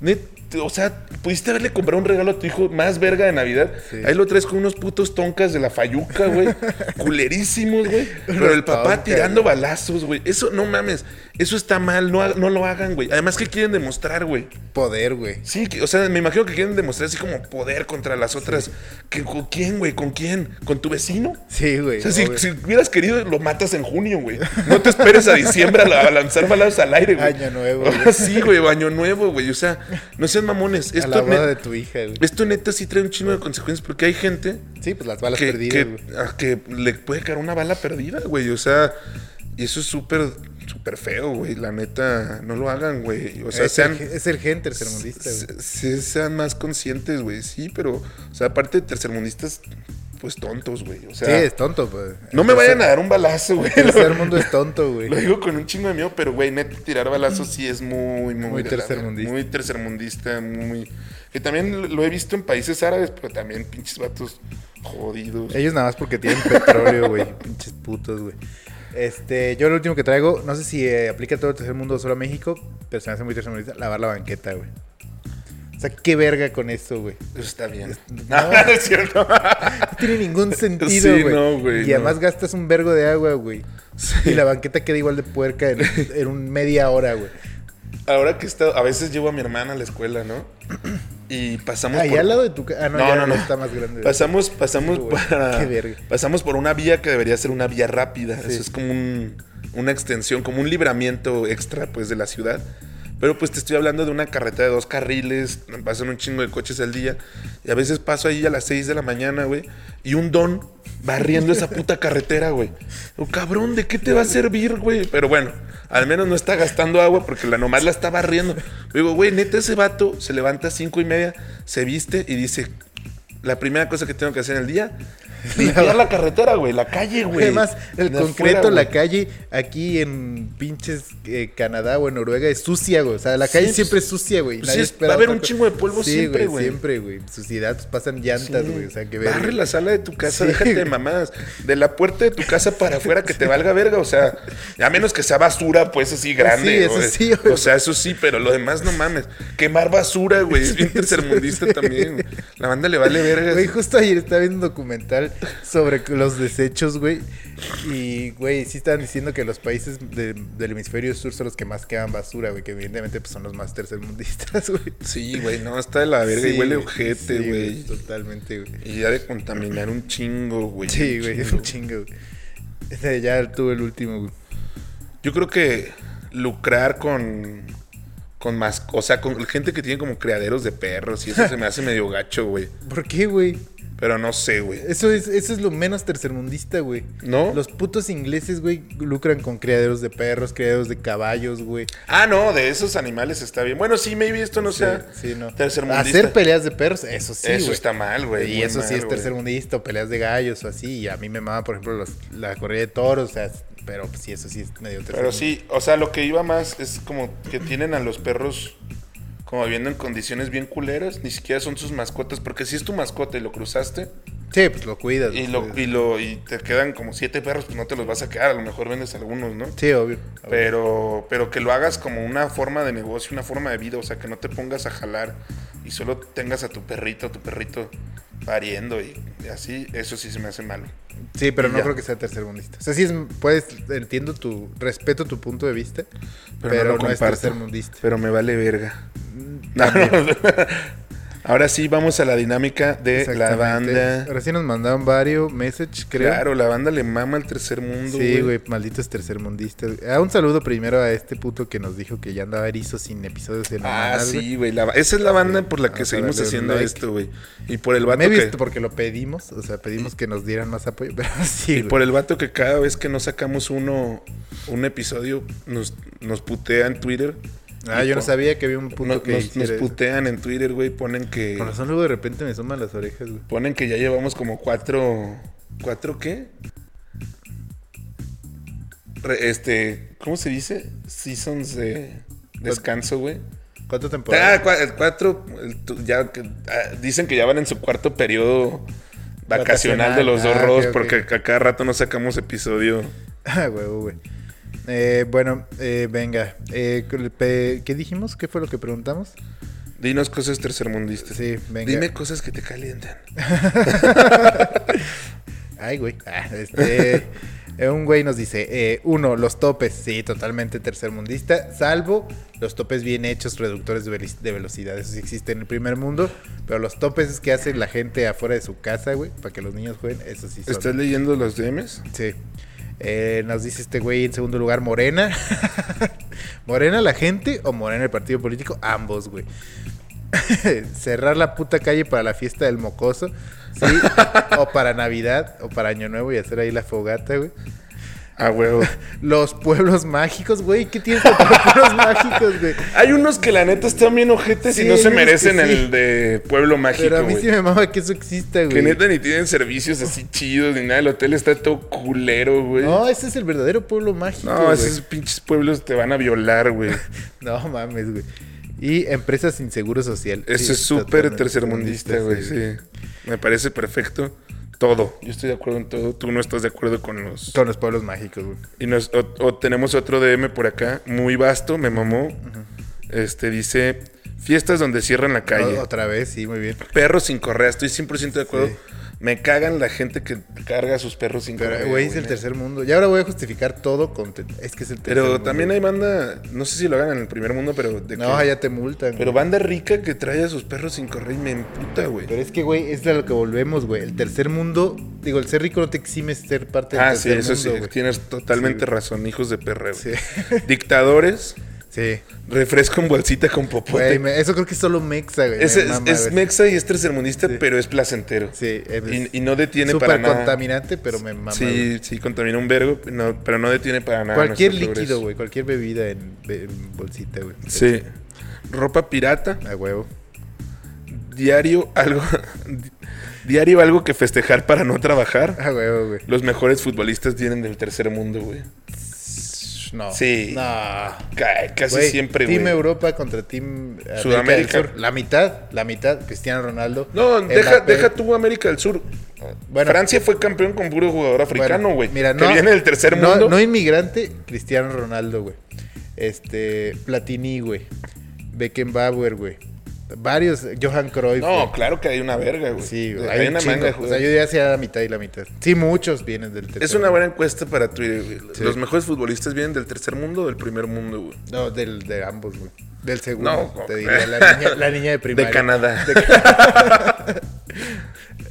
Speaker 2: Net- o sea, pudiste haberle comprado un regalo a tu hijo más verga de Navidad.
Speaker 1: Sí.
Speaker 2: Ahí lo traes con unos putos toncas de la fayuca, güey. Culerísimos, güey. Pero el papá
Speaker 1: Tonkas,
Speaker 2: tirando
Speaker 1: güey.
Speaker 2: balazos, güey. Eso, no mames. Eso está mal. No, ha- no lo hagan, güey. Además, ¿qué quieren demostrar, güey?
Speaker 1: Poder, güey.
Speaker 2: Sí, que- o sea, me imagino que quieren demostrar así como poder contra las otras. ¿Que, ¿Con quién, güey? ¿Con quién? ¿Con tu vecino?
Speaker 1: Sí,
Speaker 2: O
Speaker 1: güey.
Speaker 2: sea, si,
Speaker 1: obvio.
Speaker 2: si hubieras querido, lo matas en junio, güey. No te esperes a diciembre a, la- a lanzar balazos al aire, güey.
Speaker 1: Año nuevo,
Speaker 2: güey.
Speaker 1: güey.
Speaker 2: sí, güey, o año nuevo, güey. O sea, no sean mamones.
Speaker 1: A la
Speaker 2: Esto,
Speaker 1: boda
Speaker 2: ne-
Speaker 1: de tu hija, güey.
Speaker 2: esto neta sí trae un chingo de consecuencias porque hay gente
Speaker 1: Sí, pues las balas
Speaker 2: que,
Speaker 1: perdidas,
Speaker 2: que,
Speaker 1: güey.
Speaker 2: a que le puede caer una bala perdida, güey. O sea, y eso es súper, súper feo, güey. La neta, no lo hagan, güey. O sea,
Speaker 1: es,
Speaker 2: sean...
Speaker 1: el, gen- es el gen tercermundista, Eh, güey.
Speaker 2: Se- se- sean más conscientes, güey. Sí, pero, o sea, aparte de tercermundistas, pues tontos, güey. O sea,
Speaker 1: Sí, es tonto, pues.
Speaker 2: no me vayan a dar un balazo, güey.
Speaker 1: El tercer
Speaker 2: Lo,
Speaker 1: mundo es tonto, güey.
Speaker 2: lo digo con un chingo de miedo, pero, güey, neta, tirar balazos sí es muy, muy.
Speaker 1: Muy
Speaker 2: de la-
Speaker 1: tercermundista.
Speaker 2: Muy tercermundista, muy. Que también lo- lo he visto en países árabes, pero también pinches vatos jodidos.
Speaker 1: Ellos nada más porque tienen petróleo, güey. Pinches putos, güey. Este, yo lo último que traigo, no sé si eh, aplica a todo el tercer mundo o solo a México, pero se me hace muy tercermundista, lavar la banqueta, güey. O sea, qué verga con eso, güey.
Speaker 2: Eso Está bien.
Speaker 1: No.
Speaker 2: No, no es cierto.
Speaker 1: No tiene ningún sentido,
Speaker 2: Sí,
Speaker 1: güey.
Speaker 2: no, güey,
Speaker 1: Y
Speaker 2: no.
Speaker 1: además gastas un vergo de agua, güey. Y la banqueta queda igual de puerca en, en un media hora, güey.
Speaker 2: Ahora que está, a veces llevo a mi hermana a la escuela, ¿no? Y pasamos
Speaker 1: Allá
Speaker 2: por-
Speaker 1: al lado de tu casa. Ah, no,
Speaker 2: No,
Speaker 1: ya
Speaker 2: no, no.
Speaker 1: está más grande.
Speaker 2: Pasamos, pasamos,
Speaker 1: Sí, güey.
Speaker 2: para-
Speaker 1: Qué verga.
Speaker 2: pasamos por una vía que debería ser una vía rápida.
Speaker 1: Sí.
Speaker 2: Eso es como un- una extensión, como un libramiento extra, pues, de la ciudad. Pero pues te estoy hablando de una carretera de dos carriles, pasan un chingo de coches al día. Y a veces paso ahí a las 6 de la mañana, güey. Y un don barriendo esa puta carretera, güey. Oh, cabrón, ¿de qué te va a servir, güey? Pero bueno, al menos no está gastando agua porque la nomás la está barriendo. Digo, güey, neta, ese vato se levanta a cinco y media, se viste y dice, la primera cosa que tengo que hacer en el día Limpiar la carretera, güey, la calle, güey.
Speaker 1: Además, el
Speaker 2: De
Speaker 1: concreto,
Speaker 2: afuera,
Speaker 1: la
Speaker 2: güey.
Speaker 1: calle aquí en pinches eh, Canadá o en Noruega es sucia, güey. O sea, la calle
Speaker 2: Sí,
Speaker 1: siempre
Speaker 2: pues,
Speaker 1: es sucia, güey.
Speaker 2: pues
Speaker 1: Nadie
Speaker 2: sí, es-
Speaker 1: espera
Speaker 2: va a haber
Speaker 1: otra
Speaker 2: un
Speaker 1: cosa.
Speaker 2: chingo de polvo
Speaker 1: Sí,
Speaker 2: siempre, güey.
Speaker 1: Siempre, güey. Suciedad, pues pasan llantas, güey. O sea, que ver.
Speaker 2: Barre la sala de tu casa,
Speaker 1: Sí,
Speaker 2: déjate de
Speaker 1: güey.
Speaker 2: mamadas. De la puerta de tu casa para afuera que te valga verga, o sea, a menos que sea basura, pues así grande.
Speaker 1: Sí, eso
Speaker 2: güey.
Speaker 1: sí, güey.
Speaker 2: o sea, eso sí, pero lo demás no mames. Quemar basura, güey, es bien tercermundista también. güey. La banda le vale verga.
Speaker 1: Güey, justo ayer estaba viendo un documental sobre los desechos, güey. Y, güey, sí estaban diciendo que los países de- del hemisferio sur son los que más queman basura, güey. Que evidentemente pues, son los más tercermundistas, güey.
Speaker 2: Sí, güey, no, está de la verga y
Speaker 1: Sí,
Speaker 2: huele
Speaker 1: güey,
Speaker 2: ojete,
Speaker 1: sí,
Speaker 2: güey.
Speaker 1: Totalmente, güey.
Speaker 2: y ya de contaminar un chingo, güey.
Speaker 1: Sí,
Speaker 2: un
Speaker 1: güey, es
Speaker 2: chingo.
Speaker 1: un chingo, güey. Este, Ya tuve el último, güey.
Speaker 2: Yo creo que lucrar con. Con más. O sea, con gente que tiene como criaderos de perros y eso se me hace medio gacho, güey.
Speaker 1: ¿Por qué, güey?
Speaker 2: Pero no sé, güey.
Speaker 1: Eso es, eso es lo menos tercermundista, güey.
Speaker 2: ¿No?
Speaker 1: Los putos ingleses, güey, lucran con criaderos de perros, criaderos de caballos, güey.
Speaker 2: Ah, no, de esos animales está bien. Bueno, sí, maybe esto no sea
Speaker 1: sí, no.
Speaker 2: tercermundista.
Speaker 1: Hacer peleas de perros, eso sí, güey.
Speaker 2: Eso está mal, güey.
Speaker 1: Y
Speaker 2: muy
Speaker 1: eso sí
Speaker 2: mal,
Speaker 1: es
Speaker 2: güey.
Speaker 1: tercermundista, o peleas de gallos o así. Y a mí me mama, por ejemplo, los- la corrida de toros, o sea, pero pues, sí, eso sí es medio tercermundista.
Speaker 2: Pero sí, o sea, lo que iba más es como que tienen a los perros como viviendo en condiciones bien culeras. Ni siquiera son sus mascotas. Porque si es tu mascota y lo cruzaste
Speaker 1: Sí, pues lo cuidas.
Speaker 2: y,
Speaker 1: lo
Speaker 2: lo, y,
Speaker 1: cuidas.
Speaker 2: lo, y te quedan como siete perros, pues no te los vas a quedar. A lo mejor vendes algunos, ¿no?
Speaker 1: Sí, obvio.
Speaker 2: Pero, pero que lo hagas como una forma de negocio, una forma de vida, o sea, que no te pongas a jalar y solo tengas a tu perrito, a tu perrito pariendo y, y así, eso sí se me hace malo.
Speaker 1: Sí, pero
Speaker 2: Y
Speaker 1: no
Speaker 2: ya.
Speaker 1: creo que sea tercermundista. O sea, sí es, puedes, entiendo tu, respeto tu punto de vista, pero, no, es tercermundista.
Speaker 2: Pero me vale verga.
Speaker 1: Mm.
Speaker 2: No, no. Ahora sí, vamos a la dinámica de la
Speaker 1: Exactamente.
Speaker 2: banda.
Speaker 1: Ahora sí nos mandaron varios message, creo.
Speaker 2: Claro, la banda le mama al tercer mundo.
Speaker 1: Sí, güey, malditos tercermundistas. Ah, un saludo primero a este puto que nos dijo que ya andaba erizo sin episodios en
Speaker 2: Ah, sí, güey. la ba- Esa es la banda por la que
Speaker 1: Vamos a
Speaker 2: seguimos
Speaker 1: darle un
Speaker 2: haciendo
Speaker 1: like.
Speaker 2: esto, güey. Y por el vato
Speaker 1: Me he
Speaker 2: que...
Speaker 1: visto porque lo pedimos, o sea, pedimos que nos dieran más apoyo, pero sí,
Speaker 2: Y
Speaker 1: güey.
Speaker 2: por el vato que cada vez que no sacamos uno, un episodio, nos, nos putea en Twitter.
Speaker 1: Ah,
Speaker 2: Y
Speaker 1: yo no
Speaker 2: po-
Speaker 1: sabía que había un puto
Speaker 2: no-
Speaker 1: que
Speaker 2: nos, nos
Speaker 1: hiciera eso.
Speaker 2: putean en Twitter, güey. Ponen que.
Speaker 1: Con razón luego de repente me suman las orejas, güey.
Speaker 2: Ponen que ya llevamos como cuatro. ¿Cuatro qué? Re- este. ¿Cómo se dice? Seasons de
Speaker 1: Pues
Speaker 2: descanso, güey.
Speaker 1: ¿Cuánto
Speaker 2: Ah,
Speaker 1: temporada?
Speaker 2: cua- cuatro. el tu- ya, que- ah, dicen que ya van en su cuarto periodo vacacional de los dos
Speaker 1: Ah, ok,
Speaker 2: Ross,
Speaker 1: ok.
Speaker 2: porque a cada rato no sacamos episodio.
Speaker 1: Ah, güey, güey. Eh, bueno, eh, venga. Eh, pe- ¿Qué dijimos? ¿Qué fue lo que preguntamos?
Speaker 2: Dinos cosas tercermundistas.
Speaker 1: Sí, venga.
Speaker 2: Dime cosas que te calientan.
Speaker 1: Ay, güey. Ah, este, eh, un güey nos dice, eh, uno, los topes, sí, totalmente tercermundista, salvo los topes bien hechos, reductores de, veli- de velocidad, eso sí existe en el primer mundo, pero los topes que hace la gente afuera de su casa, güey, para que los niños jueguen, eso sí son.
Speaker 2: ¿Estás leyendo los DMs?
Speaker 1: Sí. Eh, nos dice este güey en segundo lugar, Morena. ¿Morena la gente o Morena el partido político? Ambos, güey. Cerrar la puta calle para la fiesta del mocoso, ¿sí? o para Navidad, o para Año Nuevo y hacer ahí la fogata, güey.
Speaker 2: Ah, huevo.
Speaker 1: Los pueblos mágicos, güey. ¿Qué tienes contra los pueblos mágicos, güey?
Speaker 2: Hay unos que la neta están bien ojetes y
Speaker 1: Sí,
Speaker 2: no
Speaker 1: hay
Speaker 2: se
Speaker 1: unos
Speaker 2: merecen
Speaker 1: que sí.
Speaker 2: el de Pueblo Mágico,
Speaker 1: Pero a mí
Speaker 2: güey.
Speaker 1: sí me mama que eso exista,
Speaker 2: Que
Speaker 1: güey.
Speaker 2: neta ni tienen servicios así chidos ni nada. El hotel está todo culero, güey. No,
Speaker 1: No, ese es el verdadero pueblo mágico. güey.
Speaker 2: esos pinches pueblos te van a violar, güey.
Speaker 1: No mames, güey. Y empresas sin seguro social.
Speaker 2: Eso
Speaker 1: Sí,
Speaker 2: es súper
Speaker 1: totalmente
Speaker 2: tercermundista, güey. Sí. Me parece perfecto. Todo. Yo estoy de acuerdo en todo. Tú no estás de acuerdo con los.
Speaker 1: Con los pueblos mágicos, güey.
Speaker 2: Y nos, o, o tenemos otro DM por acá, muy vasto, me mamó. Este dice: Fiestas donde cierran la calle.
Speaker 1: O- Otra vez, sí, muy bien.
Speaker 2: Perros sin correa, estoy 100% de acuerdo.
Speaker 1: Sí.
Speaker 2: Me cagan la gente que carga a sus perros sin correa.
Speaker 1: Pero, güey, es el
Speaker 2: neta.
Speaker 1: tercer mundo. Y ahora voy a justificar todo con... te- Es que es el tercer
Speaker 2: Pero
Speaker 1: mundo,
Speaker 2: también
Speaker 1: güey.
Speaker 2: hay banda, no sé si lo hagan en el primer mundo, pero de
Speaker 1: No,
Speaker 2: que-
Speaker 1: allá te multan.
Speaker 2: Pero
Speaker 1: güey.
Speaker 2: banda rica que trae a sus perros sin correa y me emputa, güey.
Speaker 1: Pero es que, güey, es a lo que volvemos, güey. El tercer mundo... Digo, el ser rico no te exime ser parte del
Speaker 2: Ah, sí,
Speaker 1: tercer
Speaker 2: eso sí,
Speaker 1: mundo, güey.
Speaker 2: tienes totalmente
Speaker 1: Sí, güey.
Speaker 2: razón, hijos de perra. güey.
Speaker 1: Sí.
Speaker 2: Dictadores,
Speaker 1: Sí.
Speaker 2: refresco en bolsita con
Speaker 1: Güey,
Speaker 2: popote.
Speaker 1: me- eso creo que es solo mexa, güey.
Speaker 2: es
Speaker 1: Me
Speaker 2: Pues es-
Speaker 1: mama,
Speaker 2: es
Speaker 1: güey.
Speaker 2: mexa y es tercermundista,
Speaker 1: Sí.
Speaker 2: pero es placentero.
Speaker 1: Sí. es-
Speaker 2: Y, y no detiene
Speaker 1: súper
Speaker 2: para nada.
Speaker 1: contaminante, pero me mama, güey.
Speaker 2: Sí, sí, contamina un vergo, no- pero no detiene para nada.
Speaker 1: Cualquier
Speaker 2: nuestro
Speaker 1: líquido,
Speaker 2: progreso.
Speaker 1: güey. Cualquier bebida en, en bolsita, güey.
Speaker 2: Sí. Ropa pirata,
Speaker 1: A huevo.
Speaker 2: diario algo, diario algo que festejar para no trabajar.
Speaker 1: Ah, huevo, güey.
Speaker 2: Los mejores futbolistas vienen del tercer mundo, güey.
Speaker 1: No.
Speaker 2: Sí.
Speaker 1: No.
Speaker 2: Ca- Casi
Speaker 1: Güey,
Speaker 2: siempre,
Speaker 1: Team
Speaker 2: güey.
Speaker 1: Europa contra Team América del
Speaker 2: Sudamérica.
Speaker 1: Sur. La mitad, la mitad, Cristiano Ronaldo.
Speaker 2: No, deja,
Speaker 1: Mbappé.
Speaker 2: deja tú América del Sur.
Speaker 1: Bueno,
Speaker 2: Francia fue campeón con puro jugador
Speaker 1: bueno,
Speaker 2: africano, güey.
Speaker 1: mira,
Speaker 2: que viene del tercer
Speaker 1: no-
Speaker 2: mundo.
Speaker 1: No inmigrante, Cristiano Ronaldo, güey. Este, Platini, güey. Beckenbauer, güey. Varios, Johan Cruyff.
Speaker 2: No,
Speaker 1: güey.
Speaker 2: claro que hay una verga, güey.
Speaker 1: Sí, güey,
Speaker 2: hay,
Speaker 1: hay un
Speaker 2: una manga de
Speaker 1: chingo. O sea, yo
Speaker 2: jugadores.
Speaker 1: diría hacia la mitad y la mitad. Sí, muchos vienen del tercer
Speaker 2: Es una
Speaker 1: mundo.
Speaker 2: buena encuesta para Twitter, güey.
Speaker 1: Sí.
Speaker 2: ¿Los mejores futbolistas vienen del tercer mundo o del primer mundo, güey?
Speaker 1: No, del, de ambos, güey. Del segundo,
Speaker 2: No,
Speaker 1: te
Speaker 2: ok.
Speaker 1: diría. La niña, la niña de primaria.
Speaker 2: De Canadá.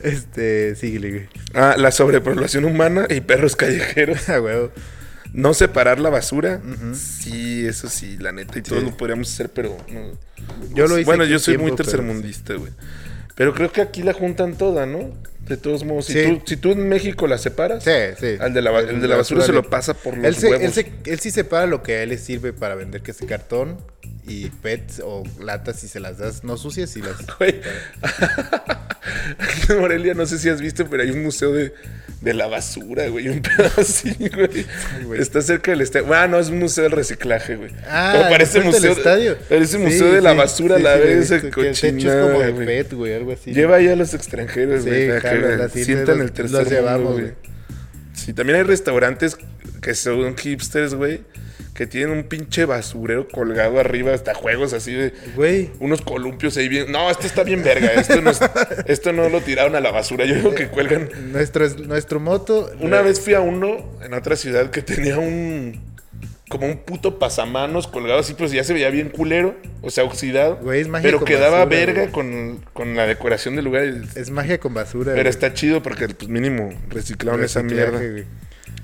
Speaker 1: Este, síguele, güey.
Speaker 2: Ah, la sobrepoblación humana y perros callejeros.
Speaker 1: Ah, huevo.
Speaker 2: No separar la basura. Sí, eso sí, la neta. Y todos lo podríamos hacer, pero. no.
Speaker 1: Yo lo hice
Speaker 2: Bueno,
Speaker 1: aquí
Speaker 2: yo
Speaker 1: un
Speaker 2: soy muy
Speaker 1: tiempo, pero
Speaker 2: tercermundista, güey. Pero creo que aquí la juntan toda, ¿no? De todos modos. Si,
Speaker 1: Sí.
Speaker 2: tú, si tú en México la separas.
Speaker 1: Sí, sí.
Speaker 2: Al de la, ba- el de la basura se lo pasa por los
Speaker 1: él se-
Speaker 2: huevos.
Speaker 1: Él, se- él sí separa lo que a él le sirve para vender, que es cartón y pets o latas y se las das, no sucias y las...
Speaker 2: Güey. Aquí en Morelia, no sé si has visto, pero hay un museo de, de la basura, güey. Un pedo así, güey.
Speaker 1: güey.
Speaker 2: Está cerca del estadio. Bueno, no, es un museo del reciclaje, güey.
Speaker 1: Ah,
Speaker 2: Como parece
Speaker 1: enfrente del
Speaker 2: museo.
Speaker 1: estadio. Sí,
Speaker 2: Parece museo de la
Speaker 1: sí,
Speaker 2: basura,
Speaker 1: sí,
Speaker 2: la
Speaker 1: sí, lo he
Speaker 2: vez
Speaker 1: visto, que el techo es como de
Speaker 2: güey.
Speaker 1: pet, güey, algo así.
Speaker 2: Lleva ahí a los extranjeros,
Speaker 1: Sí,
Speaker 2: güey, para que
Speaker 1: jala,
Speaker 2: vean,
Speaker 1: las
Speaker 2: sientan
Speaker 1: los-
Speaker 2: el tercer
Speaker 1: los llevamos,
Speaker 2: mundo,
Speaker 1: güey.
Speaker 2: güey. Sí, también hay restaurantes que son hipsters, güey, que tienen un pinche basurero colgado arriba, hasta juegos así de
Speaker 1: Güey,
Speaker 2: unos columpios ahí bien. No, esto está bien verga. Esto no, es- esto no lo tiraron a la basura. Yo digo que cuelgan.
Speaker 1: nuestro, es- nuestro moto...
Speaker 2: Una vez fui a uno en otra ciudad que tenía un. Como un puto pasamanos colgado así, pues ya se veía bien culero, o sea, oxidado.
Speaker 1: Güey, es magia
Speaker 2: pero
Speaker 1: con
Speaker 2: quedaba
Speaker 1: basura, güey.
Speaker 2: verga con, con la decoración del lugar. y-
Speaker 1: Es magia con basura.
Speaker 2: Pero
Speaker 1: güey.
Speaker 2: está chido porque, pues, mínimo reciclaron esa
Speaker 1: Reciclaje,
Speaker 2: mierda.
Speaker 1: güey.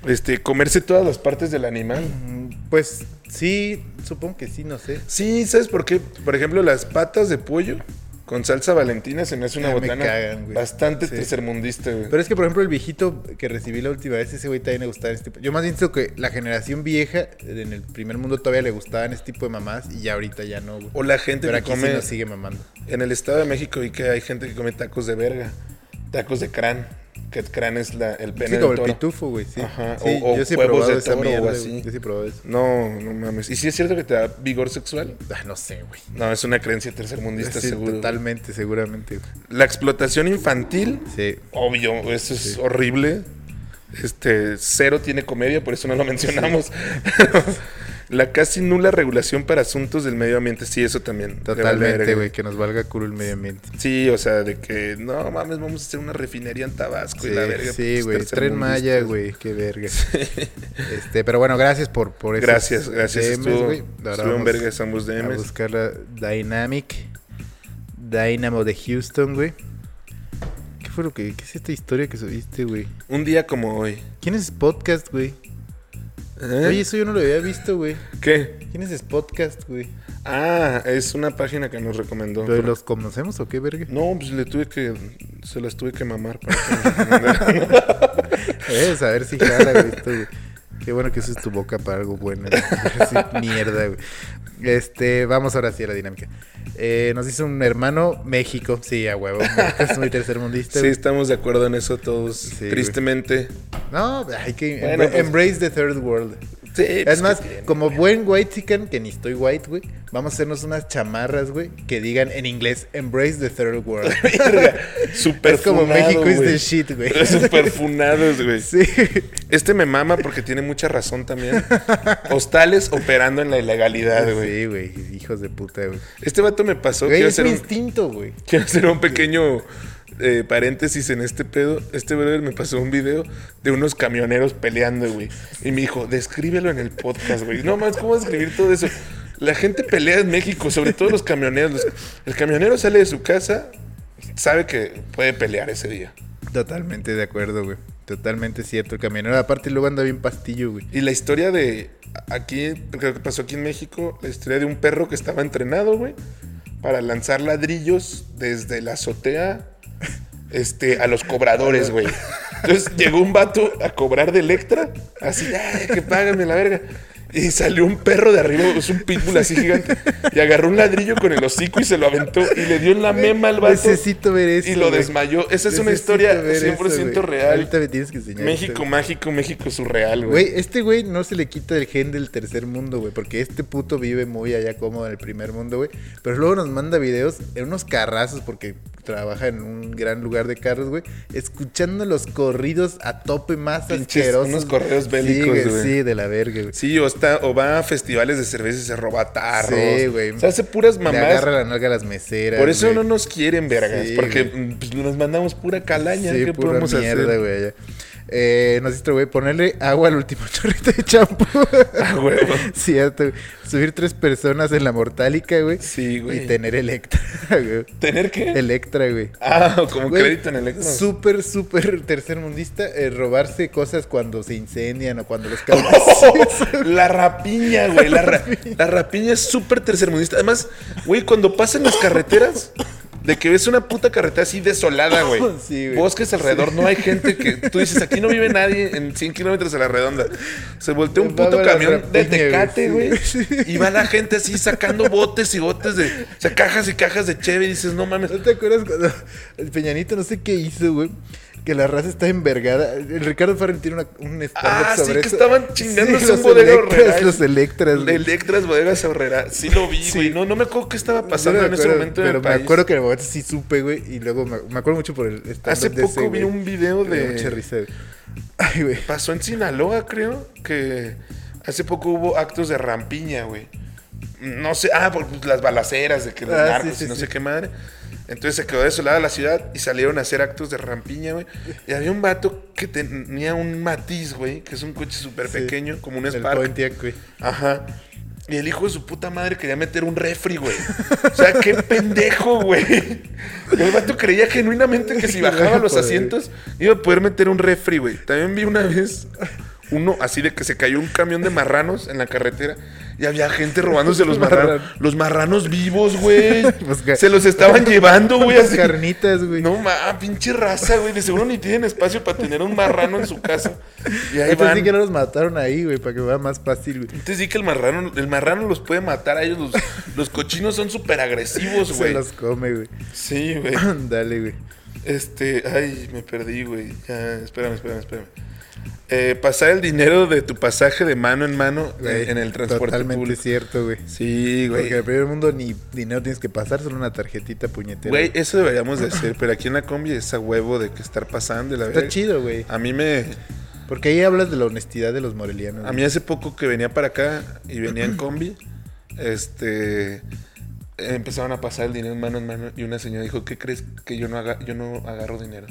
Speaker 2: Este, comerse todas las partes del animal.
Speaker 1: Mm, Pues sí, supongo que sí, no sé.
Speaker 2: Sí, ¿sabes por qué? Por ejemplo, las patas de pollo con salsa valentina se me hace una
Speaker 1: Ah, me
Speaker 2: botana
Speaker 1: cagan, güey.
Speaker 2: bastante
Speaker 1: Sí.
Speaker 2: tercermundista, güey.
Speaker 1: Pero es que, por ejemplo, el viejito que recibí la última vez, ese güey también le gustaba este tipo. Yo más bien siento que la generación vieja en el primer mundo todavía le gustaban este tipo de mamás y ya ahorita ya no, güey.
Speaker 2: o la gente
Speaker 1: Pero aquí
Speaker 2: que
Speaker 1: sí
Speaker 2: come
Speaker 1: nos sigue mamando.
Speaker 2: en el Estado de México y que hay gente que come tacos de verga, tacos de crán, que crán es la, el pene
Speaker 1: Sí,
Speaker 2: del
Speaker 1: como el
Speaker 2: toro.
Speaker 1: pitufo, güey, sí.
Speaker 2: Ajá,
Speaker 1: Sí,
Speaker 2: o- o
Speaker 1: yo sí he
Speaker 2: huevos
Speaker 1: probado
Speaker 2: de
Speaker 1: esa
Speaker 2: toro o
Speaker 1: mierda, güey.
Speaker 2: así.
Speaker 1: Yo sí he probado eso.
Speaker 2: No, no mames. ¿Y si es cierto que te da vigor sexual?
Speaker 1: Ah, no sé, güey.
Speaker 2: No, es una creencia tercermundista,
Speaker 1: Sí,
Speaker 2: seguro.
Speaker 1: totalmente, seguramente, güey.
Speaker 2: La explotación infantil
Speaker 1: Sí.
Speaker 2: Obvio, eso es horrible. Este, cero tiene comedia, por eso no lo mencionamos. La casi nula regulación para asuntos del medio ambiente, sí, eso también. le vale
Speaker 1: Totalmente,
Speaker 2: verga.
Speaker 1: güey, que nos valga culo el medio ambiente.
Speaker 2: Sí, o sea, de que no mames, vamos a hacer una refinería en Tabasco y
Speaker 1: Sí,
Speaker 2: la verga.
Speaker 1: sí,
Speaker 2: pues,
Speaker 1: güey.
Speaker 2: tercermundistas.
Speaker 1: Tren Maya, güey. Qué verga. Este, pero bueno, gracias por, por esos
Speaker 2: Gracias, gracias.
Speaker 1: DMs,
Speaker 2: estuvo
Speaker 1: güey. Ahora
Speaker 2: estuvo en
Speaker 1: vamos
Speaker 2: vergas ambos
Speaker 1: a
Speaker 2: DMs.
Speaker 1: buscar la Dynamic. Dynamo de Houston, güey. ¿Qué fue lo que... ¿Qué es esta historia que subiste, güey?
Speaker 2: Un día como hoy.
Speaker 1: ¿Quién es Podcast, güey?
Speaker 2: ¿Eh?
Speaker 1: Oye, eso yo no lo había visto, güey.
Speaker 2: ¿Qué?
Speaker 1: ¿Quién es Podcast, güey?
Speaker 2: Ah, es una página que nos recomendó.
Speaker 1: ¿Pero ¿Los conocemos o qué, verga?
Speaker 2: No, pues le tuve que. Se las tuve que mamar para que me recomendara.
Speaker 1: Es, a ver si jala, güey, esto, güey. Qué bueno que uses tu boca para algo bueno. güey. Sí, mierda, güey. Este, vamos ahora sí a la dinámica. Eh, nos dice un hermano México. Sí, a huevo. México Es muy tercermundista.
Speaker 2: Sí,
Speaker 1: güey.
Speaker 2: estamos de acuerdo en eso todos.
Speaker 1: Sí,
Speaker 2: tristemente.
Speaker 1: No, hay que
Speaker 2: Bueno,
Speaker 1: embra-
Speaker 2: pues-
Speaker 1: embrace the third world.
Speaker 2: Sí, pues,
Speaker 1: es más,
Speaker 2: ¿qué tiene?
Speaker 1: como buen white chicken, que ni estoy white, güey, vamos a hacernos unas chamarras, güey, que digan en inglés embrace the third world.
Speaker 2: Súper
Speaker 1: es como
Speaker 2: funado,
Speaker 1: México is
Speaker 2: güey.
Speaker 1: the shit, güey.
Speaker 2: Súper funados, güey.
Speaker 1: Sí.
Speaker 2: Este me mama porque tiene mucha razón también. Hostales operando en la ilegalidad, güey.
Speaker 1: Sí, güey, hijos de puta, güey.
Speaker 2: Este vato me pasó.
Speaker 1: Güey,
Speaker 2: Quiero
Speaker 1: es
Speaker 2: hacer,
Speaker 1: mi
Speaker 2: un,
Speaker 1: instinto, güey.
Speaker 2: quiero hacer un pequeño eh, paréntesis en este pedo. Este brother me pasó un video de unos camioneros peleando, güey. Y me dijo, descríbelo en el podcast, güey. No más, ¿cómo describir todo eso? La gente pelea en México, sobre todo los camioneros. Los- el camionero sale de su casa, sabe que puede pelear ese día.
Speaker 1: Totalmente de acuerdo, güey. Totalmente cierto el camionero. Aparte, luego anda bien pastillo, güey.
Speaker 2: Y la historia de aquí, creo que pasó aquí en México, la historia de un perro que estaba entrenado, güey, para lanzar ladrillos desde la azotea este, a los cobradores, güey. Entonces llegó un vato a cobrar de Electra, así, "Ay, que págame la verga. Y salió un perro de arriba, es un pitbull así gigante. Y agarró un ladrillo con el hocico y se lo aventó y le dio en la mema al vato.
Speaker 1: Necesito ver eso.
Speaker 2: y lo
Speaker 1: güey.
Speaker 2: desmayó. Esa es una
Speaker 1: Necesito
Speaker 2: historia
Speaker 1: ver eso,
Speaker 2: 100%
Speaker 1: güey.
Speaker 2: real.
Speaker 1: Ahorita me tienes que enseñar.
Speaker 2: México
Speaker 1: güey.
Speaker 2: mágico, México surreal, güey.
Speaker 1: Güey, este güey no se le quita el gen del tercer mundo, güey, porque este puto vive muy allá cómodo en el primer mundo, güey. Pero luego nos manda videos en unos carrazos, porque trabaja en un gran lugar de carros, güey, escuchando los corridos a tope más
Speaker 2: Pinches,
Speaker 1: asquerosos.
Speaker 2: unos corridos
Speaker 1: Sí,
Speaker 2: bélicos, güey.
Speaker 1: Sí, de la verga, güey.
Speaker 2: Sí, o, está, o va a festivales de cerveza y se roba tarros.
Speaker 1: Sí, güey.
Speaker 2: O sea, hace puras
Speaker 1: Le
Speaker 2: mamadas.
Speaker 1: agarra la nalga a las meseras.
Speaker 2: Por eso
Speaker 1: güey.
Speaker 2: no nos quieren, vergas.
Speaker 1: Sí,
Speaker 2: porque
Speaker 1: güey.
Speaker 2: mm, pues, nos mandamos pura calaña.
Speaker 1: Sí,
Speaker 2: ¿Qué
Speaker 1: pura
Speaker 2: podemos
Speaker 1: mierda,
Speaker 2: hacer?
Speaker 1: güey. ya. Eh, nos dice, güey, ponerle agua al último chorrito de champú.
Speaker 2: Ah, güey.
Speaker 1: Cierto, güey. Subir tres personas en la mortálica, güey.
Speaker 2: Sí, güey.
Speaker 1: Y tener Electra, güey.
Speaker 2: ¿Tener que
Speaker 1: Electra, güey.
Speaker 2: Ah, como
Speaker 1: Güey,
Speaker 2: crédito en el
Speaker 1: Súper, súper tercermundista. eh, robarse cosas cuando se incendian o cuando los carros.
Speaker 2: la rapiña, güey. La, ra- la rapiña es súper tercermundista. Además, güey, cuando pasan las carreteras, de que ves una puta carretera así desolada, güey.
Speaker 1: Sí, güey.
Speaker 2: Bosques alrededor, no hay gente que. Tú dices, aquí no vive nadie en 100 kilómetros a la redonda. Se volteó un
Speaker 1: Va
Speaker 2: puto
Speaker 1: la
Speaker 2: camión de
Speaker 1: rapiña, güey,
Speaker 2: tecate,
Speaker 1: sí,
Speaker 2: güey.
Speaker 1: sí.
Speaker 2: Y va la gente así sacando botes y botes de. O sea, cajas y cajas de cheve. Y dices, no mames.
Speaker 1: ¿No te acuerdas cuando el Peñanito no sé qué hizo, güey? Que la raza está envergada. El Ricardo Farrell tiene una- un stand
Speaker 2: Ah, sí,
Speaker 1: sobre
Speaker 2: que
Speaker 1: eso.
Speaker 2: estaban chingándose
Speaker 1: Sí,
Speaker 2: un bodega
Speaker 1: electras,
Speaker 2: Herrera.
Speaker 1: Los electras, güey.
Speaker 2: Electras Bodegas Herrera. Sí lo vi,
Speaker 1: Sí.
Speaker 2: güey. No, no me acuerdo qué estaba pasando
Speaker 1: No me
Speaker 2: en ese
Speaker 1: acuerdo,
Speaker 2: momento en
Speaker 1: Pero
Speaker 2: el
Speaker 1: me
Speaker 2: país.
Speaker 1: acuerdo que en el momento sí supe, güey. Y luego me, me acuerdo mucho por el stand-up
Speaker 2: Hace
Speaker 1: de ese,
Speaker 2: poco
Speaker 1: güey.
Speaker 2: vi un video
Speaker 1: Me dio mucha
Speaker 2: de...
Speaker 1: risa, güey. Ay, güey.
Speaker 2: Pasó en Sinaloa, creo, que hace poco hubo actos de rampiña, güey. No sé, ah, por pues, las balaceras de que los
Speaker 1: Ah, sí,
Speaker 2: narcos
Speaker 1: sí,
Speaker 2: y no
Speaker 1: sí.
Speaker 2: sé qué madre. Entonces se quedó desolada la ciudad y salieron a hacer actos de rampiña, güey. Y había un vato que tenía un matiz, güey, que es un coche súper
Speaker 1: Sí.
Speaker 2: pequeño, como un
Speaker 1: El
Speaker 2: Spark.
Speaker 1: Pontiac, güey.
Speaker 2: Ajá. Y el hijo de su puta madre quería meter un refri, güey. O sea, qué pendejo, güey. El vato creía genuinamente que si bajaba los
Speaker 1: Joder.
Speaker 2: asientos iba a poder meter un refri, güey. También vi una vez uno así de que se cayó un camión de marranos en la carretera y había gente robándose los marranos.
Speaker 1: Marrano.
Speaker 2: Los marranos vivos, güey.
Speaker 1: Pues que-
Speaker 2: Se los estaban llevando, güey.
Speaker 1: Las
Speaker 2: así.
Speaker 1: carnitas, güey.
Speaker 2: No, ma, pinche raza, güey. De seguro ni tienen espacio para tener un marrano en su casa. Y ahí
Speaker 1: Yo
Speaker 2: van.
Speaker 1: pensé que no los mataron ahí, güey, para que fuera más fácil, güey.
Speaker 2: Entonces di que el marrano, el marrano los puede matar a ellos. Los, los cochinos son súper agresivos,
Speaker 1: Se
Speaker 2: güey.
Speaker 1: los come, güey.
Speaker 2: Sí, güey.
Speaker 1: Dale, güey.
Speaker 2: Este, ay, me perdí, güey. Ya, espérame, espérame, espérame. Eh, pasar el dinero de tu pasaje de mano en mano eh,
Speaker 1: Güey,
Speaker 2: en el transporte
Speaker 1: Totalmente
Speaker 2: público.
Speaker 1: cierto, güey.
Speaker 2: Sí,
Speaker 1: Porque en
Speaker 2: güey.
Speaker 1: el primer mundo ni dinero tienes que pasar, solo una tarjetita puñetera.
Speaker 2: Güey, eso deberíamos de hacer, pero aquí en la combi es a huevo de que estar pasando, la
Speaker 1: Está
Speaker 2: verdad.
Speaker 1: chido, güey.
Speaker 2: A mí me,
Speaker 1: Porque ahí hablas de la honestidad de los morelianos.
Speaker 2: A mí hace poco que venía para acá y venía en combi, este empezaron a pasar el dinero en mano en mano y una señora dijo, "¿Qué crees que yo no haga, yo no agarro dinero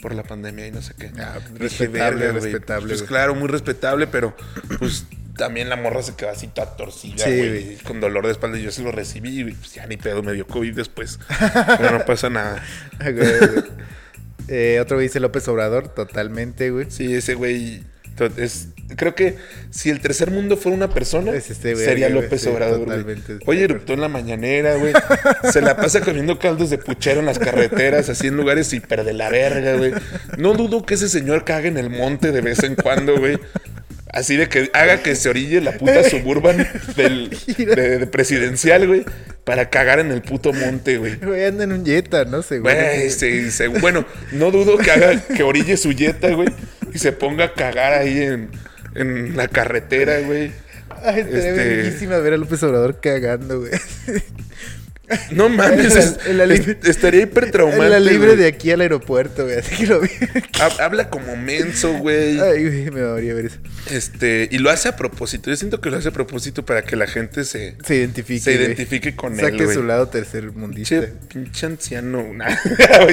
Speaker 2: por la pandemia y no sé qué?"
Speaker 1: Ah,
Speaker 2: Dije,
Speaker 1: respetable,
Speaker 2: "Verga, güey".
Speaker 1: respetable,
Speaker 2: Pues
Speaker 1: güey.
Speaker 2: claro, muy respetable, pero pues también la morra se quedó así toda torcida,
Speaker 1: Sí,
Speaker 2: güey,
Speaker 1: güey.
Speaker 2: con dolor de espalda. y Yo se lo recibí y pues, ya ni pedo, me dio COVID después. Pero no pasa nada.
Speaker 1: Ah, güey, güey. Eh, otro güey dice López Obrador, totalmente, güey.
Speaker 2: Sí, ese güey to- es- creo que si el tercer mundo fuera una persona,
Speaker 1: Es este güey,
Speaker 2: sería
Speaker 1: güey,
Speaker 2: López
Speaker 1: sí,
Speaker 2: Obrador. güey.
Speaker 1: totalmente, estoy
Speaker 2: Hoy
Speaker 1: de
Speaker 2: eruptó en la mañanera, güey. Se la pasa comiendo caldos de puchero en las carreteras, así en lugares hiper de la verga, güey. No dudo que ese señor cague en el monte de vez en cuando, güey. Así de que haga que se orille la puta suburban del, de- de presidencial, güey, para cagar en el puto monte, güey.
Speaker 1: Güey, anda en un Jetta, no sé, güey.
Speaker 2: Güey, sí, sí. bueno, no dudo que haga que orille su yeta, güey, y se ponga a cagar ahí en, en la carretera, güey.
Speaker 1: Ay, estaría
Speaker 2: este-
Speaker 1: verguísima ver a López Obrador cagando, güey.
Speaker 2: No mames, es-
Speaker 1: En la- en la lib-
Speaker 2: es- estaría hiper
Speaker 1: En
Speaker 2: traumante.
Speaker 1: la libre de aquí al aeropuerto, güey. Así que lo vi.
Speaker 2: Habla como menso, güey.
Speaker 1: Ay, güey, me moriría ver eso.
Speaker 2: Este, y lo hace a propósito. Yo siento que lo hace a propósito para que la gente se,
Speaker 1: Se identifique.
Speaker 2: se
Speaker 1: güey.
Speaker 2: identifique con
Speaker 1: Saque
Speaker 2: él, güey.
Speaker 1: su lado tercermundista.
Speaker 2: Pinche, pinche anciano. Nah.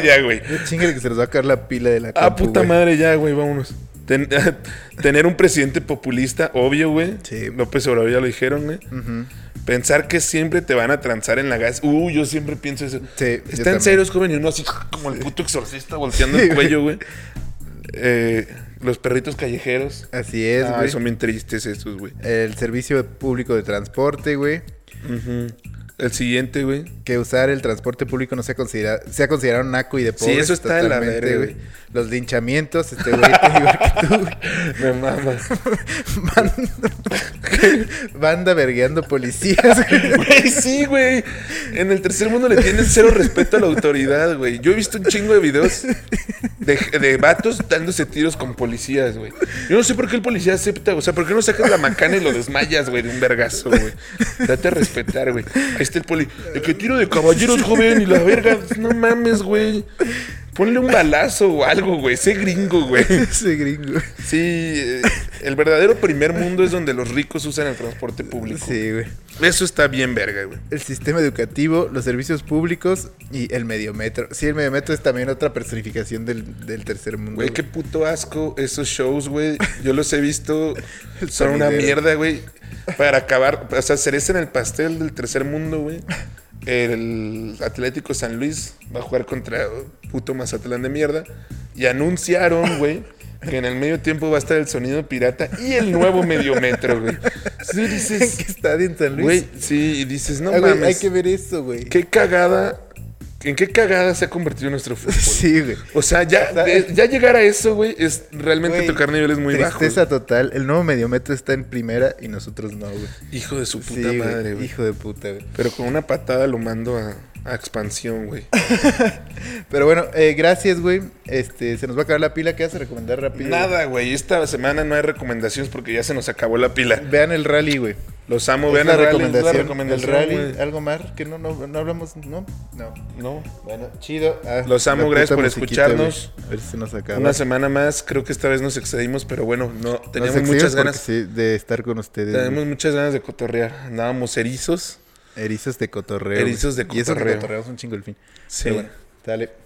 Speaker 2: ya, güey.
Speaker 1: No chingue que se nos va a caer la pila de la
Speaker 2: Ah,
Speaker 1: compu,
Speaker 2: puta
Speaker 1: güey.
Speaker 2: madre, ya, güey, vámonos. Ten- tener un presidente populista, obvio, güey.
Speaker 1: Sí.
Speaker 2: López Obrador ya lo dijeron, güey.
Speaker 1: Ujú.
Speaker 2: Pensar que siempre te van a transar en la gas. Uh, yo siempre pienso eso.
Speaker 1: Sí, yo
Speaker 2: Está en
Speaker 1: también.
Speaker 2: serios, joven, y uno así como el puto exorcista volteando
Speaker 1: Sí,
Speaker 2: el
Speaker 1: güey.
Speaker 2: cuello, güey. Eh, los perritos callejeros.
Speaker 1: Así es,
Speaker 2: Ah,
Speaker 1: güey.
Speaker 2: son bien tristes esos, güey.
Speaker 1: El servicio público de transporte, güey.
Speaker 2: Ujú. El siguiente, güey.
Speaker 1: que usar el transporte público no sea considera- sea considerado naco y de
Speaker 2: Sí,
Speaker 1: pobres.
Speaker 2: eso está de la
Speaker 1: totalmente,
Speaker 2: verga,
Speaker 1: güey.
Speaker 2: güey.
Speaker 1: Los linchamientos, este güey, te digo que tú, güey.
Speaker 2: Me mamas.
Speaker 1: Banda- Banda vergueando policías, güey.
Speaker 2: Güey, sí, güey. En el tercer mundo le tienen cero respeto a la autoridad, güey. Yo he visto un chingo de videos de, de vatos dándose tiros con policías, güey. Yo no sé por qué el policía acepta, o sea, ¿por qué no sacas la macana y lo desmayas, güey, de un vergazo, güey? Date a respetar, güey. Ahí está el poli. El que tiro de caballeros, joven, y la verga. No mames, güey. Ponle un balazo o algo, güey. Sé gringo, güey.
Speaker 1: Ese gringo.
Speaker 2: Sí, eh, el verdadero primer mundo es donde los ricos usan el transporte público.
Speaker 1: Sí, güey.
Speaker 2: Eso está bien verga, güey.
Speaker 1: El sistema educativo, los servicios públicos y el mediometro. Sí, el mediometro es también otra personificación del, del tercer mundo.
Speaker 2: Güey, qué puto asco esos shows, güey. Yo los he visto. Son una
Speaker 1: sonidero.
Speaker 2: mierda, güey. Para acabar, o sea, cereza en el pastel del tercer mundo, güey. El Atlético San Luis va a jugar contra puto Mazatlán de mierda. Y anunciaron, güey, que en el medio tiempo va a estar el sonido pirata y el nuevo mediometro, güey. Sí,
Speaker 1: ¿En
Speaker 2: dices,
Speaker 1: qué estadio en San Luis?
Speaker 2: güey, sí, y dices, no
Speaker 1: Ah, güey, hay
Speaker 2: mames.
Speaker 1: que ver eso, güey.
Speaker 2: Qué cagada, en qué cagada se ha convertido nuestro fútbol.
Speaker 1: Sí, güey.
Speaker 2: O sea, ya,
Speaker 1: O sea,
Speaker 2: de- ya llegar a eso, güey, es realmente
Speaker 1: Güey,
Speaker 2: tocar niveles muy
Speaker 1: Tristeza
Speaker 2: bajos.
Speaker 1: total. El nuevo mediometro está en primera y nosotros no, güey.
Speaker 2: Hijo de su puta
Speaker 1: Sí, güey.
Speaker 2: madre, güey.
Speaker 1: Hijo de puta, güey.
Speaker 2: Pero con una patada lo mando a, a expansión, güey.
Speaker 1: Pero bueno, eh, gracias, güey. Este, se nos va a acabar la pila. ¿Qué vas a recomendar rápido?
Speaker 2: Nada, güey. Esta semana no hay recomendaciones porque ya se nos acabó la pila.
Speaker 1: Vean el rally, güey.
Speaker 2: Los amo,
Speaker 1: Es
Speaker 2: vean
Speaker 1: la
Speaker 2: el rally, es
Speaker 1: recomendación.
Speaker 2: la
Speaker 1: el rally.
Speaker 2: recomendación. güey.
Speaker 1: ¿Algo más? Que no, no, no hablamos, ¿no? No.
Speaker 2: No.
Speaker 1: Bueno, chido. Ah,
Speaker 2: Los amo,
Speaker 1: la
Speaker 2: gracias
Speaker 1: puta
Speaker 2: por
Speaker 1: musiquita,
Speaker 2: escucharnos.
Speaker 1: güey. A ver si se nos acaba.
Speaker 2: Una semana más, creo que esta vez nos excedimos, pero bueno, no,
Speaker 1: Nos
Speaker 2: teníamos
Speaker 1: exhibimos
Speaker 2: muchas
Speaker 1: porque
Speaker 2: ganas.
Speaker 1: sí, de estar con ustedes. güey.
Speaker 2: Teníamos muchas ganas de cotorrear. Andábamos erizos.
Speaker 1: Erizos de cotorreo. güey.
Speaker 2: Erizos de
Speaker 1: Y eso que
Speaker 2: cotorreo.
Speaker 1: cotorreamos un chingo el fin.
Speaker 2: Sí.
Speaker 1: Pero bueno, dale.